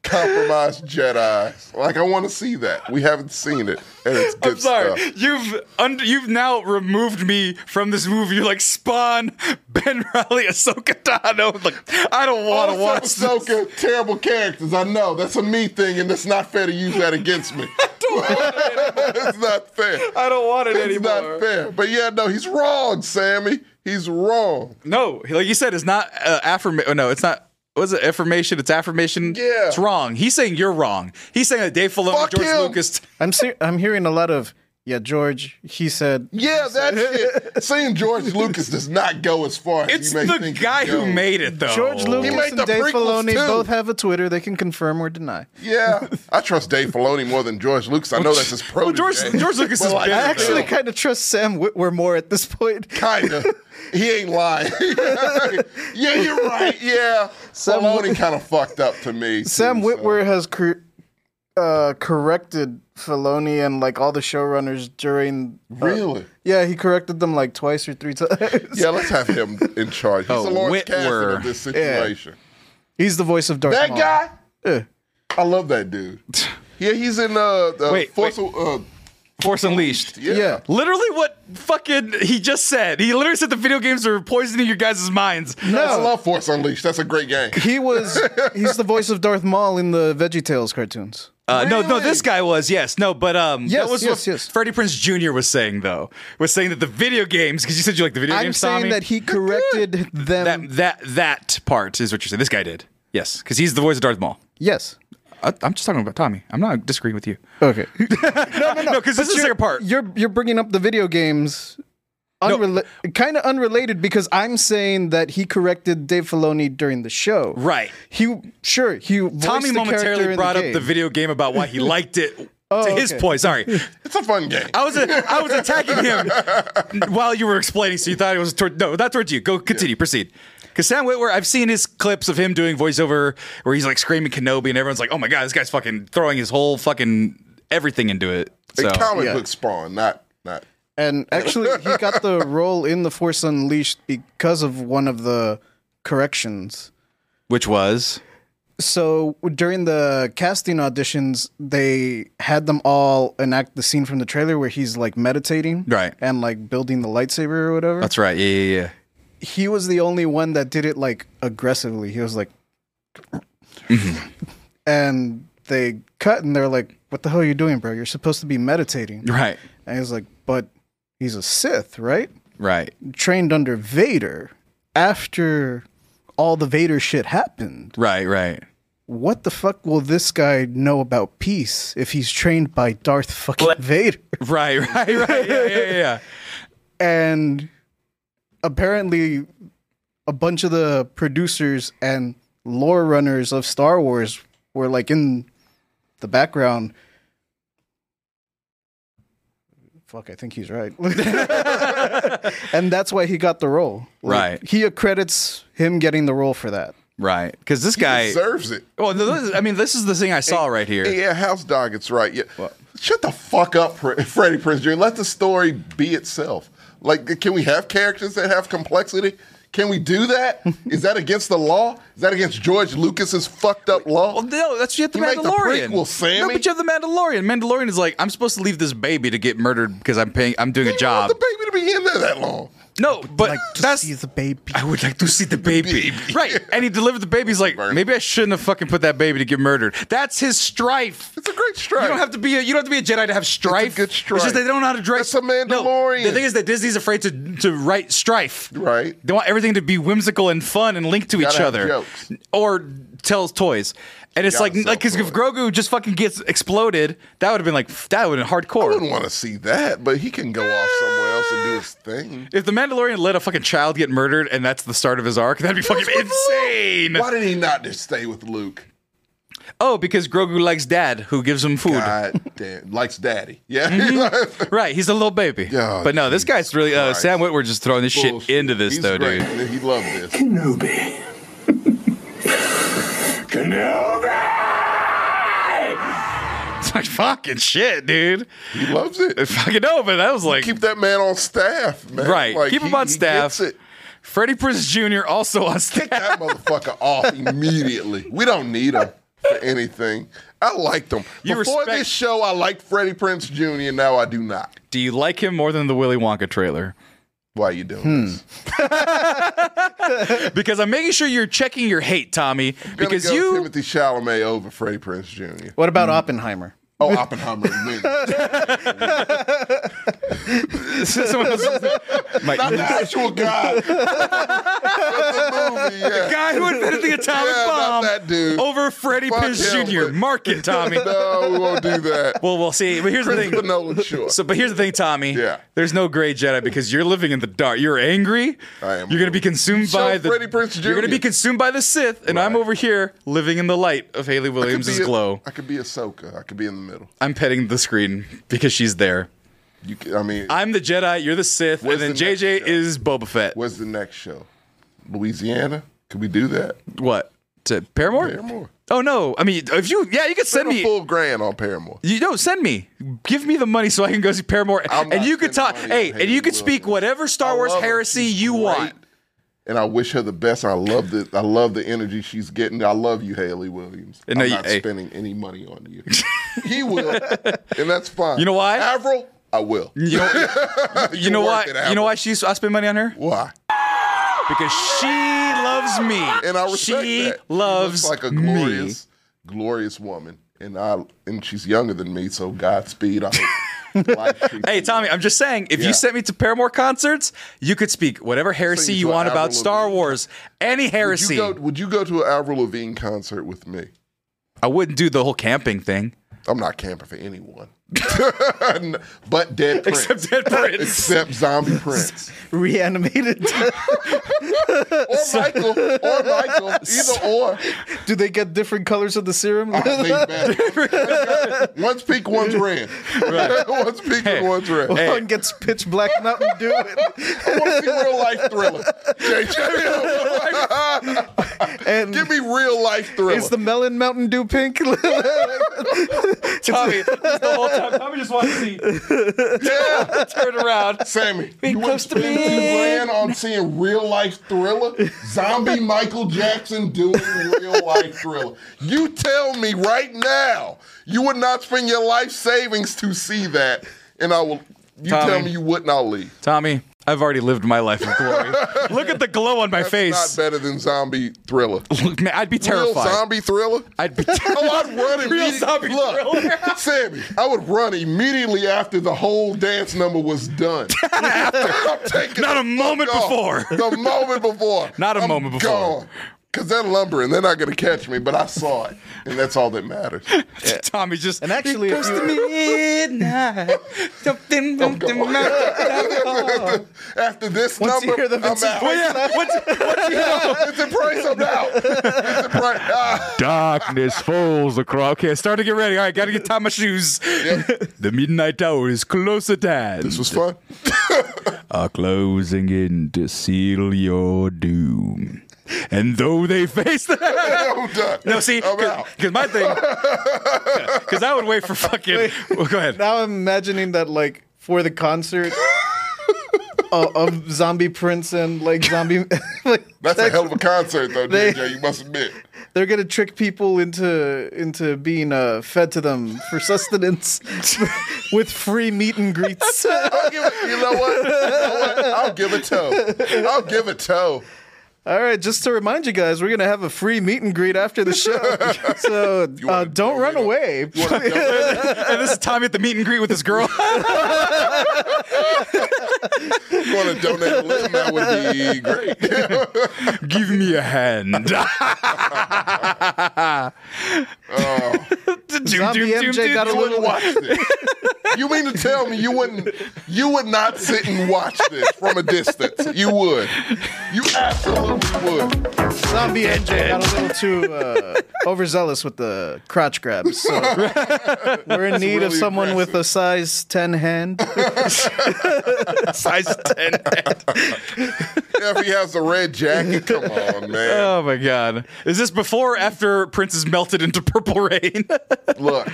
S2: compromised Jedi's. Like, I want to see that. We haven't seen it. And it's good
S1: I'm sorry,
S2: stuff.
S1: you've und- you've now removed me from this movie. You're like Spawn, Ben Riley, Ahsoka Tano. I'm Like I don't want to
S2: All
S1: watch
S2: of
S1: this.
S2: Ahsoka, terrible characters. I know. That's a me thing, and that's not fair to use that against me. it's not fair.
S1: I don't want it
S2: It's
S1: anymore.
S2: not fair. But yeah, no, he's wrong, Sammy. He's wrong.
S1: No, like you said, it's not uh, affirmation. No, it's not. Was it affirmation? It's affirmation.
S2: Yeah.
S1: it's wrong. He's saying you're wrong. He's saying that Dave Filoni,
S2: Fuck
S1: George
S2: him.
S1: Lucas.
S3: I'm ser- I'm hearing a lot of yeah, George. He said
S2: Yeah, that shit. Saying George Lucas does not go as far as
S1: It's
S2: you may
S1: the
S2: think it
S1: guy who
S2: goes.
S1: made it, though.
S3: George Lucas
S2: made the
S3: and Dave
S2: prequels,
S3: Filoni
S2: too.
S3: both have a Twitter. They can confirm or deny.
S2: Yeah, I trust Dave Filoni more than George Lucas. I know that's his
S1: Well,
S2: protege.
S1: George, George Lucas is
S2: Well, I
S1: big.
S3: I actually
S2: Yeah.
S3: kind of trust Sam Whitwer more at this point.
S2: kinda. He ain't lying. yeah, you're right. Yeah,
S3: Sam-
S2: Filoni kind of fucked up to me.
S3: Sam
S2: too, so.
S3: Whitwer has cor- uh, corrected Filoni and like all the showrunners during. uh,
S2: Really?
S3: yeah, he corrected them like twice or three times.
S2: Yeah, let's have him in charge. He's
S1: Oh,
S2: the Lawrence Kasdan
S1: Whitwer.
S2: of this situation.
S3: he's the voice of Darth
S2: That
S3: Maul.
S2: guy. I love that dude. Yeah, he's in uh, the
S1: Wait,
S2: Force. Uh,
S1: Force Unleashed.
S2: yeah.
S3: Yeah.
S1: Literally, what fucking he just said. He literally said the video games are poisoning your guys' minds.
S2: I
S3: No,
S2: love Force Unleashed. That's a great game.
S3: he was. He's the voice of Darth Maul in the VeggieTales cartoons.
S1: Uh, No, no, this guy was yes, no, but um,
S3: Yes,
S1: that was
S3: yes,
S1: what
S3: yes.
S1: Freddie Prince Jr. was saying though. Was saying that the video games because you said you like the video
S3: I'm
S1: games.
S3: saying
S1: Tommy.
S3: that he um, corrected them.
S1: that that that part is what you're saying. This guy did. Yes, because he's the voice of Darth Maul.
S3: yes.
S1: I, I'm just talking about Tommy. I'm not disagreeing with you.
S3: Okay.
S1: No, no, no. Because this is the second part.
S3: You're you're bringing up the video games, unrela- kind of unrelated because I'm saying that he corrected Dave Filoni during the show.
S1: Right.
S3: He sure he. voiced
S1: Tommy
S3: the character
S1: momentarily
S3: in
S1: brought
S3: the
S1: up
S3: game. Oh,
S1: the video game about why he liked it. to his
S3: okay.
S1: point, sorry,
S2: It's a fun game.
S1: I was I was attacking him while you were explaining, so you thought it was toward no, not towards you. Go continue, proceed. Because Sam Witwer, I've seen his clips of him doing voiceover where he's like screaming Kenobi, and everyone's like, "Oh my god, this guy's fucking throwing his whole fucking everything into it."
S2: A
S1: So
S2: comic
S3: yeah.
S2: book spawn, not not.
S3: And actually, he got the role in the Force Unleashed because of one of the corrections.
S1: which was
S3: So during the casting auditions, they had them all enact the scene from the trailer where he's like meditating,
S1: Right.
S3: and like building the lightsaber or whatever.
S1: that's right, yeah, yeah, yeah.
S3: he was the only one that did it like aggressively. He was like, and they cut and they're like, "What the hell are you doing, bro? You're supposed to be meditating."
S1: Right,
S3: And he's like, "But he's a Sith, right?
S1: right.
S3: Trained under Vader after all the Vader shit happened.
S1: Right, right.
S3: What the fuck will this guy know about peace if he's trained by Darth fucking Vader?"
S1: Right, right, right. Yeah, yeah, yeah, yeah.
S3: and apparently a bunch of the producers and lore runners of Star Wars were like in the background fuck, I think he's right. and that's why he got the role.
S1: Right.
S3: He accredits him getting the role for that.
S1: Right. Because this guy.
S2: Deserves it.
S1: Well, no, this is- I mean, this is the thing I saw right here.
S2: Yeah, House Dog, it's right. Yeah. Shut the fuck up, Fre- Freddie Prinze Jr. Let the story be itself. Like, can we have characters that have complexity? Can we do that? Is that against the law? Is that against George Lucas's fucked up law?
S1: Well, Oh, no, that's you have the
S2: You make the
S1: Mandalorian.
S2: prequel, Sammy.
S1: No, but you have the Mandalorian. Mandalorian is like, I'm supposed to leave this baby to get murdered because I'm paying. I'm doing a
S2: You don't
S1: job.
S2: want the baby to be in there that long.
S1: No, but that's.
S3: he's a baby.
S1: I would like to see the baby. Right. And he delivered the baby. He's like,
S2: Burn.
S1: maybe I shouldn't have fucking put that baby to get murdered. That's his strife.
S2: It's a great strike.
S1: You don't have to be a you don't have to be a Jedi to have strife.
S2: good
S1: It's
S2: strife.
S1: just they don't know how to drive.
S2: That's a Mandalorian.
S1: the thing is that Disney's afraid to to write strife.
S2: Right.
S1: They want everything to be whimsical and fun and linked to
S2: Gotta
S1: each
S2: have
S1: other,
S2: jokes.
S1: or tells toys. And it's
S2: Gotta
S1: like
S2: sell
S1: like because if
S2: toys.
S1: Grogu just fucking gets exploded, that would have been like that would have been
S2: I
S1: hardcore.
S2: wouldn't want to see that, but he can go off somewhere else and do his thing.
S1: If the Mandalorian let a fucking child get murdered and that's the start of his arc, that'd be fucking insane.
S2: Why did he not just stay with Luke?
S1: Oh, because Grogu likes dad who gives him food.
S2: God damn, likes daddy. Yeah,
S1: Mm-hmm. Right, he's a little baby.
S2: Oh,
S1: but no, this guy's really uh,
S2: Christ.
S1: Sam Witwer just throwing this shit into this
S2: He's
S1: though,
S2: great.
S1: dude.
S2: He loved this.
S9: Kenobi. Kenobi!
S1: It's like fucking shit, dude.
S2: He loves it.
S1: Fucking no, but that was like
S2: keep that man on staff, man.
S1: Right. Keep him on staff.
S2: gets it.
S1: Freddie Prinze Jr. also on
S2: Kick
S1: staff.
S2: that motherfucker off immediately. We don't need him for anything. I liked him.
S1: You
S2: Before
S1: respect-
S2: this show, I liked Freddie Prince Jr. Now I do not.
S1: Do you like him more than the Willy Wonka trailer?
S2: Why you doing
S1: Hmm.
S2: this?
S1: Because I'm making sure you're checking your hate, Tommy.
S2: Gonna
S1: Because
S2: go
S1: you
S2: Timothy Chalamet over Freddie Prince Jr.
S3: What about Oppenheimer?
S2: Oh, Oppenheimer. man.
S1: someone else- my-
S2: not the actual guy. But the movie, yeah.
S1: guy who invented the atomic
S2: Yeah, not
S1: bomb
S2: that dude.
S1: over Freddie
S2: Fuck
S1: Prinze
S2: him,
S1: Jr.
S2: but-
S1: Mark it, Tommy.
S2: No, we won't do that.
S1: Well, we'll see. But here's the
S2: Christopher
S1: thing.
S2: Nolan, sure.
S1: So, but here's the thing, Tommy.
S2: Yeah.
S1: There's no gray Jedi because you're living in the dark. You're angry.
S2: I am
S1: You're gonna be
S2: angry.
S1: consumed
S2: So
S1: by the.
S2: Freddie Prinze
S1: You're gonna
S2: Jr..
S1: be consumed by the Sith, and I'm
S2: Right.
S1: over here living in the light of Haley
S2: I could
S1: Williams'
S2: be a-
S1: glow.
S2: I could be Ahsoka. I could be in the middle.
S1: I'm petting the screen because she's there.
S2: You, could, I mean,
S1: I'm the Jedi. You're the Sith,
S2: Where's
S1: and then
S2: the next
S1: JJ
S2: show?
S1: is Boba Fett.
S2: Where's the next show? Louisiana? Could we do that?
S1: What? To Paramore?
S2: Paramore.
S1: Oh no! I mean, if you yeah, you could send
S2: Spend
S1: me.
S2: a full grand on Paramore.
S1: You don't send me. Give me the money so I can go see Paramore,
S2: I'm
S1: and
S2: not
S1: you could
S2: spending
S1: talk.
S2: money on
S1: Hey, and
S2: Hayley
S1: you could speak
S2: Williams.
S1: whatever Star
S2: I
S1: Wars
S2: love her.
S1: heresy
S2: She's
S1: you
S2: great.
S1: want.
S2: And I wish her the best. I love the I love the energy she's getting. I love you, Haley Williams.
S1: And
S2: I'm
S1: now you-
S2: not
S1: hey.
S2: spending any money on you. he will, and that's fine.
S1: You know why?
S2: Avril? I will.
S1: You know, you know
S2: worth
S1: why?
S2: it,
S1: you
S2: Avril.
S1: know why she's I spend money on her
S2: Why?
S1: because she loves me.
S2: And I respect
S1: she
S2: that.
S1: loves
S2: she looks like a
S1: me.
S2: glorious, glorious woman. And I and she's younger than me, so Godspeed. I hope life treats
S1: Hey
S2: you
S1: Tommy, I'm just saying, if
S2: Yeah.
S1: you sent me to Paramore concerts, you could speak whatever heresy
S2: you
S1: you
S2: to
S1: want
S2: Avril
S1: about Star
S2: Lavigne.
S1: Wars, any
S2: Would you
S1: heresy.
S2: go? Would you go to an Avril Lavigne concert with me?
S1: I wouldn't do the whole camping thing,
S2: I'm not camping for anyone, but Dead Prince, except,
S1: except Dead Prince.
S2: Zombie Prince
S3: Reanimated.
S2: or Michael or Michael. Either or.
S3: Do they get different colors of the serum?
S2: I think better. one's pink, one's red. one's pink and one's red.
S3: One gets pitch black Mountain Dew.
S2: I want to see real life thriller. JJ,
S3: And,
S2: give
S3: and
S2: me real life thriller.
S3: is the melon Mountain Dew pink?
S1: Tommy, just the whole time, Tommy just wants to see. Turn around.
S2: Sammy,
S1: Be
S2: you wouldn't
S1: close to
S2: spend
S1: me.
S2: two grand on seeing real life thriller, zombie Michael Jackson doing real life thriller. You tell me right now, you would not spend your life savings to see that, and I will. You
S1: Tommy.
S2: tell me you wouldn't, I'll leave.
S1: Tommy, I've already lived my life of glory. Look at the glow on my
S2: Not
S1: face.
S2: better than zombie thriller.
S1: Look, man, I'd be terrified.
S2: Real zombie thriller.
S1: I'd be
S2: Oh, I'd run immediately.
S1: Real zombie
S2: Look,
S1: thriller.
S2: Sammy, I would run immediately after the whole dance number was done. I'm taking
S1: Not a
S2: the
S1: moment
S2: fuck
S1: before.
S2: off. The moment before.
S1: Not a
S2: I'm
S1: moment before.
S2: Gone. Cause they're lumbering, they're not gonna catch me, but I saw it, and that's all that matters.
S1: Tommy just
S3: And actually, if you,
S1: midnight. Something, something, oh,
S2: After this
S3: Once you
S2: number,
S3: hear the
S2: I'm
S3: Vincent
S2: out.
S1: yeah. Oh, What's, what's,
S2: It's the price I'm out. It's the price. Ah.
S1: Darkness falls across. Okay, start to get ready. All right, gotta get tie my shoes. the midnight hour is close at hand.
S2: This was fun.
S1: are closing in to seal your doom. And though they face the
S2: I'm done.
S1: no, see,
S2: I'm out.
S1: because my thing, because I would wait for fucking. Well, go ahead.
S3: Now I'm imagining that like for the concert of, of Zombie Prince and like Zombie, like,
S2: That's, a hell of a concert, though,
S3: They-
S2: DJ. You must admit.
S3: they're gonna trick people into into being uh, fed to them for sustenance with free meet and greets.
S2: I'll give it, you know what? You know what? I'll give it toe. I'll give it toe.
S3: All right, just to remind you guys, we're gonna have a free meet and greet after the show, so uh,
S2: wanna-
S3: don't
S2: you
S3: run
S2: wanna-
S3: away.
S2: You wanna jump
S1: And this is Tommy at the meet and greet with this girl.
S2: in? You want to donate a limb? That would be great.
S1: Give me a hand. Doom,
S3: Zombie
S1: doom,
S3: MJ
S1: doom,
S3: got a
S1: doom.
S2: You wouldn't watch this. You mean to tell me you wouldn't? You would not sit and watch this from a distance. You would. You absolutely would.
S3: Zombie NJ got a little too uh, overzealous with the crotch grabs. So we're in need of
S2: really
S3: someone with
S2: aggressive.
S3: a size 10 hand.
S1: size 10.
S2: Yeah, if he has a red jacket, come on, man.
S1: Oh my god. Is this before or after Prince is melted into purple rain?
S2: Look,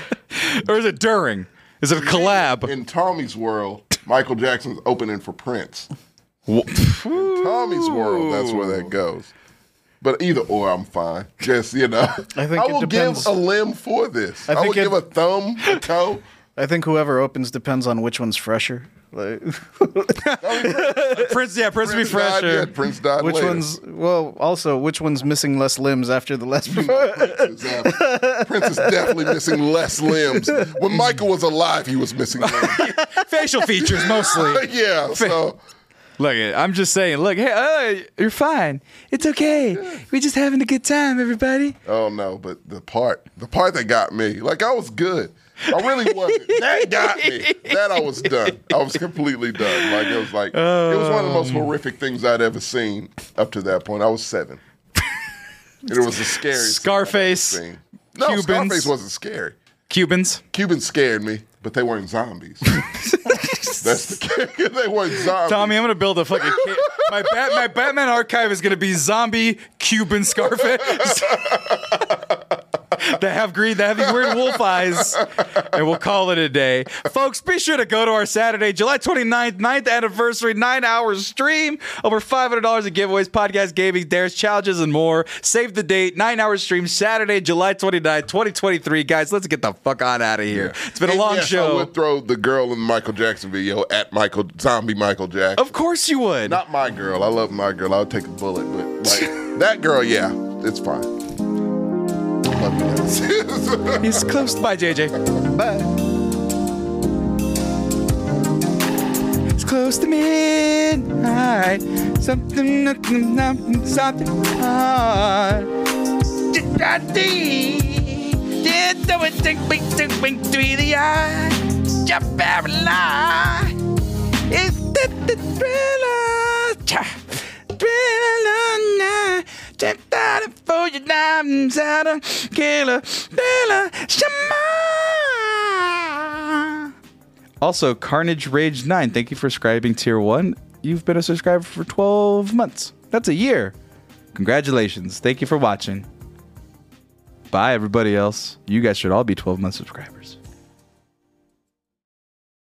S1: or is it during? Is it a collab?
S2: in Tommy's world, Michael Jackson's opening for Prince.
S1: Wha-
S2: Tommy's world, that's where that goes. But either or, I'm fine. Just you know, I,
S3: think it
S2: will
S3: depends-
S2: give a limb for this. I,
S3: think
S2: will
S3: it-
S2: give a thumb, a toe.
S3: I think whoever opens depends on which one's fresher. Like,
S1: Prince, yeah, Prince, be
S2: died
S1: fresher.
S2: yet, Prince died
S3: which
S2: later.
S3: one's, well, also, which one's missing less limbs after the last
S2: Exactly. Prince is definitely missing less limbs. When Michael was alive, he was missing limbs.
S1: Facial features mostly.
S2: yeah, so
S1: Look, I'm just saying. Look, hey, uh, you're fine. It's okay. We're just having a good time, everybody.
S2: oh no, but the part, the part that got me, like I was good. I really wasn't. That got me. That I was done. I was completely done. Like it was like it was one of the
S1: Um.
S2: most horrific things I'd ever seen up to that point. I was seven. And it was the scariest thing I'd ever
S1: Scarface,
S2: seen. No,
S1: Cubans.
S2: Scarface wasn't scary.
S1: Cubans.
S2: Cubans scared me, but they weren't zombies. That's the kicker. They weren't zombies.
S1: Tommy, I'm gonna build a fucking. Ca- my bat, my Batman archive is gonna be zombie Cuban Scarface. They have green, they have these weird wolf eyes, and we'll call it a day. Folks, be sure to go to our Saturday, July 29th, 9th anniversary, nine hour stream. Over $500 in giveaways, podcast, gaming, dares, challenges, and more. Save the date, nine hour stream, Saturday, July 29th, 2023. Guys, let's get the fuck on out of here. It's been a
S2: And
S1: long
S2: yes, I
S1: show.
S2: would throw the girl in the Michael Jackson video at Michael Zombie Michael Jackson.
S1: of course you would.
S2: Not my girl. I love my girl. I would take a bullet, but like that girl, yeah, it's fine. Love you guys.
S1: He's close by JJ. Bye. It's close to midnight. Something, nothing, nothing, something hard. Did I think? Did the one think, wink, think, wink, through the eye? Jump out Is that the thriller? Cha. Thriller night. Jumped out and for your diamonds out of killer. Thriller. Shema. Also, Carnage Rage 9, thank you for subscribing tier 1. You've been a subscriber for 12 months. That's a year. Congratulations. Thank you for watching. Bye, everybody else. You guys should all be 12 month subscribers.